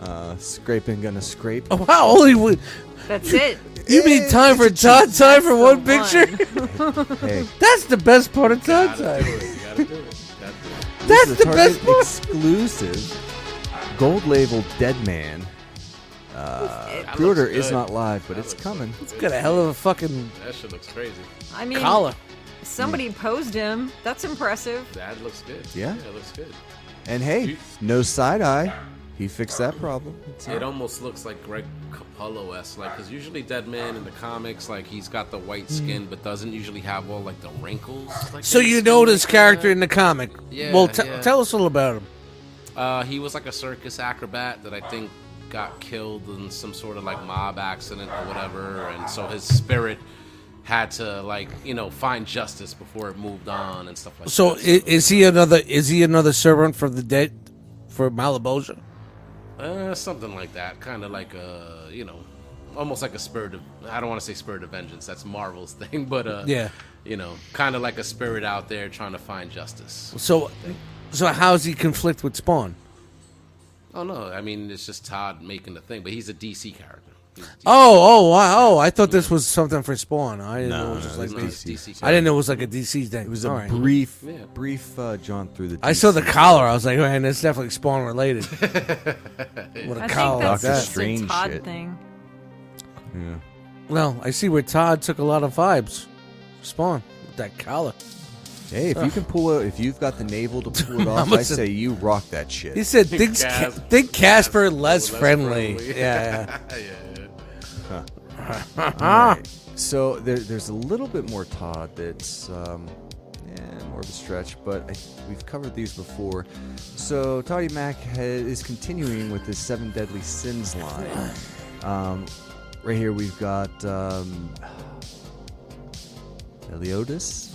S7: Uh, scraping gonna scrape.
S1: Oh, wow, only one.
S2: That's it.
S1: You mean time for Todd time for one picture? [laughs]
S7: Hey.
S1: That's the best part of Todd time. That's
S7: This is
S1: the
S7: a Target
S1: best part.
S7: exclusive gold label Dead Man. Uh,
S5: That
S7: pre-order
S5: looks
S7: is
S5: good.
S7: not live, but it's coming.
S1: It's got a hell of a fucking
S5: That shit looks crazy.
S2: I mean,
S1: Collar.
S2: Somebody posed him. That's impressive.
S5: That looks good.
S7: Yeah.
S5: That looks good.
S7: And hey, no side eye. He fixed that problem. It's
S5: It almost looks like Greg Capullo esque, like because usually Dead Man in the comics, like he's got the white skin, but doesn't usually have all like the wrinkles. Like
S1: Hmm. So
S5: in his
S1: you
S5: skin
S1: know
S5: like
S1: this
S5: that.
S1: character in the comic?
S5: Yeah,
S1: Well, t-
S5: yeah.
S1: tell us a little about him.
S5: Uh, he was like a circus acrobat that I think got killed in some sort of like mob accident or whatever, and so his spirit had to like you know find justice before it moved on and stuff like
S1: So
S5: that.
S1: is, is he another? Is he another servant for the dead? For Malaboja?
S5: Uh, something like that. Kind of like a, you know, almost like a spirit of, I don't want to say spirit of vengeance. That's Marvel's [laughs] thing, but, uh,
S1: Yeah.
S5: You know, kind of like a spirit out there trying to find justice.
S1: So, so how's he conflict with Spawn?
S5: Oh, no. I mean, it's just Todd making the thing, but he's a DC character.
S1: Oh, oh, wow. Oh, I thought this was something for Spawn. I didn't know
S7: No,
S1: it was just
S7: no,
S1: like
S7: it's
S1: this.
S7: DC.
S1: I didn't know it was like a DC thing.
S7: It was a
S1: All right.
S7: brief, brief uh, John through the.
S1: I saw the
S7: DC.
S1: collar. I was like, man, that's definitely Spawn [laughs] related. what
S2: I
S1: a
S2: think
S1: collar like
S2: that's
S1: that.
S2: just a Todd thing.
S7: Yeah.
S1: Well, I see where Todd took a lot of vibes. Spawn with that collar.
S7: Hey, if you
S1: Ugh.
S7: can pull it, if you've got the navel to pull it
S1: Mama
S7: off, I
S1: said-
S7: say you rock that shit.
S1: He said, "Think, Cas- think Casper less friendly." Yeah.
S7: Huh.
S1: yeah.
S7: All right. So there, there's a little bit more Todd that's um, eh, more of a stretch, but I, we've covered these before. So Toddy Mac ha- is continuing with his seven deadly sins line. Um, right here we've got um, Meliodas,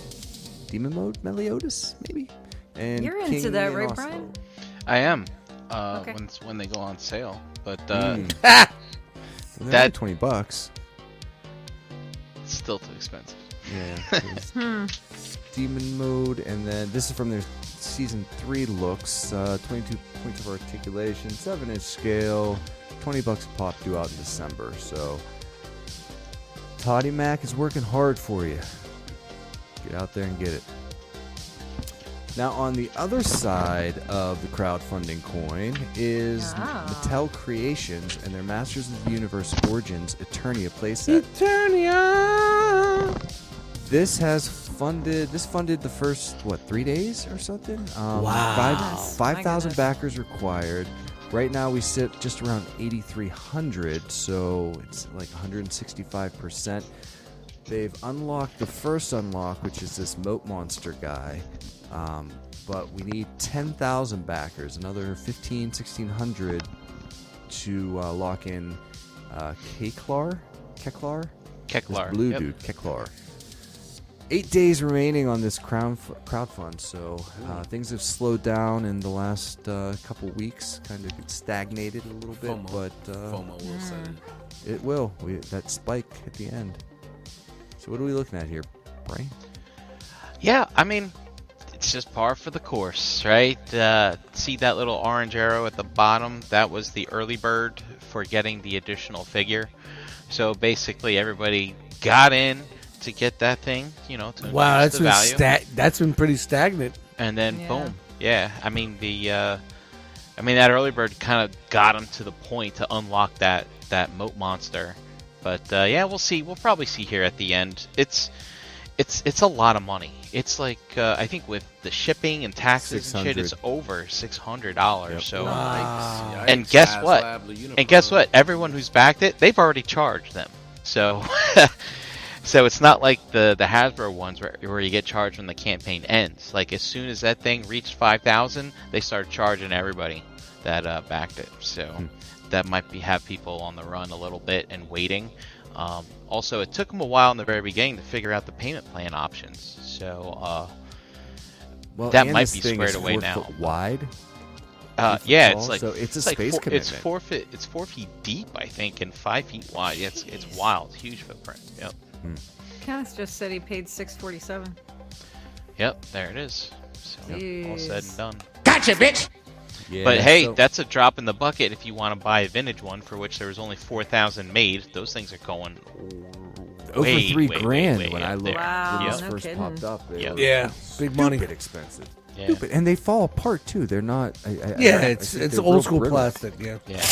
S7: Demon Mode Meliodas, maybe. And
S2: You're into
S7: King
S2: that, right,
S7: Minos-
S2: Brian?
S4: I am. Uh,
S2: Okay.
S4: when when they go on sale, but uh,
S7: Mm.
S4: that's
S7: They're
S4: That-
S7: only twenty bucks.
S4: still too expensive.
S7: Yeah.
S2: Hmm.
S7: demon mode, and then this is from their season three looks. Uh, 22 points of articulation, seven inch scale, 20 bucks a pop due out in December. So, Toddy Mac is working hard for you. Get out there and get it. Now, on the other side of the crowdfunding coin is Mattel Creations and their Masters of the Universe Origins Eternia playset.
S1: Eternia.
S7: This has funded. This funded the first what three days or something. Um,
S1: Wow.
S7: Five
S1: Goodness.
S7: five thousand backers required. Right now we sit just around eighty three hundred, so it's like one hundred and sixty five percent. They've unlocked the first unlock, which is this moat monster guy. Um, but we need 10,000 backers, another 15, 1600 to uh, lock in uh, Keklar. Keklar?
S4: Keklar,
S7: This blue
S4: yep.
S7: dude, Keklar. Eight days remaining on this crown f- crowdfund, so uh, things have slowed down in the last uh, couple weeks, kind of stagnated a little bit,
S5: FOMO.
S7: but uh,
S5: FOMO will set in.
S7: it will. We, that spike at the end. So what are we looking at here, Brian?
S4: Yeah, I mean, it's just par for the course, right? Uh, see that little orange arrow at the bottom? That was the early bird for getting the additional figure. So basically, everybody got in to get that thing, you know,
S1: [laughs]
S4: to
S1: Wow,
S4: increase
S1: that's
S4: the
S1: been
S4: value.
S1: sta- that's been pretty stagnant.
S4: and then
S1: Yeah.
S4: boom, yeah. I mean the, uh, I mean that early bird kind of got him to the point to unlock that that moat monster. But uh, yeah, we'll see. We'll probably see here at the end. It's it's it's a lot of money. It's like uh, I think with the shipping and taxes and shit,
S7: 600.
S4: it's over six hundred dollars.
S2: Mm.
S4: So
S5: Wow. Yikes,
S4: and
S5: yikes,
S4: guess
S5: Faz
S4: what?
S5: Lab, the
S4: And guess what? Everyone who's backed it, they've already charged them. So [laughs] so it's not like the the Hasbro ones where, where you get charged when the campaign ends. Like as soon as that thing reached five thousand, they start charging everybody that uh, backed it. So that might be have people on the run a little bit and waiting. Um, also, it took them a while in the very beginning to figure out the payment plan options. So uh, that
S7: and
S4: might
S7: this
S4: be
S7: thing is
S4: squared away
S7: four
S4: now.
S7: Foot wide.
S4: Uh,
S7: Eight foot
S4: yeah,
S7: tall,
S4: it's like
S7: so it's a
S4: like
S7: space
S4: four, It's
S7: commitment.
S4: four feet. It's four feet deep, I think, and five feet wide. It's it's wild, huge footprint. Yep,
S2: Kenneth just said he paid six forty seven.
S4: yep. There it is. So, all said and
S2: Jeez.
S4: done.
S2: Gotcha, bitch.
S7: Yeah,
S4: but hey,
S7: so-
S4: that's a drop in the bucket if you want to buy a vintage one, for which there was only four thousand made. Those things are going
S7: Over
S4: way,
S7: three
S4: way, way,
S7: grand
S4: way
S7: when
S4: up
S7: I looked
S4: there.
S7: when
S4: Yep.
S7: this first popped up. It
S4: Yep.
S7: was
S1: Yeah, big money.
S7: stupid expensive.
S4: Yeah.
S7: Stupid, and they fall apart too. They're not. I, I,
S1: Yeah,
S7: I- I
S1: it's
S7: think
S1: it's
S7: they're
S1: old
S7: real
S1: school
S7: brittle.
S1: plastic. Yeah.
S4: Yeah.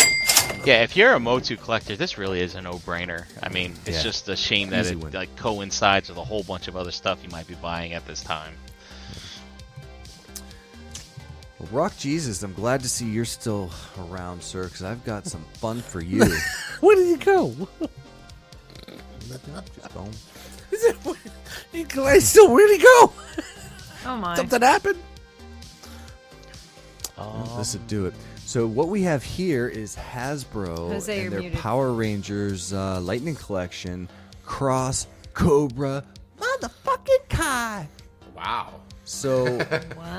S4: Yeah, if you're a Motu collector, this really is a no-brainer. I mean, it's
S7: Yeah.
S4: just a shame that
S7: Easy
S4: it
S7: win.
S4: like coincides with a whole bunch of other stuff you might be buying at this time.
S7: Well, Rock Jesus, I'm glad to see you're still around, sir, because I've
S2: [laughs]
S7: got some fun for you.
S1: Where did he go? [laughs]
S7: Just going.
S1: He gla- still where'd he go?
S2: Oh my!
S1: Something
S2: [laughs]
S1: happened.
S7: Well, this would do it. So what we have here is Hasbro
S2: Jose, you're
S7: and their
S2: muted.
S7: Power Rangers uh, Lightning Collection Cross Cobra Motherfucking Kai.
S5: Wow.
S7: So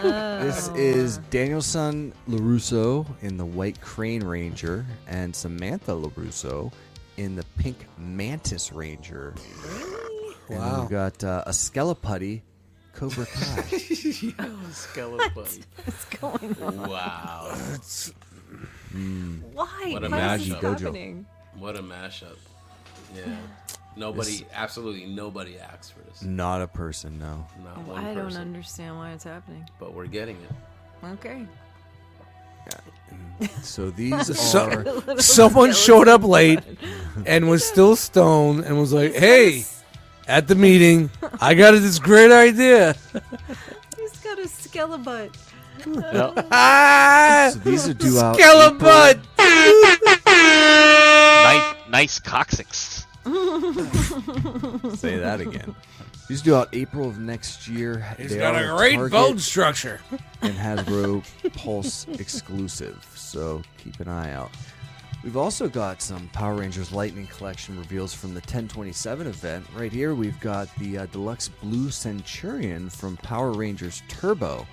S7: this is Daniel Son LaRusso in the White Crane Ranger and Samantha LaRusso in the Pink Mantis Ranger. And then
S1: Wow.
S7: we've got uh, a Skeleputty Cobra Kai.
S5: Skeleton.
S4: [laughs]
S2: What's going on?
S5: Wow.
S2: Why?
S7: What
S2: Why
S7: a
S2: is
S7: Magi
S2: this
S7: Gojo.
S2: happening?
S5: [laughs] What a mashup. Yeah. Nobody,
S7: This-
S5: absolutely nobody asked for this.
S7: Not a person, no.
S5: Not
S2: Oh,
S5: one
S2: I don't
S5: person.
S2: understand why it's happening.
S5: But we're getting it.
S2: Okay.
S7: So these
S1: So-
S7: are
S1: someone showed up late and was still stoned and was like,
S2: [laughs]
S1: "Hey, at the meeting, I got this great
S5: [laughs]
S1: idea."
S2: He's got a skelebutt.
S1: Ah,
S7: So these are due out
S1: [laughs] Skelebutt.
S4: Nice, nice coccyx.
S7: Say that again. These due out April of next year.
S1: He's
S7: They
S1: got
S7: are
S1: a great
S7: Target
S1: bone structure.
S7: And Hasbro Pulse exclusive, so keep an eye out. We've also got some Power Rangers Lightning Collection reveals from the 1027 event. Right here, we've got the uh, deluxe Blue Centurion from Power Rangers Turbo.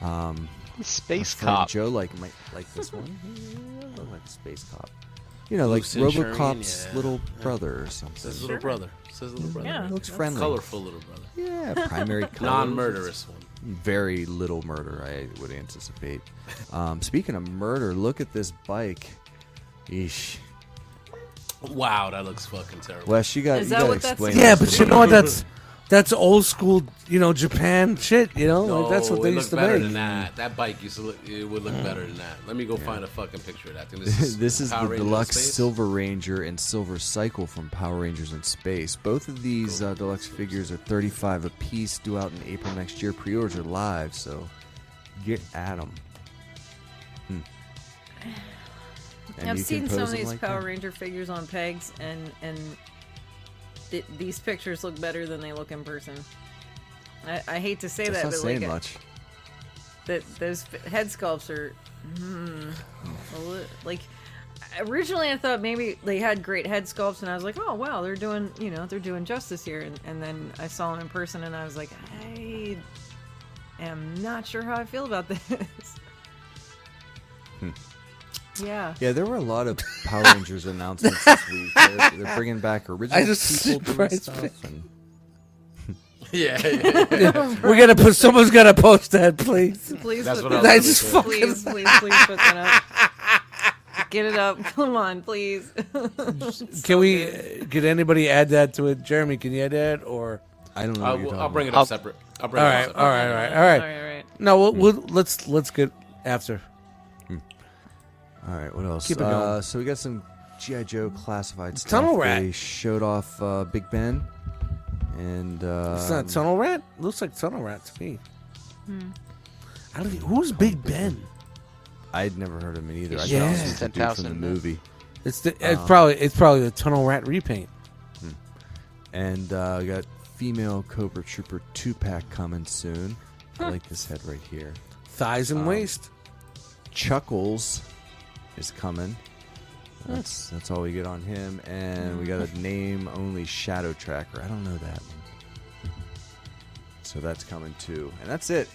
S7: Um,
S4: Space
S7: our friend
S4: Cop.
S7: Joe like might like this one. I like Space Cop. You know,
S5: Blue
S7: like
S5: Centurion,
S7: RoboCop's
S5: yeah.
S7: little
S5: Yeah.
S7: brother or something.
S5: His little brother. It's his little brother.
S7: Yeah, He looks that's- friendly.
S5: Colorful little brother.
S7: Yeah,
S5: [laughs]
S7: primary colors.
S5: Non-murderous one.
S7: Very little murder, I would anticipate. Um, speaking of murder, look at this bike. Eesh.
S5: Wow, that looks fucking terrible.
S7: Wes, you got- Is you that gotta what that's- explain
S1: Yeah,
S7: this
S1: but
S7: to
S1: you
S7: me.
S1: know what?
S5: [laughs]
S1: That's that's old school, you know, Japan shit. You know, like that's what
S5: No,
S1: they
S5: Oh, it
S1: used
S5: looked
S1: to
S5: better
S1: make.
S5: Than that. that bike used to look. It would look better than that. Let me go find a fucking picture of that thing. This is,
S7: [laughs] this is
S5: Power
S7: the
S5: Rangers
S7: deluxe
S5: Space.
S7: Silver Ranger and Silver Cycle from Power Rangers in Space. Both of these uh, deluxe figures are 35 apiece, due out in April next year. Pre-orders are live, so get at Hmm. them.
S2: I've seen some of these Power Ranger figures on pegs, and and th- these pictures look better than they look in person. I, I hate to say
S7: That's
S2: that,
S7: not
S2: but
S7: saying
S2: like
S7: much.
S2: that those f- head sculpts are, mm, a li- like originally I thought maybe they had great head sculpts, and I was like, oh wow, they're doing you know they're doing justice here, and, and then I saw them in person, and I was like, I am not sure how I feel about [laughs] this.
S7: Hmm.
S2: Yeah.
S7: Yeah, there were a lot of Power Rangers announcements this week. They're, they're bringing back original
S1: [laughs] I just
S7: people doing
S1: surprised
S7: stuff.
S1: me.
S7: And
S5: [laughs] Yeah,
S1: We're gonna put. Someone's gonna post that, please.
S2: Please
S1: That's
S2: put
S1: what I
S2: that
S1: was gonna
S2: up. Please,
S1: say.
S2: please, please, put that up. Get it up. [laughs] Come on, please.
S1: Can we? uh, Could anybody add that to it? Jeremy, can you add that or?
S7: I don't
S5: know what I'll- you're talking I'll bring it up about. separate. I'll bring it
S1: all
S5: up
S1: right,
S5: separate.
S1: all right, all right, all right.
S2: All right, all right.
S1: No, we'll, we'll, let's let's get after.
S7: All right, what else?
S1: Keep it
S7: Uh,
S1: going.
S7: so we got some GI Joe classified stuff.
S1: Tunnel Rat.
S7: They showed off uh, Big Ben, and uh,
S1: It's
S5: Um,
S1: not Tunnel Rat. Looks like Tunnel Rat to me.
S5: Hmm.
S1: I don't. think- Who's Big Ben?
S7: I'd never heard of him either. I
S1: Yeah.
S7: thought it was the dude from the
S1: 10,000.
S7: movie.
S1: It's the. It's
S7: Um,
S1: probably. It's probably the Tunnel Rat repaint.
S7: And uh, we got female Cobra Trooper two pack coming soon. I like this head right here.
S1: Thighs and waist.
S7: Chuckles is coming. That's that's all we get on him, and we got a name only Shadow Tracker. I don't know that one. So that's coming too, and that's it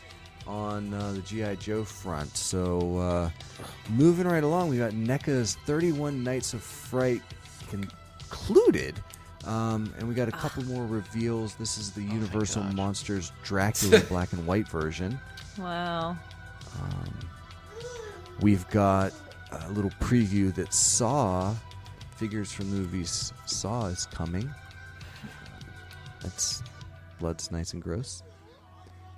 S7: on uh, the GI Joe front. So uh, moving right along, we got NECA's 31 Nights of Fright concluded. Um, and we got a couple more reveals. This is the Universal Monsters Dracula black and white version.
S2: Wow.
S7: Um, we've got a little preview that Saw figures from the movies Saw is coming. That's blood's nice and gross.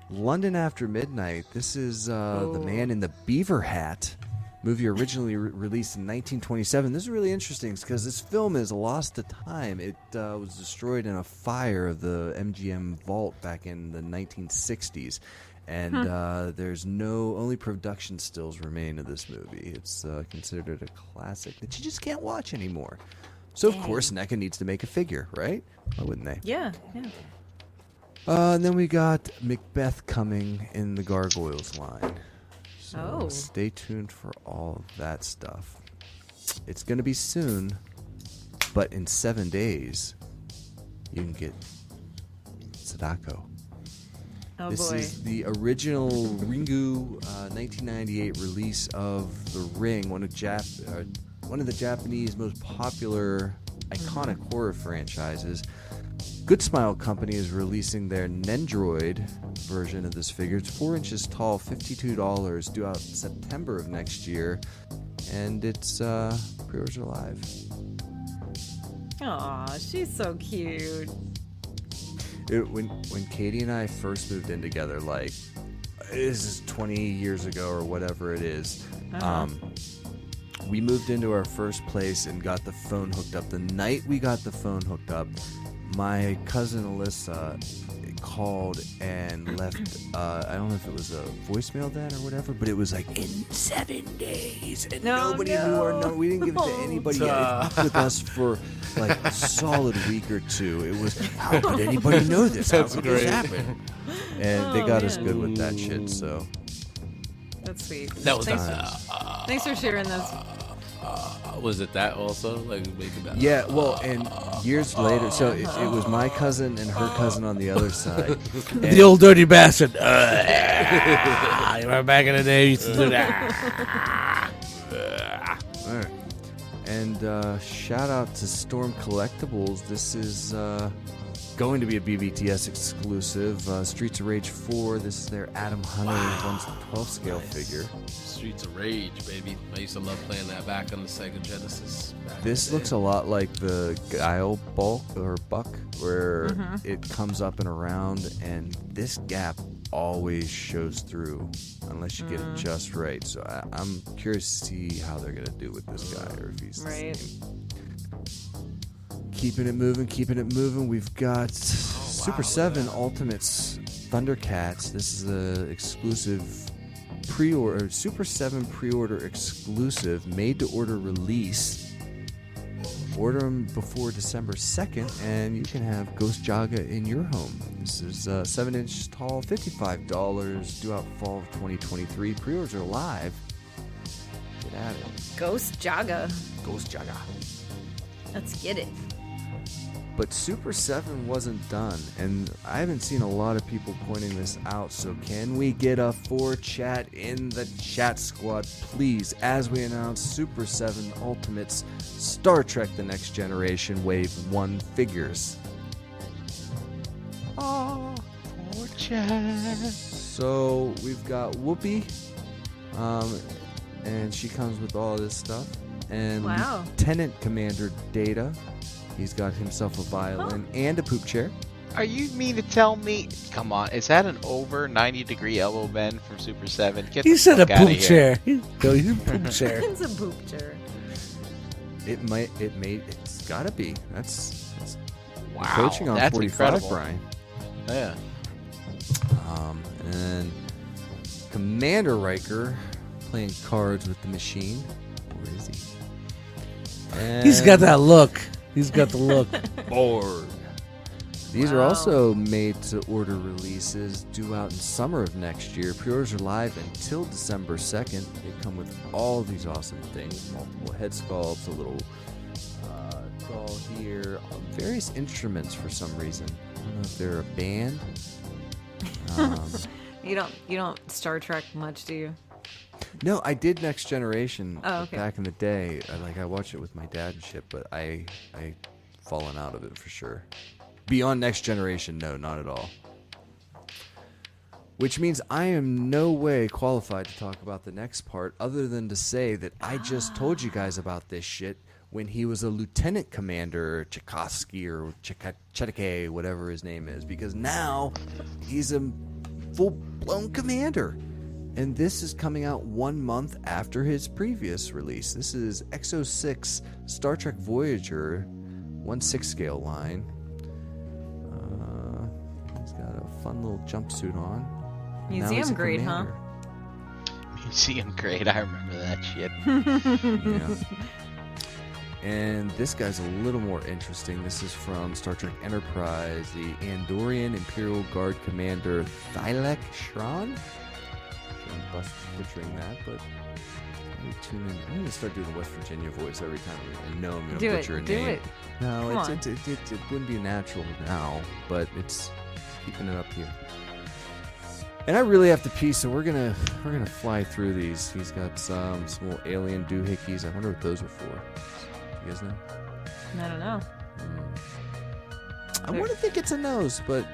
S7: London After Midnight. This is uh, the
S15: Oh.
S7: man in the beaver hat. Movie originally re- released in 1927. This is really interesting because this film is lost to time. It uh, was destroyed in a fire of the MGM vault back in the 1960s, and
S15: Hmm.
S7: uh, there's no only production stills remain of this movie. It's uh, considered a classic that you just can't watch anymore. So of course, NECA needs to make a figure, right? Why wouldn't they?
S2: Yeah, yeah.
S7: Uh, and then we got Macbeth coming in the Gargoyles line. So
S2: Oh.
S7: stay tuned for all that stuff. It's going to be soon, but in seven days, you can get Sadako.
S2: Oh
S7: this
S2: boy.
S7: is the original Ringu uh, 1998 release of The Ring, one of Jap- uh, one of the Japanese most popular iconic
S2: Mm-hmm.
S7: horror franchises. Good Smile Company is releasing their Nendroid version of this figure. It's four inches tall, $52, due out in September of next year, and it's uh, pre-orders are live.
S2: Aw, she's so cute.
S7: It, when when Katie and I first moved in together, like this is 20 years ago or whatever it is,
S2: Uh-huh.
S7: um, we moved into our first place and got the phone hooked up. The night we got the phone hooked up, my cousin Alyssa called
S9: [clears throat]
S7: and left. Uh, I don't know if it was a voicemail then or whatever, but it was like in seven days, and
S9: No,
S7: nobody knew our
S9: no.
S7: number. We didn't give it
S9: [laughs]
S7: to anybody.
S9: Duh.
S7: It was with us for like a solid week or two. It was how could anybody know this? How
S9: That's
S7: could
S9: great.
S7: this happen? And they
S2: Oh,
S7: got us
S2: man.
S7: good with that shit. So
S2: That's sweet.
S5: That was
S2: thanks,
S5: nice.
S2: for, thanks for sharing this.
S5: Uh, was it that also? Like making that?
S7: yeah, well, and years later, so it, it was my cousin and her cousin on the other side.
S1: The old dirty bastard. [laughs] Uh, remember back in the day, you used to do that.
S7: Alright. And uh, shout out to Storm Collectibles. This is uh, going to be a BBTS exclusive. Uh, Streets of Rage 4. This is their Adam Hunter 112 scale figure.
S5: Streets of Rage, baby. I used to love playing that back on the Sega Genesis. Back
S7: This looks a lot like the Guile Bulk or Buck, where
S2: Mm-hmm.
S5: Mhm.
S7: it comes up and around, and this gap always shows through unless you get it
S2: Mm.
S7: just right. So I, I'm curious to see how they're gonna do with this guy, or if he's the
S2: Right.
S7: same. Keeping it moving, keeping it moving. We've got Super Seven Ultimates Thundercats. This is the exclusive pre-order Super Seven pre-order exclusive made-to-order release. Order them before December second, and you can have Ghost Jaga in your home. This is uh, seven inch tall, fifty-five dollars. Due out fall of 2023. Pre-orders are live. Get at it,
S2: Ghost Jaga.
S7: Ghost Jaga.
S2: Let's get it.
S7: But Super 7 wasn't done, and I haven't seen a lot of people pointing this out, so can we get a 4 chat in the chat squad, please, as we announce Super 7 Ultimates Star Trek The Next Generation Wave 1 figures?
S9: Oh,
S7: So we've got Whoopi, um, and she comes with all this stuff. And
S2: Wow.
S7: Lieutenant Commander Data, he's got himself a violin and a poop chair.
S4: Are you mean to tell me? Come on, is that an over 90 degree elbow bend from Super 7? Get
S1: He
S4: the
S1: said a
S4: fuck outta
S1: poop
S4: here.
S1: chair. He- no, he's a poop chair.
S2: [laughs] It's a poop chair.
S7: It might. It may. It's gotta be. That's. that's
S4: wow.
S7: Coaching on
S4: that's
S7: 45,
S4: incredible.
S7: Brian.
S4: Yeah.
S7: Um, and Commander Riker playing cards with the machine. Where is he?
S1: He's got
S7: And-
S1: that look. He's got the look.
S7: Bored. These are
S1: Wow.
S7: also made to order releases due out in summer of next year. Pre orders are live until December 2nd. They come with all these awesome things multiple head sculpts, a little uh, doll here, um, various instruments for some reason. I don't know if they're a band. Um,
S2: You don't you don't Star Trek much, do you?
S7: no, I did Next Generation
S2: Oh, okay.
S7: back in the day. I, like I watched it with my dad and shit, but I I fallen out of it for sure. Beyond Next Generation, no, not at all. Which means I am no way qualified to talk about the next part other than to say that I just told you guys about this shit when he was a lieutenant commander, Tchaikovsky or Cheka- Chetike, whatever his name is, because now he's a full blown commander. And this is coming out one month after his previous release. This is XO6 Star Trek Voyager 1 6 scale line. Uh, he's got a fun little jumpsuit on. And now he's
S2: Museum
S7: a
S2: grade,
S7: commander.
S2: huh?
S4: Museum grade. I remember that shit.
S7: [laughs]
S9: [laughs]
S7: Yeah. And this guy's a little more interesting. This is from Star Trek Enterprise, the Andorian Imperial Guard Commander Thylak Shran. Sure I'm bust- butchering that, but I'm gonna tune in. I'm gonna start doing a West Virginia voice every time I know I'm gonna
S9: Do it,
S7: butcher a
S9: do
S7: name.
S9: it.
S7: No,
S9: Come
S7: it's,
S9: on.
S7: it, it, it, it wouldn't be natural now, but it's keeping it up here. And I really have to pee, so we're gonna we're gonna fly through these. He's got some some little alien doohickeys. I wonder what those are for. You guys know? Hmm.
S2: I don't know.
S7: I want to think it's a nose, but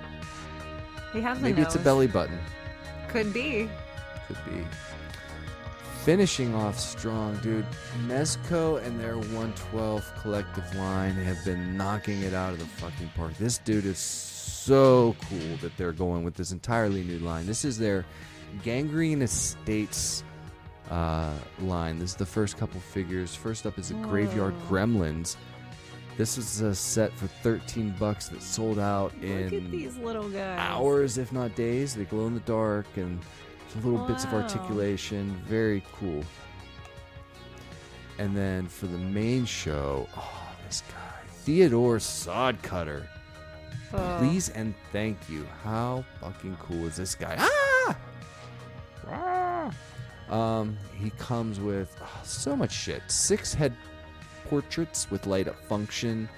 S2: He has a
S7: maybe it's a
S2: nose.
S7: belly button.
S2: Could be.
S7: Could be. finishing off strong, dude. Mezco and their 112 collective line have been knocking it out of the fucking park. This dude is so cool that they're going with this entirely new line. This is their Gangrene Estates uh, line. This is the first couple figures. First up is the Graveyard
S2: Oh.
S16: Whoa.
S7: Gremlins. This was a set for 13 bucks that sold out in
S2: Look at these little guys.
S7: hours, if not days. They glow in the dark and some little bits of
S2: Wow.
S7: articulation. Very cool. And then for the main show, oh, this guy, Theodore Sodcutter.
S2: Oh.
S7: Please and thank you. How fucking cool is this guy? Ah! Um, he comes with ah, so much shit. Six head portraits with light up function,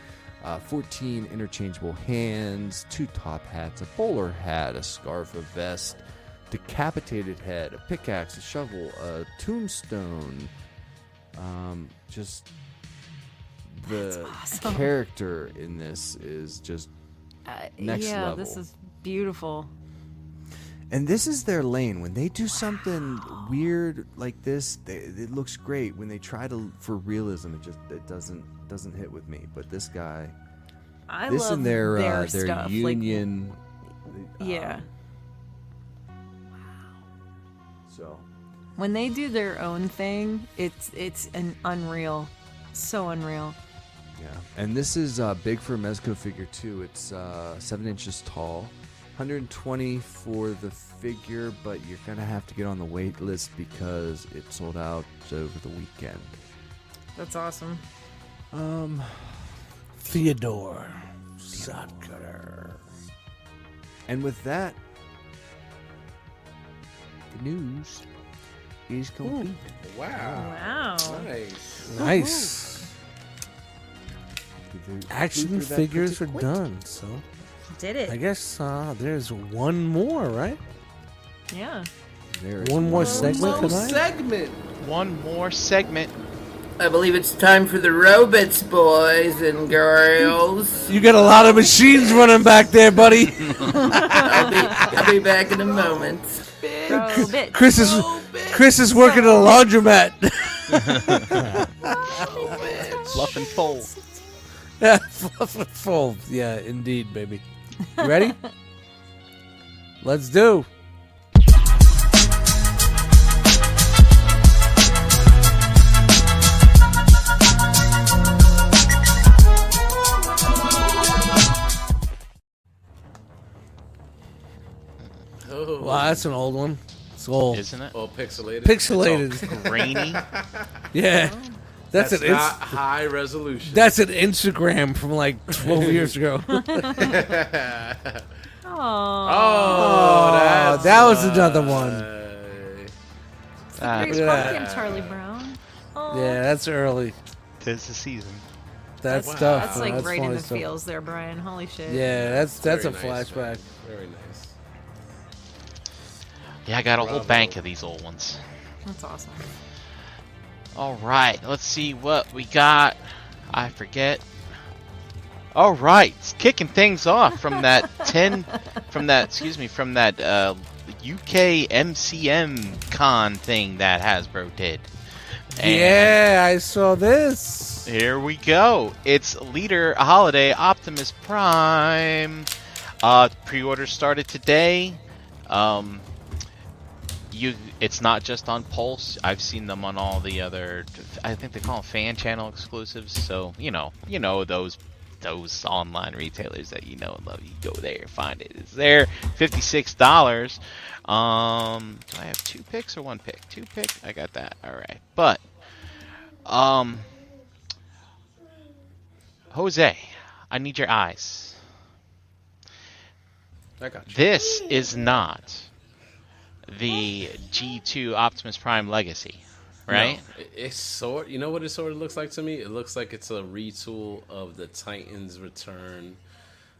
S7: uh, 14 interchangeable hands, two top hats, a bowler hat, a scarf, a vest, decapitated head, a pickaxe, a shovel, a tombstone. Um, just the
S2: awesome.
S7: character in this is just
S2: Uh,
S7: next
S2: yeah,
S7: level.
S2: this is beautiful.
S16: And this is their lane. When they do something weird like this, they, it looks great. When they try to for realism, it just it doesn't doesn't hit with me. But this guy,
S2: I
S16: this
S2: love
S16: and their
S2: their
S16: uh, their
S2: stuff, like-
S16: union.
S2: Yeah.
S7: uh,
S16: so
S2: When they do their own thing, it's it's an unreal, so unreal.
S7: Yeah, and this is uh, big for a Mezco figure too. It's uh, seven inches tall, 120 for the figure, but you're gonna have to get on the wait list because it sold out over the weekend.
S2: That's awesome.
S7: Um,
S1: Theodore Sodcutter.
S7: And with that, the news is complete.
S2: Wow.
S5: Nice.
S1: Nice. Action figures are done, so
S2: Did it.
S1: I guess uh, there's one more, right? [laughs]
S2: Yeah.
S7: There
S1: One more segment tonight.
S4: segment. One more segment.
S8: I believe it's time for the robots, boys and girls.
S1: You got a lot of machines running back there, buddy.
S8: I'll be, I'll be back in a moment.
S1: Chris is Chris is working at a laundromat.
S4: Fluff and fold.
S1: yeah, fluff [laughs] and fold. Yeah, indeed, baby. You
S2: [laughs]
S1: ready? Let's do.
S5: [laughs] Oh.
S1: Wow, that's an old one. It's old,
S5: Isn't it? Oh, pixelated.
S1: Pixelated.
S5: It's all grainy.
S1: [laughs] yeah, that's,
S5: That's
S1: an
S5: not high resolution.
S1: That's an Instagram from like 12 years
S2: [laughs]
S1: ago.
S5: [laughs] Oh,
S1: Oh,
S5: that's
S1: that was another
S2: uh,
S1: one.
S2: Great
S1: Look at
S2: pumpkin,
S1: that.
S2: Charlie Brown. Oh,
S1: Ah. Yeah, that's early.
S4: Tis the season.
S1: That's
S2: wow.
S1: tough.
S2: That's like right in
S1: funny
S2: the
S1: stuff.
S2: feels there, Brian. Holy shit.
S1: Yeah, that's that's
S5: Very
S1: a
S5: nice,
S1: flashback.
S5: man. Very nice.
S4: Yeah, I got a whole bank of these old ones.
S2: That's awesome.
S4: All right, let's see what we got. I forget. All right, it's kicking things off from that ten, from that excuse me, from that uh, UK MCM con thing that Hasbro did.
S1: Yeah, I saw this.
S4: Here we go. It's Leader Holiday Optimus Prime. Uh, pre-order started today. Um, you, it's not just on Pulse. I've seen them on all the other. I think they call them fan channel exclusives. So you know, you know those those online retailers that you know and love. You go there, find it. It's there. Fifty six dollars. Um, do I have two picks or one pick? Two pick. I got that. All right, but um. Jose, I need your eyes.
S5: I got
S4: This is not the G2 Optimus Prime Legacy, right?
S5: No, it, it's sort. You know what it sort of looks like to me? It looks like it's a retool of the Titans Return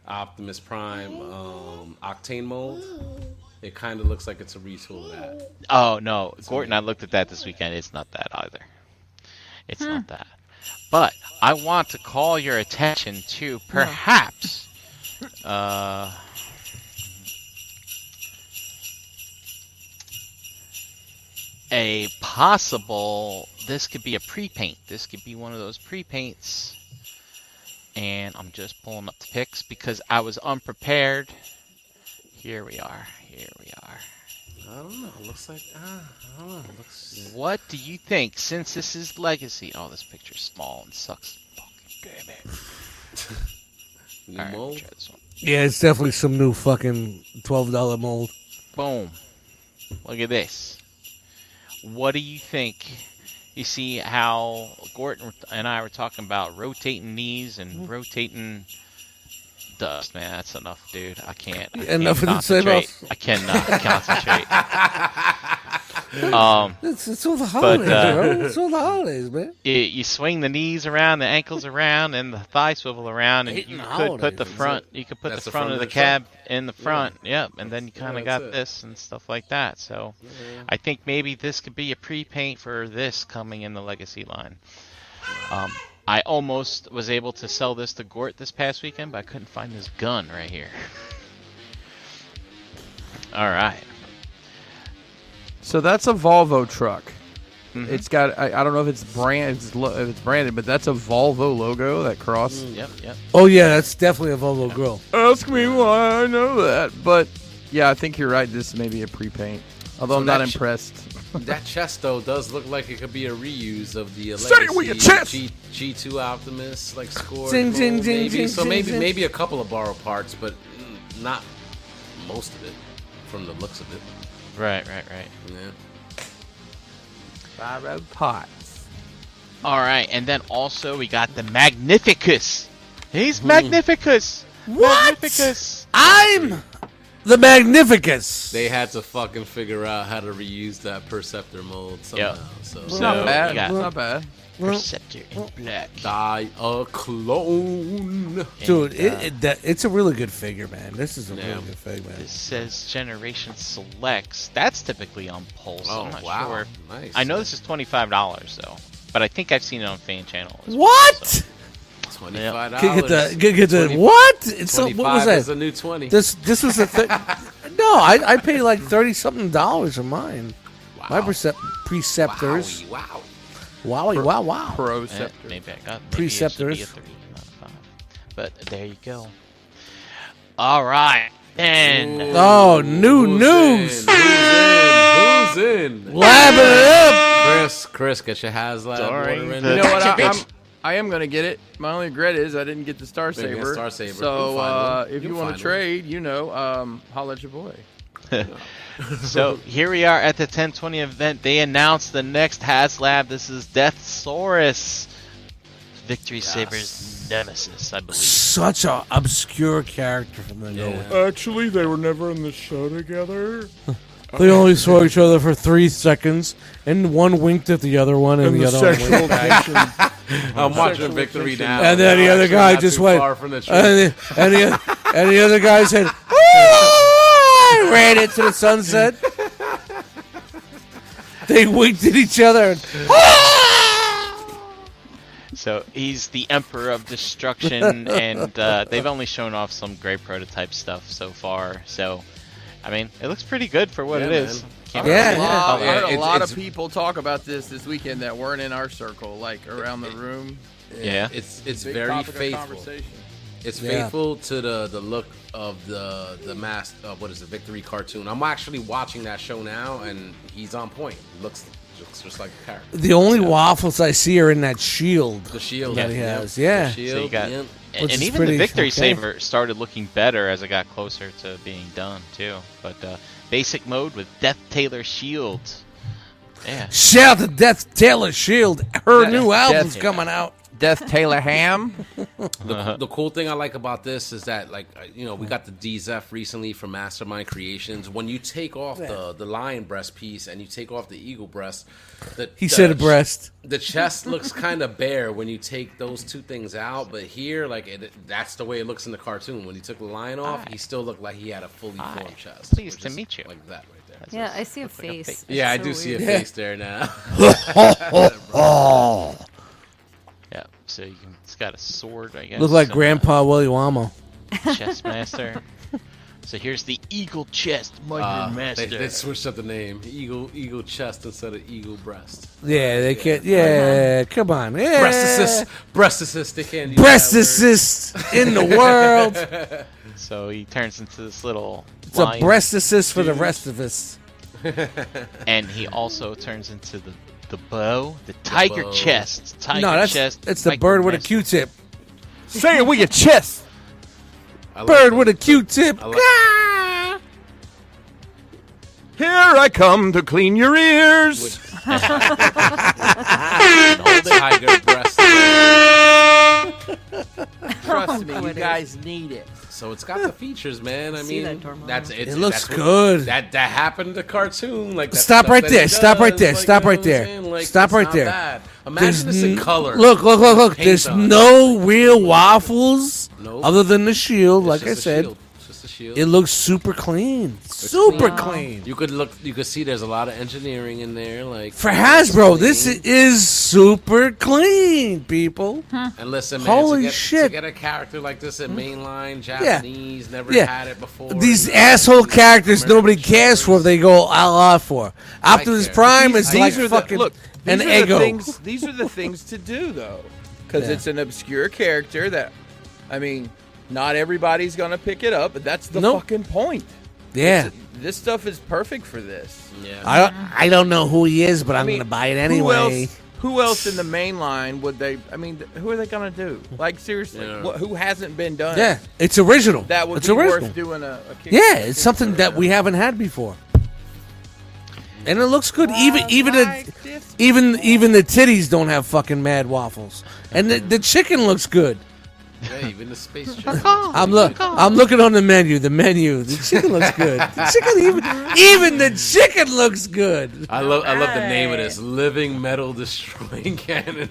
S5: Optimus Prime um, Octane mold. It kind of looks like it's a retool of that.
S4: Oh no, Gordon, I looked at that this weekend. It's not that either. It's not that. But I want to call your attention to perhaps. Uh, a possible. This could be a pre-paint. This could be one of those pre-paints. And I'm just pulling up the pics because I was unprepared. Here we are. Here we are.
S5: I don't know. It looks like ah, I don't know. It looks
S4: What do you think? Since this is legacy. Oh, this picture's small and sucks. Fucking damn it. All right, try this one.
S1: Yeah, it's definitely some new fucking twelve dollar mold.
S4: Boom. Look at this. What do you think? You see how Gorton and I were talking about rotating knees
S1: Mm.
S4: and rotating dust, man. That's enough, dude. I can't. I
S1: Enough
S4: can't
S1: of the same
S4: concentrate.
S1: old-
S4: I cannot
S1: [laughs]
S4: concentrate. um,
S1: It's, it's all the
S4: but,
S1: holidays,
S4: uh,
S1: bro. It's all the holidays, man.
S4: you, you swing the knees around, the ankles around, and the thigh swivel around, and
S1: Hitting
S4: you
S1: the
S4: could put
S1: holidays,
S4: the
S1: is
S4: front.
S1: it?
S4: You could put
S5: That's
S4: the front of the cab
S5: front.
S4: in the
S5: Yeah.
S4: front. Yep, and then you kind of
S5: that's
S4: got
S5: it.
S4: this and stuff like that. So, I think maybe this could be a pre-paint for this coming in the legacy line. Um, I almost was able to sell this to Gort this past weekend, but I couldn't find this gun right here. [laughs] All right.
S3: So that's a Volvo truck.
S4: Mhm.
S7: Mm-hmm.
S3: It's got I, I don't know if it's brand it's, lo- if it's branded, but that's a Volvo logo that cross.
S4: Yep, yep.
S1: Oh yeah, that's definitely a Volvo grill.
S3: Ask me why I know that, but yeah, I think you're right. This may be a pre-paint, although
S5: So
S3: I'm not
S5: that sh-
S3: impressed.
S5: that chest though does look like it could be a reuse of the uh,
S3: Say it with your
S5: legacy
S3: chest!
S5: G G two Optimus like score.
S1: Zing, zing, zing,
S5: maybe.
S1: zing,
S5: so
S1: zing,
S5: maybe
S1: zing.
S5: maybe a couple of borrow parts, but mm, not most of it from the looks of it.
S4: Right, right, right.
S5: Yeah.
S3: Borrowed parts.
S4: All right, and then also we got the Magnificus. He's
S5: Hmm.
S4: Magnificus. What? Magnificus.
S1: I'm the Magnificus.
S5: They had to fucking figure out how to reuse that Perceptor mold somehow. So
S3: It's not So, bad, you got- it's not bad.
S4: Perceptor in black.
S5: Die a clone.
S1: Dude,
S4: And,
S1: it,
S4: uh,
S1: it, that, it's a really good figure, man. This is a
S5: Yeah.
S1: really good figure, man.
S4: This says Generation Selects. That's typically on Pulse.
S5: Oh,
S4: I'm not
S5: wow.
S4: sure.
S5: Nice.
S4: I know this is twenty-five dollars though, but I think I've seen it on Fan Channel. as well,
S1: What?
S4: so- eh,
S5: Twenty-five
S1: Could
S5: dollars.
S1: get the could get the what? It's so, what was that?
S5: Is a new twenty.
S1: This this was a [laughs] th- no. I I paid like thirty something dollars for mine. My percept preceptors.
S5: Wow.
S1: Wow. Wow. Wow.
S4: Yeah,
S5: Eh,
S4: maybe I got maybe it should be a
S1: Preceptors.
S4: 30, not a five. But there you go. All right, and
S1: Oh, new news.
S5: Who's in?
S1: Lab it
S5: Chris, Chris, get your Haslab
S4: Sorry.
S5: order
S3: You
S5: in.
S3: know what? I, I'm, I am gonna get it. My only regret is I didn't get the Star
S5: Didn't get
S3: Saver.
S5: Star Saver. You'll
S3: So
S5: find
S3: uh,
S5: one.
S3: if you
S5: You'll
S3: want
S5: find
S3: to
S5: one.
S3: trade, you know, um, holla at your boy.
S5: [laughs]
S4: so here we are at the 1020 event. They announced the next HasLab. This is Death Saurus, Victory Saber's nemesis, I believe.
S5: [laughs]
S1: Such a obscure character from the go.
S17: Actually, they were never in the show together.
S1: They only saw each other for three seconds, and one winked at the other one, and,
S17: And
S1: the,
S17: the
S1: other one
S17: sexual
S1: winked
S17: tension.
S1: back.
S5: I'm watching Victory now.
S1: And then the
S5: Actually,
S1: other guy
S5: not
S1: just
S5: too
S1: went.
S5: Far from the truth.
S1: and, the, and, the, and the other guy said, "Ah!" ran into the sunset. They winked at each other. And,
S4: So he's the Emperor of
S5: [laughs]
S4: Destruction, and uh, they've only shown off some great prototype stuff so far. So, I mean, it looks pretty good for what
S5: Yeah,
S4: it is.
S5: man.
S4: Can't
S1: Yeah,
S5: [laughs]
S4: really
S3: I
S5: Oh,
S4: tell.
S3: heard a lot of people talk about this this weekend that weren't in our circle, like around the room.
S4: Yeah.
S5: It's it's
S3: Big
S5: very
S3: topic of
S5: faithful.
S3: conversation.
S5: It's
S3: Yeah.
S5: faithful to the the look of the the mass uh, what is the Victory cartoon. I'm actually watching that show now, and he's on point. Looks looks just like a character.
S1: the only waffles I see are in that shield.
S5: The shield
S1: that he
S5: yeah.
S1: has. Yeah.
S5: The
S4: So you
S5: shield,
S4: got,
S5: yeah.
S4: and,
S1: Which
S4: and
S1: is
S4: even
S1: pretty
S4: the victory
S1: okay.
S4: saver started looking better as it got closer to being done too. But uh, basic mode with Death Taylor Shield. Yeah.
S1: Shout to Death Taylor Shield. Her
S5: Death-
S1: new
S5: Death-
S1: album's coming out.
S3: Death Taylor Ham.
S5: The, the cool thing I like about this is that, like, uh, you know, we got the DZF recently from Mastermind Creations. When you take off the, the lion breast piece and you take off the eagle breast, the,
S1: He
S5: the-
S1: said a breast.
S5: The chest looks kind of bare when you take those two things out, but here, like, it, that's the way it looks in the cartoon. When he took the lion off, he still looked like he had a fully formed chest.
S4: Pleased to meet you.
S5: Like that right there.
S2: Yeah, I see a face.
S5: Yeah, I
S2: It's
S5: do
S2: so
S5: see a
S2: weird.
S5: face there now.
S1: Oh,
S4: Yeah. So you can. It's got a sword. I guess.
S1: look like
S4: and a
S1: Grandpa Willy Wamo. [laughs]
S4: Chess master. So here's the Eagle Chest
S5: Uh,
S1: Ah,
S4: Mighty Master.
S5: They, they switched up the name. Eagle Eagle chest instead of eagle breast.
S1: Yeah, they can't. Yeah, come on. Yeah.
S5: Breast assist. Breast assist. They can't. use
S1: Breast
S5: that word.
S1: assist in the world.
S4: so he turns into this little.
S1: It's a
S4: lion
S1: breast assist for the
S4: dude.
S1: rest of us.
S4: and he also turns into the the bow, the tiger
S1: bow.
S4: chest, tiger
S1: no, that's
S4: chest.
S1: it's the
S4: Mike
S1: bird with a
S4: Master.
S1: Q-tip.
S3: Say it with your
S5: [laughs]
S3: chest.
S1: bird with a Q-tip.
S3: Here I come to clean your ears.
S5: [laughs] Tiger breast.
S8: Trust me, you
S5: Quit it.
S8: guys need it.
S5: So it's got the features, man. I
S8: See
S5: mean,
S8: that, Dormammu?
S5: that's it's,
S1: It looks
S5: that's what-
S1: good.
S5: That that happened to cartoon. Like that
S1: Stop
S5: stuff
S1: right
S5: that he
S1: there. Stop right
S5: does,
S1: there.
S5: like,
S1: Stop right
S5: you know what I'm
S1: there.
S5: saying? Like,
S1: Stop
S5: it's
S1: right
S5: not
S1: there.
S5: bad. Imagine this in
S1: n-
S5: color.
S1: Look, look, look, look.
S5: Paint
S1: There's
S5: on it.
S1: no real waffles
S5: Nope.
S1: other than the shield.
S5: It's
S1: like I
S5: just a
S1: said,
S5: shield. It's just a shield.
S1: it looks super clean. Super clean.
S5: You could look. You could see there's a lot of engineering in there. Like
S1: For Hasbro, this i- is super clean, people.
S5: And listen, man,
S1: Holy
S5: to get,
S1: shit.
S5: To get a character like this in mainline Japanese, never
S1: Yeah.
S5: had it before.
S1: These
S5: you know,
S1: asshole characters
S5: commercial
S1: nobody cares for, they go a lot for. Optimus
S3: Right there.
S1: Prime is
S3: These-
S1: like
S3: these are the-
S1: fucking
S3: look,
S1: an
S3: these are the
S1: ego.
S3: things- these are the things to do though, because
S1: Yeah.
S3: it's an obscure character that, I mean, not everybody's gonna pick it up, but that's the
S1: Nope.
S3: fucking point.
S1: Yeah.
S3: It's- this stuff is perfect for this.
S5: Yeah.
S1: I don't, I don't know who he is, but I am going to buy it anyway.
S3: Who else, who else in the main line would they? I mean, th- who are they gonna do? Like seriously, what, who hasn't been done?
S1: Yeah, it's original.
S3: That would
S1: it's
S3: be
S1: original.
S3: worth doing a. a kick-
S1: yeah, it's something that we haven't had before, and it looks good. even even the even even the titties don't have fucking mad waffles, and the, the chicken looks good.
S5: Yeah, even the space jam.
S1: I'm look I'm looking on the menu. The menu. The chicken looks good. The chicken even even the chicken looks good.
S5: I love I love the name of this living metal destroying cannon.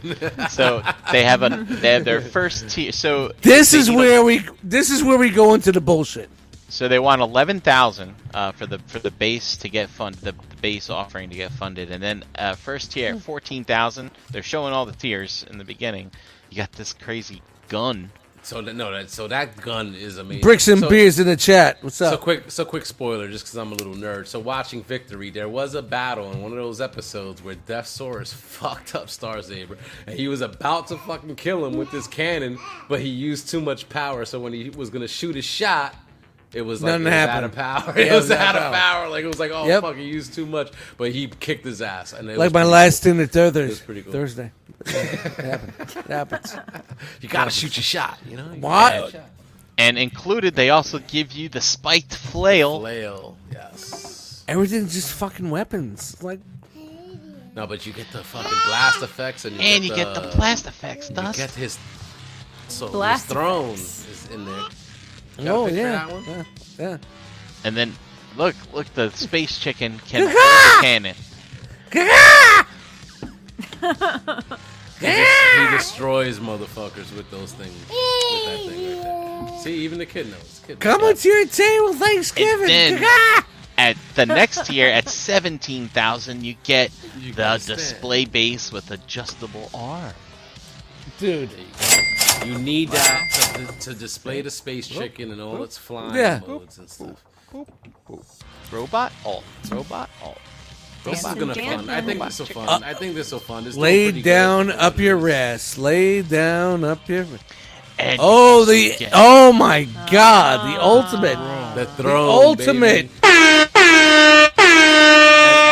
S4: So they have a they
S1: [laughs]
S4: have their first tier. So
S1: This
S4: they
S1: is
S4: need
S1: where we this is where we go into the bullshit.
S4: So they want eleven thousand uh, for the for the base to get fund the, the base offering to get funded, and then uh, first tier fourteen thousand. They're showing all the tiers in the beginning. You got this crazy gun.
S5: So that, no, that so that gun is amazing.
S1: Bricks and
S5: so,
S1: beers in the chat. What's
S5: So
S1: up?
S5: quick, so quick spoiler, just because I'm a little nerd. So watching Victory, there was a battle in one of those episodes where Death Saurus [laughs] fucked up Starsaber, and he was about to fucking kill him with this cannon, but he used too much power. So when he was gonna shoot his shot, it was like
S1: Nothing
S5: it was out
S1: happened.
S5: of power. [laughs]
S1: Yeah,
S5: It was out of power. Like it was like, oh
S1: Yep.
S5: fuck, he used too much, but he kicked his ass. And it
S1: like
S5: was
S1: my
S5: pretty
S1: last
S5: cool.
S1: tune at Thursday.
S5: It was pretty cool.
S1: Thursday. it happens. It
S5: [laughs]
S1: happens.
S5: You gotta shoot your shot. You know. You
S1: What?
S5: gotta shoot your shot.
S4: And included, they also give you the spiked flail.
S5: Flail, yes.
S1: Everything's just fucking weapons. Like
S5: No, but you get the fucking blast effects and you
S4: And
S5: get
S4: you
S5: the,
S4: get the blast effects,
S5: You
S4: Dust.
S5: get his so
S4: Blast
S5: his throne is in there. Got a
S1: oh
S5: picture of
S1: yeah,
S5: that one?
S1: yeah, yeah.
S4: And then look, look, the space chicken can hold a cannon.
S5: He, just, he destroys motherfuckers with those things. With that thing right there. See, even the kid knows. Kid knows.
S1: Come on to your table Thanksgiving.
S4: And then- At the next tier, at seventeen thousand, you get the display base with adjustable arm.
S1: dude.
S5: You need that to, to display the space chicken and all its flying
S4: Yeah.
S5: modes and stuff.
S4: Robot alt. Robot alt.
S5: This is
S4: Robot
S5: gonna
S4: chicken.
S5: fun. I think this will
S4: Robot
S5: fun.
S4: chicken.
S5: I think this will fun. This
S1: Lay
S5: looks pretty
S1: down up your rest. Lay down up your.
S4: And
S1: oh the oh my god the ultimate
S5: the
S1: the
S5: throne,
S1: ultimate
S5: baby. and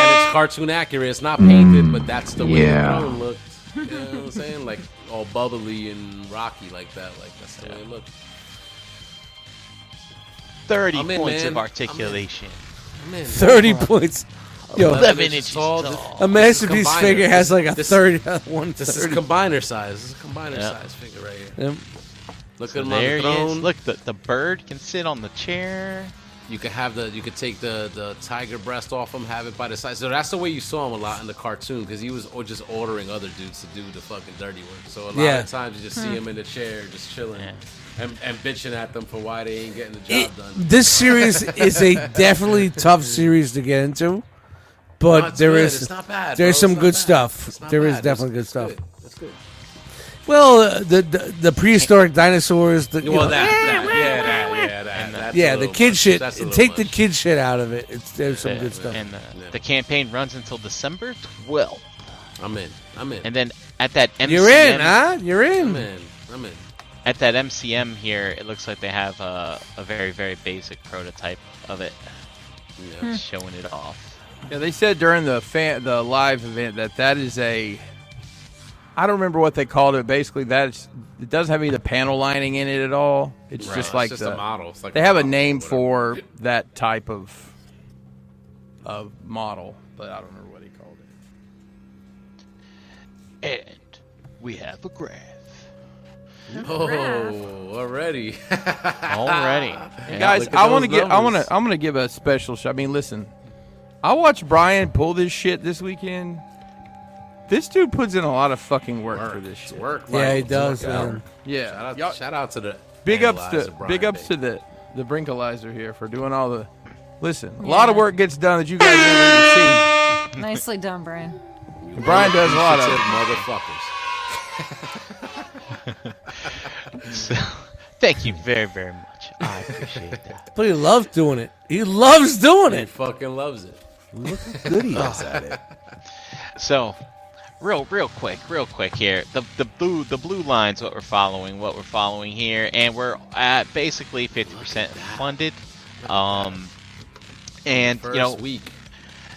S5: it's cartoon accurate. It's not painted, but that's the way
S13: Yeah.
S5: the throne looked. You know what I'm saying? Like all bubbly and rocky like that. Like that's the way it looked.
S4: 30
S5: I'm in,
S4: points
S5: man.
S4: of articulation.
S5: I'm in.
S1: thirty points. Yo,
S4: 11 inches tall.
S1: A masterpiece
S5: Combiner.
S1: figure has like a
S5: This-
S1: third [laughs] one.
S5: This is
S1: third.
S5: combiner size. This is a combiner
S4: Yeah.
S5: size figure right here.
S1: Yep.
S5: Look
S4: So
S5: at him on
S4: there he
S5: the
S4: is.
S5: throne.
S4: Look, the, the bird can sit on the chair.
S5: You could have the you could take the the tiger breast off him, have it by the side. So that's the way you saw him a lot in the cartoon because he was or just ordering other dudes to do the fucking dirty work. So a lot
S1: Yeah.
S5: of times you just see
S1: Hmm.
S5: him in the chair, just chilling. And, and bitching at them for why they ain't getting the job
S1: It-
S5: done.
S1: this series is a
S5: [laughs]
S1: definitely tough series to get into, but
S5: No, it's
S1: there
S5: good.
S1: is
S5: It's not bad, bro.
S1: there's
S5: It's
S1: some
S5: not
S1: good
S5: bad.
S1: stuff.
S5: It's not
S1: There is
S5: bad.
S1: definitely
S5: It's-
S1: good
S5: it's
S1: stuff.
S5: That's good.
S1: Well, uh, the, the the prehistoric dinosaurs. The, you
S5: Well,
S1: know, eh,
S5: that, that, yeah, that, yeah, that.
S4: And the
S5: that's
S1: yeah,
S5: a
S1: the
S5: little
S1: kid
S5: much.
S1: shit.
S5: That's a little
S1: Take
S5: much.
S1: the kid shit out of it. It's, there's some good stuff.
S4: And uh, the campaign runs until December 12th.
S5: I'm in. I'm in.
S4: And then at that MCM,
S1: You're in, huh? You're in.
S5: I'm in. I'm in.
S4: At that MCM here, it looks like they have a, a very very basic prototype of it,
S3: Hmm.
S4: showing it off.
S3: Yeah, they said during the fan, the live event that that is a. I don't remember what they called it. Basically, that's it doesn't have any of the panel lining in it at all. It's
S5: Right.
S3: just
S5: It's
S3: like
S5: just
S3: the,
S5: a model. It's like
S3: they
S5: a
S3: have a
S5: model or
S3: name for that type of of model, but I don't remember what he called it.
S4: And we have a graph.
S5: Oh, already. [laughs]
S1: Ah.
S4: Already.
S5: Yeah,
S3: And guys,
S5: look at
S3: I want to
S5: those
S3: get. I want
S5: numbers.
S3: to. I'm going to give a special. Sh- I mean, listen. I watched Brian pull this shit this weekend. This dude puts in a lot of fucking work, for this shit.
S5: work.
S1: Yeah,
S5: Brian.
S1: he does,
S5: Work out.
S1: man.
S3: Yeah.
S5: Shout out, shout out to the
S3: Big ups
S5: analyzer,
S3: to
S5: Brian
S3: big ups
S5: Baker.
S3: to the the Brinkalizer here for doing all the. Listen, a lot of work gets done that you guys never
S2: Nicely done, Brian.
S3: even see. And Brian does a lot of.
S5: Sensitive
S3: it.
S5: motherfuckers.
S4: So, thank you very very much. I appreciate that.
S1: But he loves doing it. He loves doing
S5: He
S1: it.
S5: fucking loves it.
S1: Look
S4: good he
S7: Oh,
S4: is at it. So, real real quick, real quick here. The the blue the blue line's what we're following, what we're following here, and we're at basically 50% funded. Um and
S5: First
S4: you know
S5: week.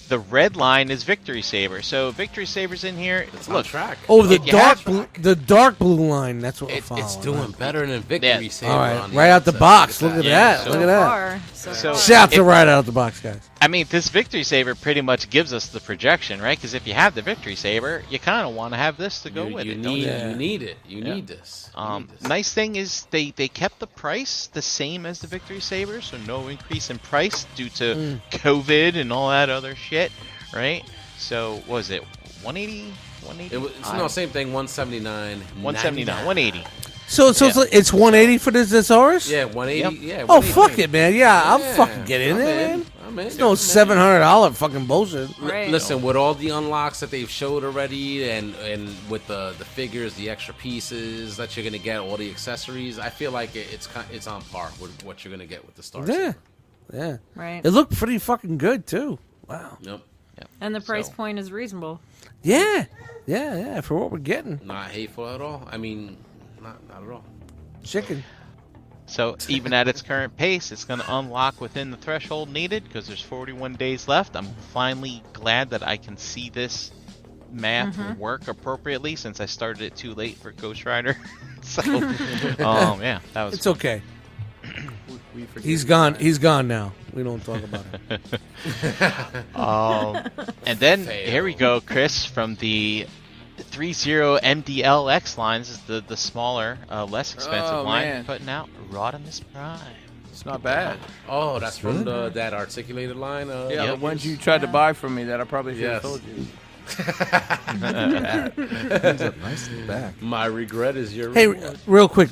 S4: The red line is Victory Saber. So Victory Saber's in here. It's
S5: on
S4: look,
S5: track.
S1: Oh, the
S4: you
S1: dark,
S4: have-
S1: blue, the dark blue line. That's what we're following.
S5: It's doing
S1: right?
S5: better than victory. Saber
S1: All right,
S5: on
S1: right out the
S5: outside.
S1: box. Look at
S4: Yeah,
S1: that.
S4: so
S1: Look at that.
S4: far, so far.
S1: Shout to
S4: It-
S1: right out the box, guys.
S4: I mean, this victory saber pretty much gives us the projection, right? Because if you have the victory saber, you kind of want to have this to go
S5: You-
S4: with
S5: you
S4: it. don't
S5: need-
S4: you?
S5: you need it. You need this. You
S4: Um,
S5: need
S4: Nice thing is they they kept the price the same as the victory saber, so no increase in price due to
S1: Mm.
S4: COVID and all that other shit, right? So what was it 180? 180?
S5: It was, it's no same thing. One seventy nine.
S4: 179, 180.
S1: So, so it's, like- it's 180 for this Thesaurus?
S5: Yeah, 180, yeah,
S1: Oh,
S5: 180.
S1: fuck it, man. Yeah, I'm
S5: Yeah,
S1: fucking getting in
S5: I'm
S1: there,
S5: in.
S1: man.
S5: I'm in.
S1: It's no $700 fucking bullshit.
S5: L- Listen, with all the unlocks that they've showed already, and and with the the figures, the extra pieces that you're gonna get, all the accessories, I feel like it, it's kind, it's on par with what you're gonna get with the Star.
S1: Yeah. Yeah.
S2: Right.
S1: It looked pretty fucking good, too. Wow.
S5: Yep.
S2: And the price point is reasonable.
S1: Yeah. Yeah, yeah, for what we're getting.
S5: Not hateful at all. I mean, not not at all.
S1: Chicken.
S4: So even at its current pace, it's going to unlock within the threshold needed because there's 41 days left. I'm finally glad that I can see this math
S2: Mhm.
S4: work appropriately since I started it too late for Ghost Rider. [laughs] so, um, yeah, that was.
S1: It's okay. He's gone. He's gone now. We don't talk about it.
S4: Um, and then here we go, Chris, from the 30 MDLX line. This is the, the smaller, uh, less expensive
S3: Oh,
S4: line.
S3: man.
S4: Putting out Rodimus Prime.
S3: It's not bad.
S5: Oh, that's
S3: Really?
S5: from the, that articulated line. Uh,
S3: Yeah, the ones you tried to buy from me that I probably should
S5: Yes.
S3: have told you.
S5: Ends
S3: up nicely [laughs] back.
S5: My regret is your
S1: Hey, uh,
S5: reward.
S1: real quick,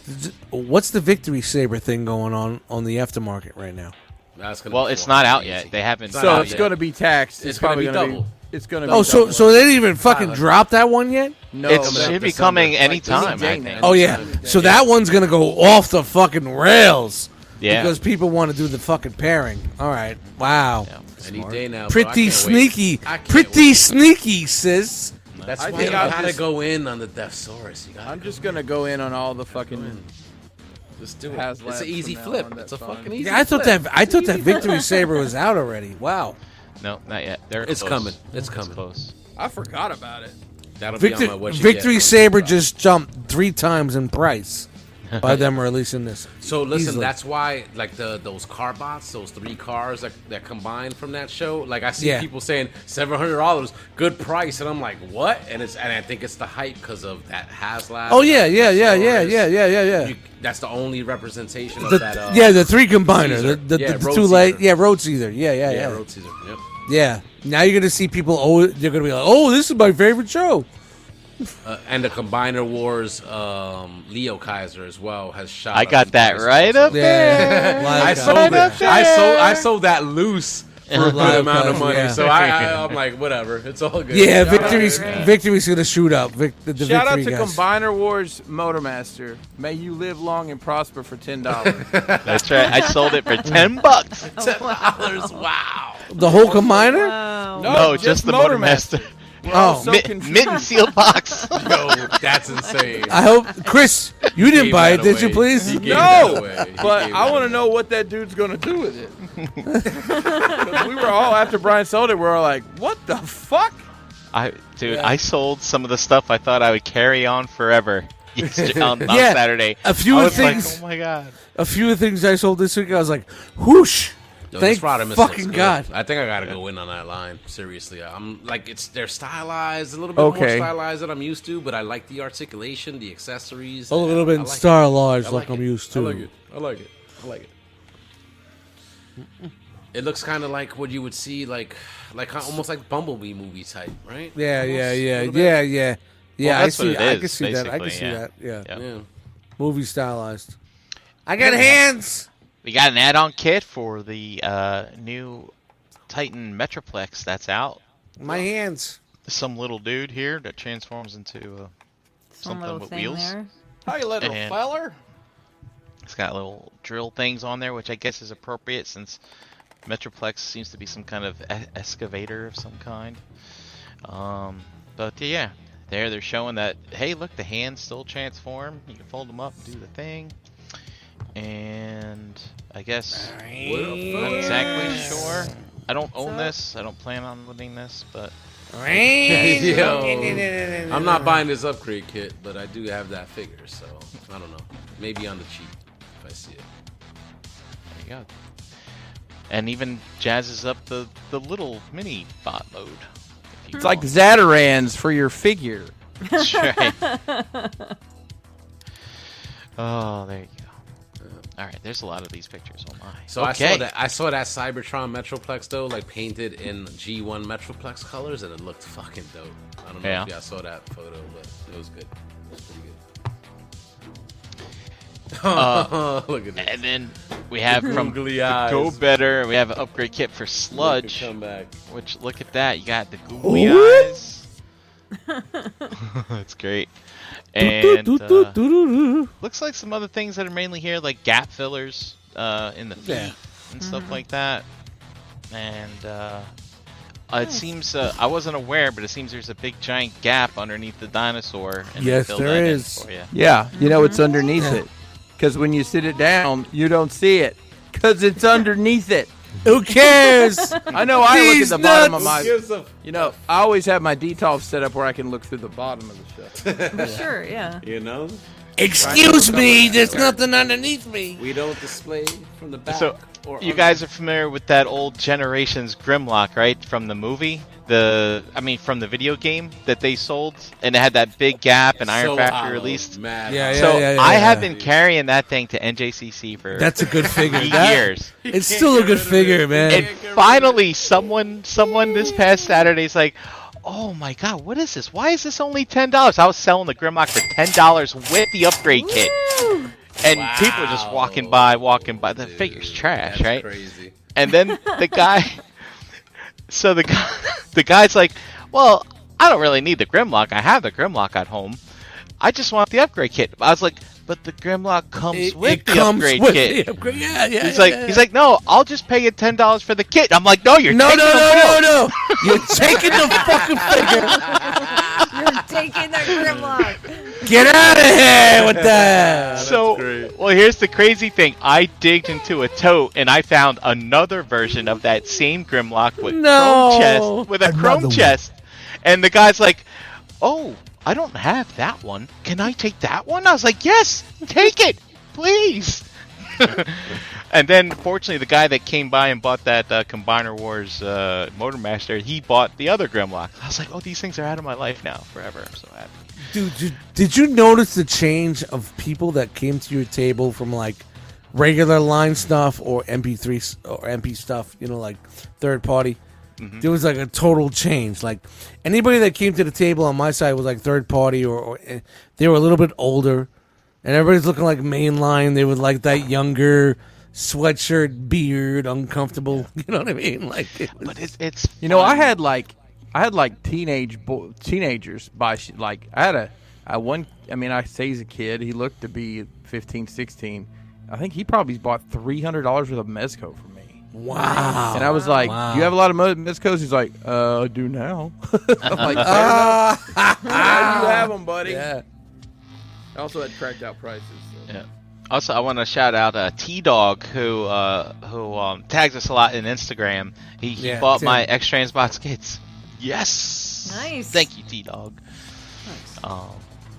S1: what's the victory saber thing going on on the aftermarket right now?
S5: That's gonna
S4: Well,
S5: be
S4: it's
S5: cool.
S4: not out yet. They haven't.
S3: So it's going to be taxed. It's,
S5: It's gonna
S3: probably
S5: be
S3: gonna
S5: double.
S3: It's going to.
S1: Oh,
S3: be
S1: so
S3: double.
S1: so they didn't even fucking drop that one yet?
S3: No,
S4: It should be coming anytime. I think.
S1: Oh yeah. So that one's gonna go off the fucking rails.
S4: Yeah.
S1: Because people want to do the fucking pairing. All right. Wow.
S5: Any day now. bro. Oh, I can't
S1: Pretty
S5: wait.
S1: sneaky.
S5: I can't
S1: Pretty
S5: wait.
S1: sneaky, sis.
S5: That's
S3: I
S5: why
S3: think
S5: you
S3: I'll
S5: gotta
S3: just-
S5: go in on the Deathsaurus. You gotta
S3: I'm just going to go in on all the fucking.
S5: Just do
S3: it.
S5: It's an easy flip. It's a fucking easy.
S1: Yeah, I thought
S5: flip.
S1: that I thought that victory saber was out already. Wow.
S4: No, not yet. They're
S5: It's
S4: close.
S5: coming. It's coming.
S4: close.
S3: I forgot about it.
S5: That'll be
S1: Victor,
S5: on my what you get
S1: victory
S5: one.
S1: saber just jumped three times in
S5: [laughs]
S1: price by them releasing this.
S5: So listen,
S1: Easily.
S5: that's why like the those car bots, those three cars that, that combined from that show. Like I see
S1: Yeah.
S5: people saying seven hundred dollars, good price, and I'm like, what? And it's and I think it's the hype because of that Haslab.
S1: Oh yeah, yeah, yeah, yeah, yeah, yeah, yeah, yeah.
S5: You- that's the only representation
S1: The-
S5: of that. Uh,
S1: yeah, the three combiner,
S5: Caesar.
S1: the, the,
S5: Yeah,
S1: the, the
S5: Road
S1: two late,
S5: Caesar.
S1: yeah, road Caesar, yeah, yeah, yeah,
S5: yeah,
S1: yeah.
S5: Road Caesar. Yep.
S1: Now you're gonna see people. Oh, they're gonna be like, oh, this is my favorite show.
S5: Uh, and the Combiner Wars, um, Leo Kaiser as well has shot.
S4: I
S5: up
S4: got
S5: in
S4: that
S5: price
S4: right
S1: [laughs]
S5: also.
S4: up Yeah. there.
S5: I
S4: Right
S1: uh,
S5: sold
S4: up
S5: it. I
S1: [laughs]
S4: there.
S5: sold. I sold that loose for a good amount of money.
S1: Yeah.
S5: So I, I, I'm like, whatever. It's all good.
S1: Yeah,
S5: All right.
S1: victory's victory's gonna shoot up. Vic, the, the
S3: Shout out to
S1: victory guys.
S3: Combiner Wars Motormaster. May you live long and prosper for ten dollars.
S4: That's right. I sold it for ten bucks.
S1: [laughs]
S3: ten dollars. Wow.
S1: the whole combiner.
S2: Oh,
S3: Oh,
S4: No, just, the motormaster.
S1: We're all so
S4: Mi-
S1: confused.
S4: mint and seal box.
S5: Yo, that's insane.
S1: I hope Chris, you didn't
S5: gave
S1: buy it,
S5: that
S1: did you?
S5: away.
S1: Please,
S5: He gave that
S3: No,
S5: away. He
S3: but
S5: gave
S3: I
S5: that
S3: want to know what that dude's gonna do with it. [laughs] 'Cause we were all after Brian sold it. We are all like, "What the fuck?"
S4: I dude, I sold some of the stuff I thought I would carry on forever. yesterday- on, on Saturday,
S1: A few
S4: I
S1: of
S4: was like,
S1: things.
S4: oh my god!
S1: A few of the things I sold this week, I was like, whoosh!
S5: Yo,
S1: thank
S5: this Rodimus looks
S1: fucking
S5: good.
S1: god.
S5: I think I gotta go in on that line. Seriously, uh, I'm like it's they're stylized a little bit
S1: Okay.
S5: more stylized than I'm used to, but I like the articulation, the accessories.
S1: A little bit
S5: I
S1: in
S5: like it.
S1: Star Large,
S5: I
S1: like, I'm
S5: it.
S1: used to.
S5: I like it. I like it. I like it. It looks kind of like what you would see, like, like uh, almost like Bumblebee movie type, right?
S1: Yeah, yeah,
S5: Almost, a
S1: yeah,
S5: little bit.
S1: yeah, yeah, yeah. I
S4: that's
S1: see.
S4: what it
S1: I
S4: is,
S1: can see that. I can
S4: basically,
S1: see
S4: yeah.
S1: that. Yeah.
S4: Yeah. Yeah.
S1: Movie stylized. I got hands.
S4: We got an add-on kit for the uh, new Titan Metroplex that's out.
S1: My hands.
S4: Some little dude here that transforms into uh, something
S2: little
S4: with
S2: thing
S4: wheels.
S2: there.
S3: Hi, little
S4: And-
S3: feller.
S4: It's got little drill things on there, which I guess is appropriate since Metroplex seems to be some kind of e- excavator of some kind. Um, but yeah, there they're showing that hey, look, the hands still transform. You can fold them up, do the thing, and I guess not exactly sure. I don't own this. I don't plan on owning this, but
S5: [laughs] Yo, I'm not buying this upgrade kit, but I do have that figure, so I don't know. Maybe on the cheap if I see it.
S4: There you go. And even jazzes up the, the little mini bot mode. if you
S3: It's like
S4: want.
S3: Zatarans for your figure.
S4: That's [laughs]
S3: [laughs]
S4: right. oh, there you go. All right, there's a lot of these pictures. Oh my.
S5: So I
S4: okay.
S5: saw that I saw that Cybertron Metroplex though, like painted in G1 Metroplex colors, and it looked fucking dope. I don't know
S4: Yeah.
S5: if y'all saw that photo, but it was good. It was pretty good.
S4: Uh,
S5: [laughs] Look at this.
S4: And then we have from
S5: Googly
S4: the
S5: eyes.
S4: Go Better. We have an upgrade kit for Sludge.
S5: Look at comeback.
S4: Which look at that. You got the googly
S1: Ooh.
S3: [laughs]
S4: eyes. [laughs] That's great. And uh, looks like some other things that are mainly here, like gap fillers uh, in the feet
S1: Yeah.
S4: and stuff like that. And uh, it seems uh, I wasn't aware, but it seems there's a big giant gap underneath the dinosaur. And they
S3: Yes,
S4: fill
S3: there
S4: that in
S3: is.
S4: for ya.
S3: Yeah, you know it's underneath it. Because when you sit it down, you don't see it. Because it's underneath it.
S1: Who [laughs] cares?
S3: I know I look at
S1: These
S3: the bottom of
S1: nuts.
S3: my.
S1: Who gives a-
S3: You know, I always have my DTOF set up where I can look through the bottom of the shelf.
S2: Sure, yeah.
S5: You know?
S1: Excuse me, there's nothing underneath me.
S5: We don't display from the back.
S4: So
S5: or
S4: you
S5: on-
S4: guys are familiar with that old generations Grimlock, right? From the movie, the I mean, from the video game that they sold, and it had that big gap, and Iron
S5: So
S4: Factory
S5: hollow,
S4: released.
S5: mad
S1: Yeah, uh,
S5: hollow.
S1: yeah,
S4: so
S1: yeah, yeah,
S4: I
S1: yeah.
S4: have been carrying that thing to NJCC for
S1: That's a good figure.
S4: three
S1: That-
S4: years.
S1: It's still a good figure, man.
S4: And finally, someone, someone this past Saturday's like, "Oh my God, what is this? Why is this only ten dollars?" I was selling the Grimlock for ten dollars with the upgrade kit, and people were just walking by, walking by. The figure's trash,
S5: that's
S4: right?
S5: crazy.
S4: And then the guy, [laughs] so the guy, [laughs] the guy's like, "Well, I don't really need the Grimlock. I have the Grimlock at home. I just want the upgrade kit." I was like, "But the Grimlock comes
S1: It-
S4: with
S1: it
S4: the
S1: comes
S4: upgrade
S1: with
S4: kit."
S1: the upgrade- yeah, yeah,
S4: He's
S1: yeah,
S4: like,
S1: yeah,
S4: he's like, no, I'll just pay you ten dollars for the kit. I'm like, no, you're
S1: No, no,
S4: taking the
S1: no, no,
S4: wheel."
S1: no. You're taking the fucking figure. [laughs]
S2: You're taking that Grimlock.
S1: Get out of here with that.
S4: So, well, here's the crazy thing. I digged into a tote and I found another version of that same Grimlock with
S1: No.
S4: chrome chest, with a chrome chest, and the guy's like, "Oh, I don't have that one. Can I take that one?" I was like, "Yes, take it, please." [laughs] and then, fortunately, the guy that came by and bought that uh, Combiner Wars uh, Motor Master, he bought the other Grimlock. I was like, "Oh, these things are out of my life now forever." I'm so happy.
S1: Dude, did, did you notice the change of people that came to your table from like regular line stuff or MP3 s- or MP stuff, you know, like third party?
S3: Mm-hmm.
S11: Mhm.
S1: There was like a total change. Like anybody that came to the table on my side was like third party or, or eh, they were a little bit older. And everybody's looking like mainline. They were like that younger, sweatshirt, beard, uncomfortable. [laughs] You know what I mean? Like, but
S4: it's, it's
S3: You know, I had like I had like teenage bo- teenagers buy shit. Like I had a I one I mean I say he's a kid. He looked to be 15, 16. I think he probably bought three hundred dollars worth of mezco for me.
S1: Wow.
S3: And I was like,
S1: Wow.
S3: "Do you have a lot of mo- mezcos?" He's like, "Uh, I do now." [laughs]
S4: [laughs]
S3: I'm like,
S4: Oh.
S5: Ah.
S1: [laughs]
S3: "Fair enough." Now you have them, buddy."
S5: Yeah.
S3: I also had cracked out prices. So.
S4: Yeah. Also, I want to shout out uh, T Dog who uh, who um, tags us a lot in Instagram. He, he
S5: Yeah,
S4: bought
S5: Tim.
S4: my X Transbox kits. Yes.
S2: Nice.
S4: Thank you, T Dog. Um,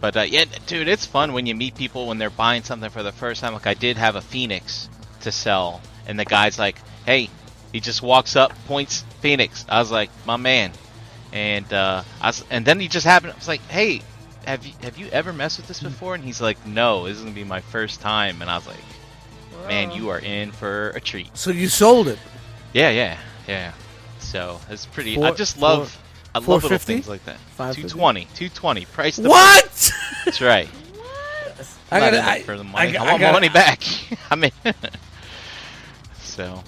S4: but uh, yeah, dude, it's fun when you meet people when they're buying something for the first time. Like I did have a Phoenix to sell, and the guy's like, "Hey," he just walks up, points Phoenix. I was like, "My man," and uh, I was, and then he just happened. I was like, "Hey, have you have you ever messed with this before?" And he's like, "No, this is gonna be my first time." And I was like, "Man, you are in for a treat."
S1: So you sold it.
S4: Yeah, yeah, yeah. So it's pretty. I
S1: Four-
S4: just love.
S1: four-
S4: I love little
S1: 450?
S4: things like that.
S1: 550?
S4: 220, 220. Price. the
S1: What?
S4: price. That's right.
S1: I
S4: I
S1: gotta- [laughs]
S4: got
S1: I-
S4: for the money.
S1: I-
S4: I,
S1: I
S4: want
S1: gotta-
S4: my money back. [laughs] I mean, so. uh,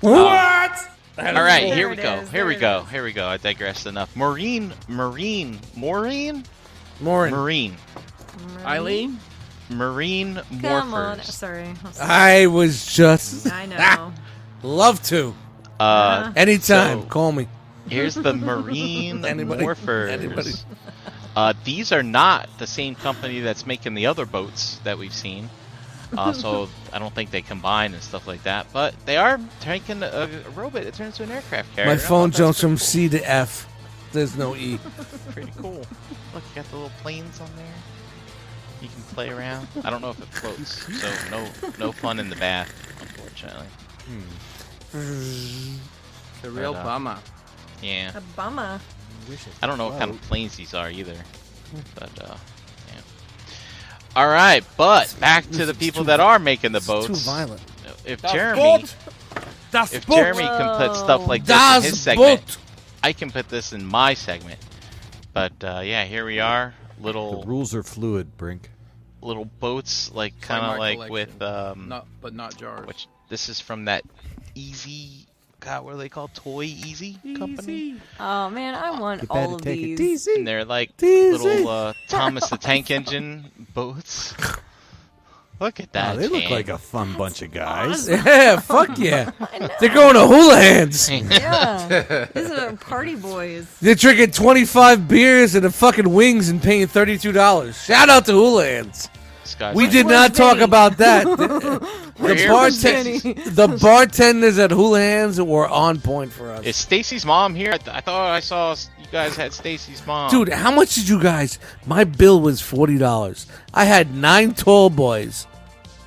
S1: What?
S4: All right,
S1: There
S4: here we
S1: it
S4: go.
S1: is,
S4: Here
S1: there
S4: we
S1: it
S4: go. Here we go. I digressed enough. Maureen, Maureen, Maureen,
S1: Maureen,
S4: Maureen,
S2: Eileen?
S4: Maureen
S2: Come on.
S4: Morphers.
S2: Sorry. I'm sorry.
S1: I was just. [laughs]
S2: I know.
S1: Love to.
S4: Uh,
S1: Anytime,
S4: so-
S1: call me.
S4: Here's the
S1: [laughs]
S4: Marine
S1: Anybody?
S4: Morphers.
S1: Anybody?
S4: Uh, these are not the same company that's making the other boats that we've seen.
S1: [laughs]
S4: Uh, so I don't think they combine and stuff like that. But they are taking a, a robot that turns into an aircraft carrier.
S1: My phone jumps
S4: jumps.
S1: from C to F. There's no E. [laughs]
S4: Pretty cool. Look, you got the little planes on there. You can play around. I don't know if it floats, so no, no fun in the bath, unfortunately.
S3: It's a real
S4: Right on.
S3: bummer.
S4: Yeah.
S2: A bummer.
S4: I don't know what kind of planes these are either. But uh yeah. All right, but back to the people that are making the boats.
S1: too violent.
S4: If
S1: Das
S4: Jeremy
S1: Boot! Das
S4: if
S1: Boot!
S4: Jeremy can put stuff like this
S1: Das
S4: in his segment,
S1: Boot!
S4: I can put this in my segment. But uh, yeah, here we are.
S3: Oh.
S4: Little
S7: rules are fluid, Brink.
S4: little boats like
S3: Play
S4: kind
S3: my
S4: of like
S3: collection.
S4: with um
S3: Not, but not jars.
S4: which this is from that easy God, what are they called? Toy Easy Company.
S2: Oh man, I want
S4: You better
S2: all of
S4: take it
S2: these.
S4: And
S1: [laughs]
S4: they're like
S2: Teasy.
S4: little uh, Thomas the Tank Engine boats. Look at that.
S7: Oh, they look
S4: Jane.
S7: like a fun bunch of guys.
S1: Yeah, fuck yeah. They're going to hula hands.
S2: Yeah.
S4: [laughs]
S2: These are party boys.
S1: They're drinking 25 beers and the fucking wings and paying $32. Shout out to hula hands.
S4: This guy's
S1: We
S4: like-
S1: did not talk about that. the,
S4: We're here for
S1: bartenders,
S4: Stacy.
S1: the bartenders at Hula Hands were on point for us.
S4: Is Stacy's mom here? I, th- I thought I saw s- you guys had Stacy's mom.
S1: Dude, how much did you guys? My bill was forty dollars. I had nine tall boys,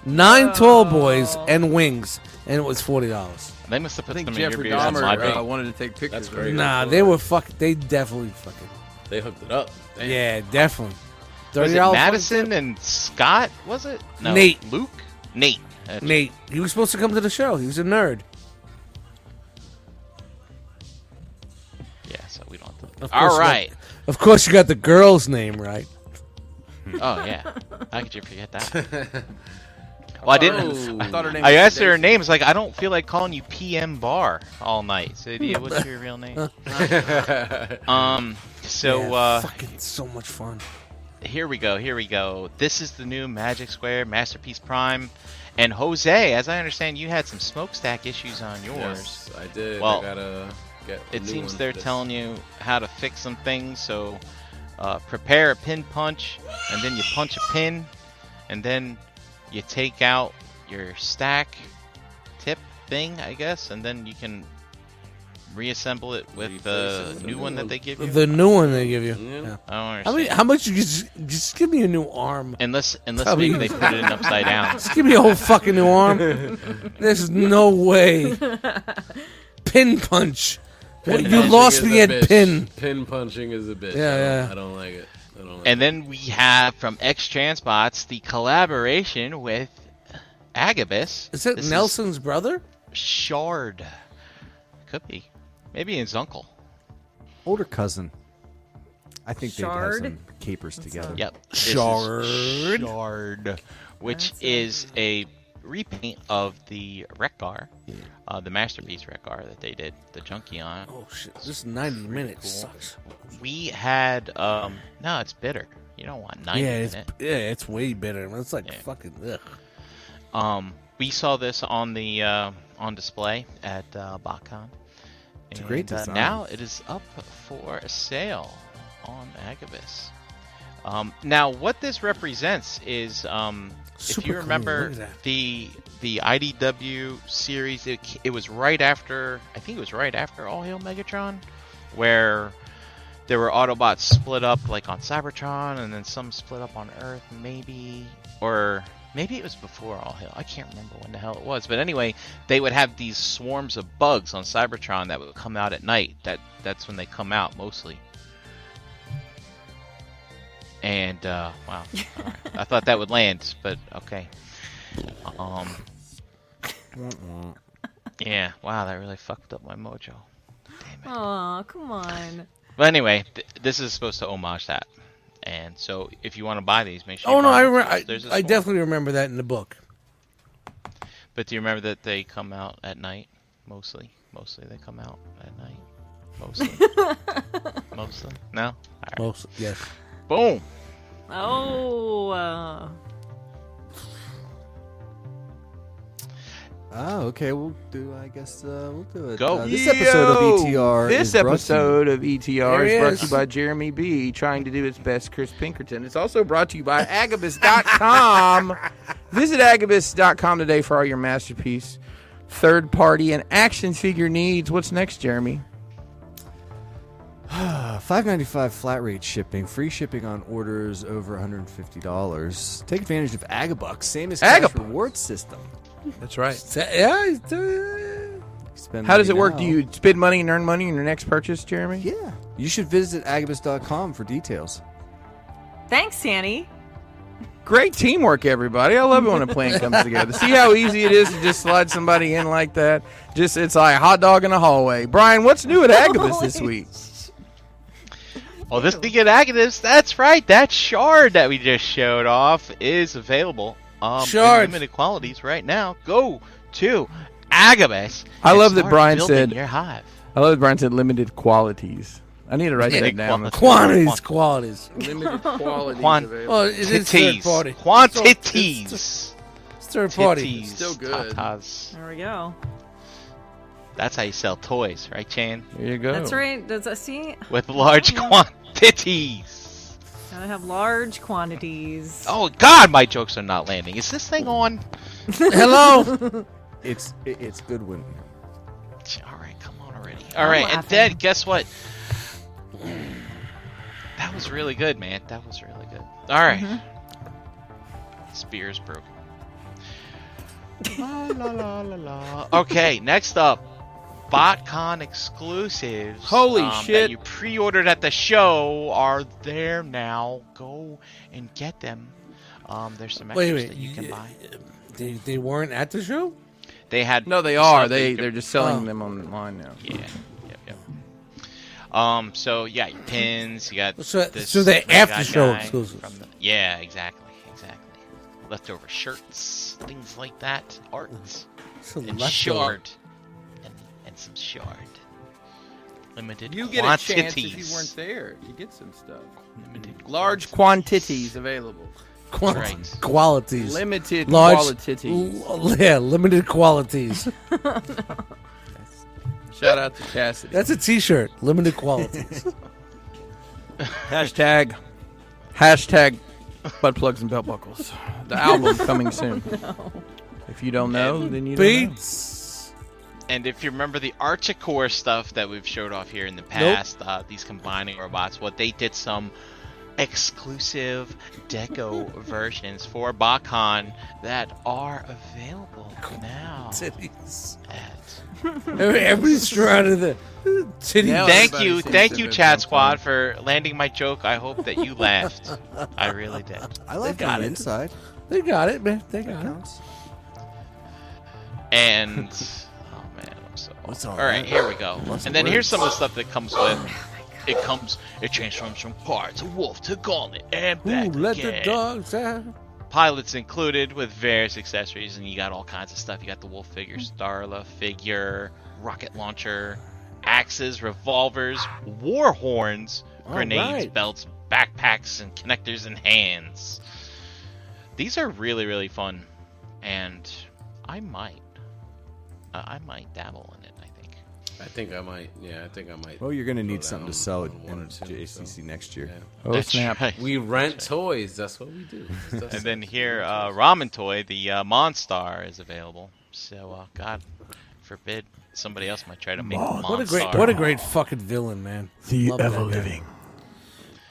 S1: nine tall boys, and wings, and it was forty dollars.
S4: They must have put
S3: I
S4: them
S3: think
S4: in your
S3: Jeffrey
S4: beard. That's
S3: Dahmer,
S4: my
S3: uh,
S4: bad.
S3: wanted to take pictures. of it.
S1: Nah, they were fuck. They definitely fucking.
S5: They hooked it up. Damn.
S1: Yeah, definitely.
S4: Was
S1: Thirty
S4: it
S1: dollars.
S4: Madison and Scott? Was it? No.
S1: Nate.
S4: Luke? Nate. That's-
S1: Nate, he was supposed to come to the show. He was a nerd.
S4: Yeah, so we don't have to.
S1: Of course
S4: All
S1: you got-
S4: right.
S1: of course, you got the girl's name right.
S4: Oh, yeah. How could you forget
S3: [laughs]
S4: that? Well, I didn't.
S3: Oh. I thought her name
S4: I
S3: was
S4: asked her her
S3: Stacy.
S4: name. It's like I don't feel like calling you PM Bar all night. So, yeah, what's your real name? um. So
S1: Yeah,
S4: uh,
S1: fucking so much fun.
S4: here we go. Here we go. This is the new Magic Square Masterpiece Prime, and Jose. As I understand, you had some smokestack issues on yours.
S5: Yes, I did.
S4: Well,
S5: I gotta get. a
S4: It
S5: new
S4: seems
S5: one
S4: they're
S5: for this.
S4: telling you how to fix some things, so uh, prepare a pin punch, and then you punch a pin, and then you take out your stack tip thing, I guess, and then you can reassemble it with the new one that they give you.
S1: The new one they give you. Yeah.
S4: I don't
S1: How, many,
S4: understand.
S1: how much you just just give me a new arm?
S4: Unless, unless
S1: Probably-
S4: maybe they put
S1: [laughs]
S4: it in upside down.
S1: Just give me a whole fucking new [laughs] arm. There's no way. Pin punch.
S5: Pin
S1: you
S5: punching
S1: lost
S5: is
S1: me
S5: a
S1: at
S5: bitch.
S1: pin.
S5: Pin punching is a bitch.
S1: Yeah,
S5: I don't-
S1: yeah.
S5: I don't like it. I don't like
S4: And then we have from X Transbots the collaboration with Agabus.
S1: Is it
S4: This
S1: Nelson's brother?
S4: Shard. Could be. Maybe his uncle.
S7: Older cousin. I think they have
S4: Shard?
S7: some capers together.
S4: Yep. This is
S7: Shard.
S4: Shard, which is a repaint of the wreck car, uh, the masterpiece wreck car that they did the junkie on.
S1: Oh shit! This ninety minutes sucks.
S4: We had um, no, it's bitter. You don't want ninety.
S1: yeah, it's,
S4: minute.
S1: yeah, it's way better. man. It's like fucking ugh.
S4: Um, we saw this on the uh, on display at uh, BotCon.
S15: It's a great
S4: uh,
S15: design.
S4: now it is up for sale on Agabus. Um, now, what this represents is, um, if
S1: Super
S4: you
S1: cool,
S4: remember
S1: look at that.
S4: the the IDW series, it, c- it was right after I think it was right after All Hail Megatron, where there were Autobots split up like on Cybertron, and then some split up on Earth, maybe, or maybe it was before All Hail. I can't remember when the hell it was, but anyway, they would have these swarms of bugs on Cybertron that would come out at night. That that's when they come out mostly. And uh, wow, All right. I thought that would land, but okay. Um, yeah, wow, that really fucked up my mojo.
S2: Aw, come on.
S4: But anyway, th- this is supposed to homage that. And so, if you want to buy these, make sure. you
S1: Oh no,
S4: buy
S1: I
S4: them.
S1: remember. I,
S4: There's a
S1: I
S4: swarm.
S1: definitely remember that in the book.
S4: But do you remember that they come out at night? Mostly. Mostly they come out at night. Mostly.
S1: [laughs]
S4: Mostly. No? All right.
S1: Mostly, yes.
S4: Boom.
S2: Oh, uh,
S7: Oh, okay. We'll do. I guess uh, we'll do it.
S3: Go.
S7: Uh, this episode
S3: Oh, Yo!
S7: of ETR.
S3: This
S7: is brought to you-
S3: episode of ETR
S7: There
S3: is
S7: he
S3: brought
S7: is.
S3: to you by Jeremy B. Trying to do his best, Chris Pinkerton. It's also brought to you by [laughs]
S7: [laughs]
S3: Agabus.com. Visit Agabus.com today for all your masterpiece, third party, and action figure needs. What's next, Jeremy?
S7: 595 uh, flat rate shipping, free shipping on orders over $150. Take advantage of Agabucks, same as Cash reward system.
S1: That's right. Uh, Yeah. uh,
S7: Spend
S3: How does it
S7: money
S3: work?
S7: now.
S3: Do you spend money and earn money in your next purchase, Jeremy?
S7: Yeah. You should visit agabus.com for details.
S2: thanks, Hanny.
S3: Great teamwork, everybody. I love it when a plan
S7: [laughs]
S3: comes together. See how easy it is to just slide somebody in like that. Just it's like a hot dog in the hallway. Brian, what's new at Agabus this
S7: [laughs]
S3: week?
S4: Well, Oh, this Legion Agnes, that's right. That shard that we just showed off is available um,
S3: Shard.
S4: in limited qualities right now. Go to Agabus.
S3: I
S4: and
S3: love that
S4: start
S3: Brian
S4: building
S3: said.
S4: Your hive.
S3: I love that Brian said limited qualities. I need to write that
S4: Limited
S3: down.
S4: qualities.
S1: Quantities, qualities.
S5: Limited qualities
S4: Quan-
S5: available.
S1: Well, it is third
S4: Titties.
S1: party.
S4: Quantities.
S1: It's third party.
S4: Titties, tatas.
S2: There we go.
S4: That's how you sell toys, right, Chan?
S3: There you go.
S4: Oh.
S2: That's right. Does that see?
S4: With large quantities.
S2: I have large quantities.
S4: Oh God, my jokes are not landing. Is this thing on?
S1: [laughs] Hello.
S7: It's it- it's Goodwin.
S4: All right, come on already.
S7: I'm
S4: All right, and
S7: laughing.
S4: then guess what? That was really good, man. That was really good. All right. This beer's broken. Mm-hmm. la, la, la, la, la. [laughs] Okay, next up, BotCon exclusives.
S3: Holy
S4: um,
S3: shit.
S4: That you pre-ordered at the show are there now. Go and get them. Um, there's some extras
S1: Wait, wait.
S4: that you can buy.
S1: They, they weren't at the show.
S4: They had
S3: No, they are.
S4: so
S3: They
S4: could-
S3: they're just selling
S1: Oh.
S3: them online now.
S4: Yeah. Yep, yep. Um. So yeah, your pins. You got
S1: So-
S4: this
S1: so they're
S4: red
S1: after
S4: guy
S1: show
S4: guy
S1: exclusives.
S4: from the- yeah, exactly, exactly. Leftover shirts, things like that, art,
S1: So
S4: and
S1: Mm-hmm. leftover.
S4: shard, and, and some shard. Limited
S3: You get
S4: quantities.
S3: a chance if you weren't there. You get some stuff. Large quantities available.
S1: Quant-
S3: Right.
S1: Qualities.
S3: Limited
S1: Large,
S3: qualities.
S1: l- yeah, limited qualities. [laughs]
S3: Shout out to Cassidy.
S1: That's a T-shirt. Limited
S5: [laughs]
S1: qualities.
S3: Hashtag. Hashtag. Butt plugs and belt buckles. The [laughs] album coming soon. If you don't know, then you don't know.
S1: Beats.
S4: And if you remember the Archicore stuff that we've showed off here in the past, uh, these combining robots, what they did some exclusive deco versions for BotCon that are available now.
S1: Every- Everybody's trying to the titty.
S4: Now thank you, thank you, Chat Squad, for landing my joke. I hope that you laughed. I really did.
S7: I like
S1: got
S7: the
S1: it.
S7: inside.
S1: They got it, man. They got it. [laughs]
S4: And oh man, I'm so.
S1: What's
S4: all
S1: all
S4: right,
S1: that?
S4: here we go.
S1: Lost
S4: and then here's
S1: words.
S4: some of the stuff that comes with. It comes. It transforms from car to wolf to gauntlet and
S1: Who
S4: back
S1: let
S4: again.
S1: the dogs out?
S4: pilots included with various accessories, and you got all kinds of stuff. You got the wolf figure,
S1: Mm-hmm.
S4: Starla figure, rocket launcher, axes, revolvers, war horns,
S1: All
S4: grenades,
S1: right.
S4: belts, backpacks, and connectors and hands. These are really really fun, and I might, uh, I might dabble in it. I think.
S5: I think I might. Yeah, I think I might.
S7: Well, you're going to need something to sell it in JACC next year.
S5: Oh, That's snap. We rent toys. That's what we do.
S4: [laughs]
S5: That's
S4: and then here, uh, Ramen Toy, the uh, Monstar is available. So, uh, God forbid somebody else might try to make Monstar.
S1: What a great, what a great fucking villain, man.
S7: The
S1: that
S7: ever
S1: guy.
S7: living.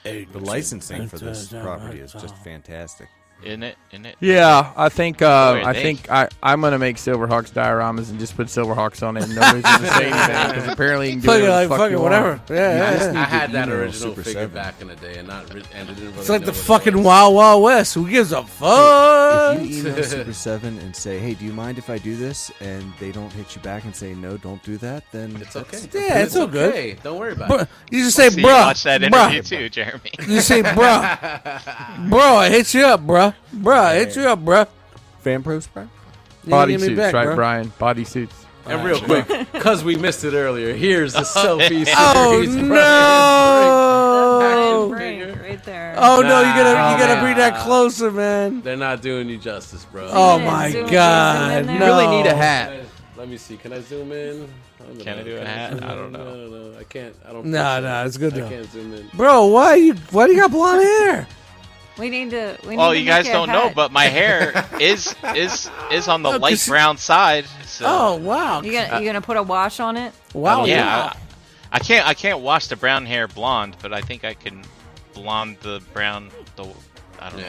S7: The licensing for this property is just fantastic.
S4: In it, in it.
S3: Yeah, I think uh,
S4: Boy,
S3: I
S4: they-
S3: think I I'm gonna make Silverhawks dioramas and just put Silverhawks on it. and Nobody's gonna say
S5: [laughs]
S3: anything because apparently you can do
S1: Fuck it,
S3: whatever the
S1: like,
S3: fuck
S1: fuck
S3: you
S1: it,
S3: want.
S1: whatever. Yeah, yeah, yeah.
S5: I had that original
S7: Super
S5: figure
S7: Seven.
S5: back in the day, and not re- and I didn't really
S1: It's like
S5: know
S1: the
S5: what it
S1: fucking Wild Wild West. Who gives a fuck?
S7: If you email Super Seven and say, "Hey, do you mind if I do this?" and they don't hit you back and say, "No, don't do that," then
S5: It's okay.
S1: Yeah, it's all good.
S5: okay. Don't worry about
S1: Bru-
S5: it.
S1: You just say,
S5: See,
S1: bruh.
S5: you watched that interview
S1: bruh."
S5: too, Jeremy.
S1: You say,
S5: [laughs]
S1: bruh. bro, I hit you up, bruh. Bruh, I hit you up, bruh.
S7: Fan pros, bruh?
S3: Body suits, right, Brian? Body suits.
S1: [laughs]
S5: And real quick, because we missed it earlier, here's the selfie series. [laughs]
S1: Oh,
S4: Oh.
S1: no.
S2: right there.
S1: Oh, no, you gotta,
S5: Nah.
S1: you gotta bring that closer, man.
S5: They're not doing you justice, bro.
S1: Oh, my God. No.
S5: Let me see. Can I zoom in? I don't
S4: Can I
S5: know.
S4: do a
S5: Can
S4: hat?
S5: zoom
S4: I
S5: in?
S4: don't know.
S5: No, no, no. I can't. I don't.
S1: No,
S5: think so.
S1: no, it's good
S5: I
S1: though.
S5: can't zoom in.
S1: Bro, why you why do you got blonde
S5: [laughs]
S1: hair?
S2: We need to. We need
S4: Well,
S2: to
S4: Oh, you
S2: make
S4: guys
S2: a
S4: don't know,
S2: hat.
S4: but my hair is is is on the
S2: Oh, 'cause
S4: light
S2: you-
S4: brown side. So,
S5: Oh,
S1: Oh, wow!
S2: You gonna you gonna put a wash on it?
S4: I don't- Oh, yeah. I, I can't I can't wash the brown hair blonde, but I think I can blonde the brown. The I don't know.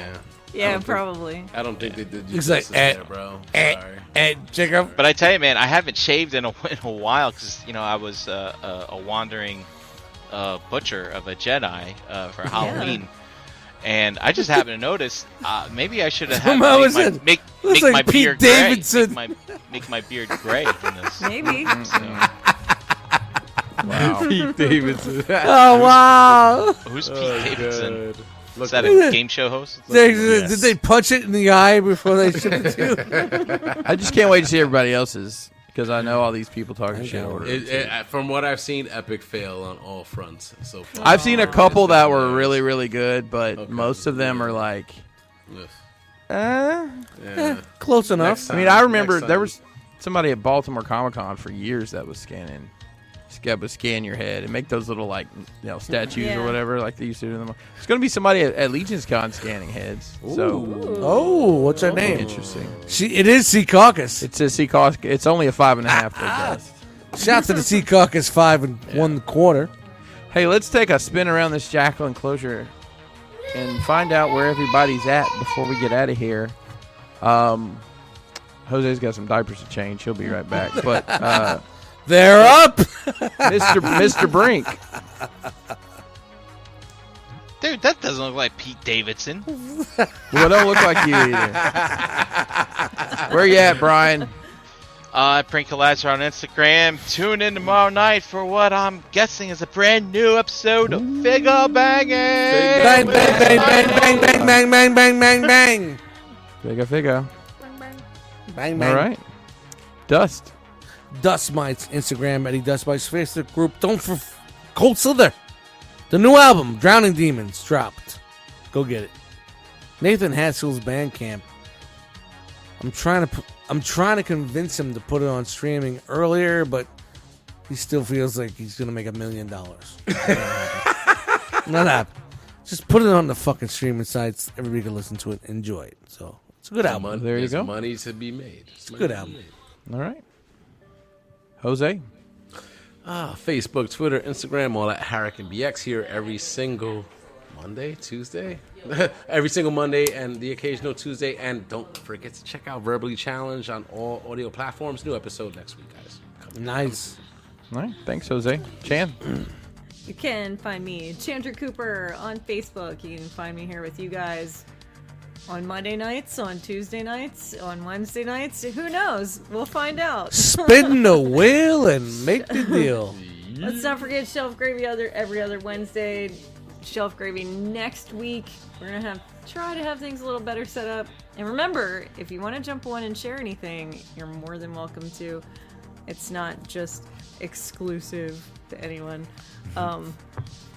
S2: Yeah,
S5: don't
S4: [laughs]
S5: think-
S2: probably.
S5: I don't think they did you
S4: Looks like,
S5: justice
S4: eh,
S5: there, bro.
S4: eh,
S5: Sorry.
S4: But I tell you, man, I haven't shaved in a, [laughs] in a while because you know I was uh, a, a wandering uh, butcher of a Jedi uh, for Halloween, and I just happened to notice uh, maybe I should
S1: [laughs]
S4: have had
S1: Somehow
S4: make
S1: it
S4: my,
S1: said-
S4: make,
S1: looks
S4: make
S1: like
S4: my
S1: Pete
S4: beard gray,
S1: Davidson.
S4: Make, my, make my beard gray. In
S1: [laughs]
S4: this.
S2: Maybe.
S4: Wow.
S5: Pete Davidson.
S1: [laughs] Oh,
S5: [laughs]
S1: wow.
S4: Who's Pete
S5: Oh,
S4: Davidson?
S5: Look
S4: Is
S1: [laughs]
S4: that
S1: at
S4: a
S1: it.
S4: game show host?
S1: They, Did they punch it in the eye before they shipped
S5: [laughs]
S1: it to you?
S3: [laughs] I just can't wait to see everybody else's because I know all these people talking shit. over
S5: It- it- uh, from what I've seen, epic fail on all fronts so far.
S3: I've seen a couple that were really, really good, but most of them are like. Uh,
S5: Yeah.
S1: close
S5: enough.
S3: I mean, I
S5: Next
S3: remember
S5: time.
S3: there was somebody at Baltimore Comic Con for years that was scanning. That would scan your head and make those little like you know statues
S1: Yeah.
S3: or whatever like they used to do them. It's going to be somebody at, at Legion's Con scanning heads. So
S1: Oh, what's her name?
S3: Interesting.
S1: She, it is Sea Caucus.
S3: It's a Sea Caucus. It's only a five and a half. they
S5: [laughs]
S3: guessed.
S1: Shout to the Sea Caucus five and one quarter.
S3: Hey, let's take a spin around this jackal enclosure and find out where everybody's at before we get out of here. Um, Jose's got some diapers to change. He'll be right back. But uh, [laughs]
S1: they're up,
S3: Mister Mister Brink.
S4: Dude, that doesn't look like Pete Davidson.
S3: Well, I don't look like you either. Where you at, Brian?
S4: Uh, Prank Collage on Instagram. Tune in tomorrow night for what I'm guessing is a brand new episode of Figure Banging.
S1: Bang, bang, bang, bang, bang, bang, bang, bang, bang, bang, bang,
S3: Figo, figo.
S1: bang, bang.
S3: All right. Dust.
S1: Dust Mites Instagram, Eddie Dust Mites Facebook group. Don't for Cold Slither. The new album, Drowning Demons, dropped. Go get it. Nathan Haskell's Bandcamp. I'm trying to pu- I'm trying to convince him to put it on streaming earlier, but he still feels like he's gonna make a million dollars. [laughs] Not happen. Just put it on the fucking streaming sites. Everybody can listen to it, enjoy it. So it's a good
S5: There's
S1: album.
S5: mon-
S3: There you
S5: there's
S3: go.
S5: Money to be made. It's
S1: a good album.
S3: All right. Jose.
S5: Ah, Facebook, Twitter, Instagram, all at Harrick and BX here every single Monday, Tuesday, [laughs] every single Monday and the occasional Tuesday. And don't forget to check out Verbally Challenge on all audio platforms. New episode next week, guys.
S1: Nice.
S3: All right. Thanks, Jose.
S1: [clears throat]
S3: Chan.
S2: You can find me, Chandra Cooper, on Facebook. You can find me here with you guys on Monday nights, on Tuesday nights, on Wednesday nights. Who knows? We'll find out.
S1: Spin the wheel and make the deal.
S2: Let's not forget Shelf Gravy other every other Wednesday. Shelf Gravy next week. We're gonna have try to have things a little better set up. And remember, if you want to jump one and share anything, you're more than welcome to. It's not just exclusive to anyone. Um,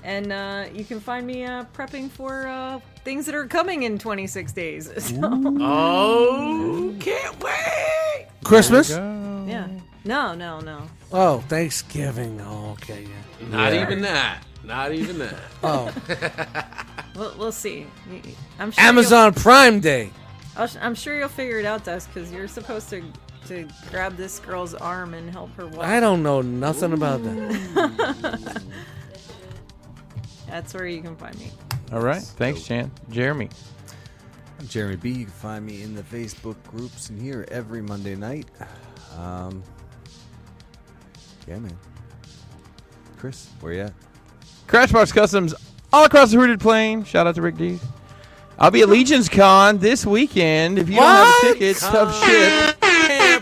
S2: and uh, you can find me uh, prepping for uh, things that are coming in 26 days. [laughs] So,
S9: Oh, can't wait!
S1: Christmas?
S2: yeah. No, no, no.
S1: Oh, Thanksgiving. Oh, okay. Yeah.
S5: Not
S1: Yeah.
S5: even that. Not
S3: [laughs]
S5: even that.
S1: Oh.
S2: We'll, we'll see. Y- y- I'm sure
S1: Amazon Prime Day.
S2: You'll, I'll, I'm sure you'll figure it out, Dust, because you're supposed to to grab this girl's arm and help her walk.
S1: I don't know nothing about that.
S2: That's where you can find me.
S3: All right. Thanks, Jan. Jeremy.
S7: I'm Jeremy B. You can find me in the Facebook groups and here every Monday night. Um, yeah, man. Chris, where you at?
S3: Crashbox Customs all across the hooded plain. Shout out to Rick D. I'll be at Legion's Con this weekend. If you don't have a ticket, tough shit.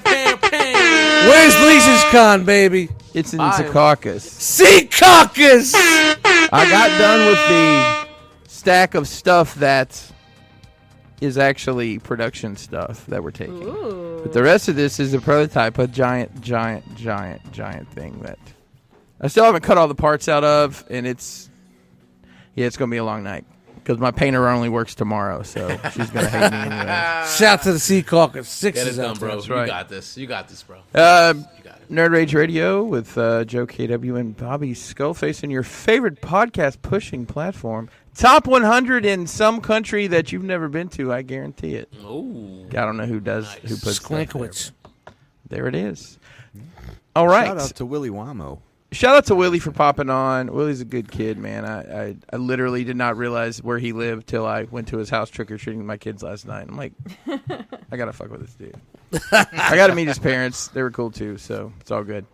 S1: Where's Legion's Con, baby?
S3: It's in Secaucus.
S1: Sea Caucus!
S3: I got done with the stack of stuff that is actually production stuff that we're taking. But the rest of this is a prototype, a giant, giant, giant, giant thing that I still haven't cut all the parts out of, and it's yeah, it's gonna be a long night because my painter only works tomorrow, so she's gonna hate me anyway.
S1: [laughs] Shout to the Sea Caucus. Six
S5: Get it
S1: is
S5: done,
S1: out there.
S5: bro.
S3: That's right.
S5: You got this. You got this, bro.
S3: Uh, Nerd Rage Radio with uh, Joe KW and Bobby Skullface on your favorite podcast pushing platform. Top 100 in some country that you've never been to, I guarantee it.
S5: Mm. Ooh.
S3: I don't know who does who puts that there,
S1: Sklankowicz.
S3: but There it is. All right.
S7: Shout out to Willie Wamo.
S3: Shout out to Willie for popping on. Willie's a good kid, man. I, I, I literally did not realize where he lived till I went to his house trick or treating with my kids last night. I'm like, I gotta fuck with this dude. I gotta meet his parents. They were cool too, so it's all good.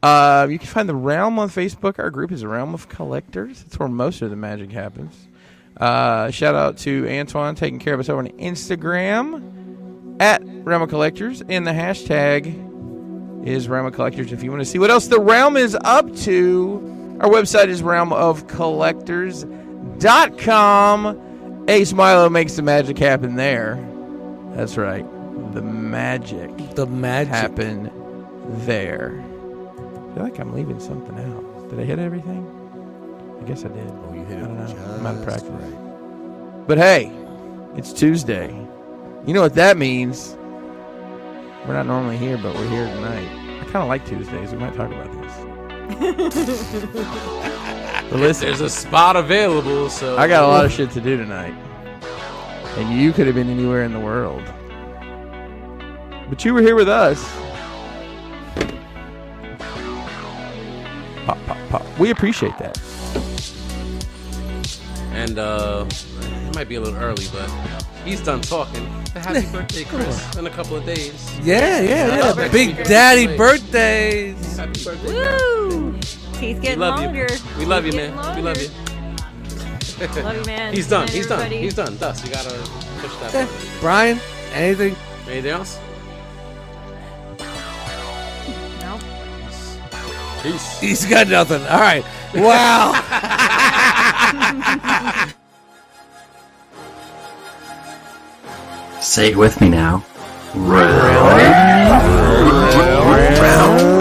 S3: Uh, you can find the Realm on Facebook. Our group is Realm of Collectors. That's where most of the magic happens. Uh, shout out to Antoine taking care of us over on Instagram at Realm of Collectors, and the hashtag is Realm of Collectors. If you want to see what else the Realm is up to, our website is realmofcollectors.com. Ace Milo makes the magic happen there. That's right. The magic.
S1: The magic.
S3: Happen there. I feel like I'm leaving something out. Did I hit everything? I guess I did. Oh, you hit I don't know. I'm out of practice. But hey, it's Tuesday. You know what that means? We're not normally here, but we're here tonight. I kind of like Tuesdays. We might talk about this. But listen,
S5: There's a spot available, so
S3: I got a lot
S5: [laughs]
S3: of shit to do tonight. And you could have been anywhere in the world. But you were here with us. Pop, pop, pop. We appreciate that.
S5: And uh, it might be a little early, but he's done talking.
S2: [laughs]
S5: Happy birthday, Chris! In a couple of days.
S1: Yeah, yeah, yeah.
S5: Happy
S1: Big
S5: birthday.
S1: Daddy birthdays.
S5: Happy birthday.
S2: Woo! Teeth getting
S5: love you.
S2: longer.
S5: We love you,
S2: Teeth
S5: man.
S2: getting
S5: We love
S2: longer.
S5: you.
S2: Love you, man.
S5: He's done.
S2: Good night,
S5: He's done.
S2: everybody.
S5: He's done. Dust. You gotta push that.
S1: Yeah.
S5: button.
S1: Brian, anything?
S5: Anything else?
S2: No.
S5: Peace.
S1: He's got nothing. All right. Wow.
S13: Say it with me now. Round. Round.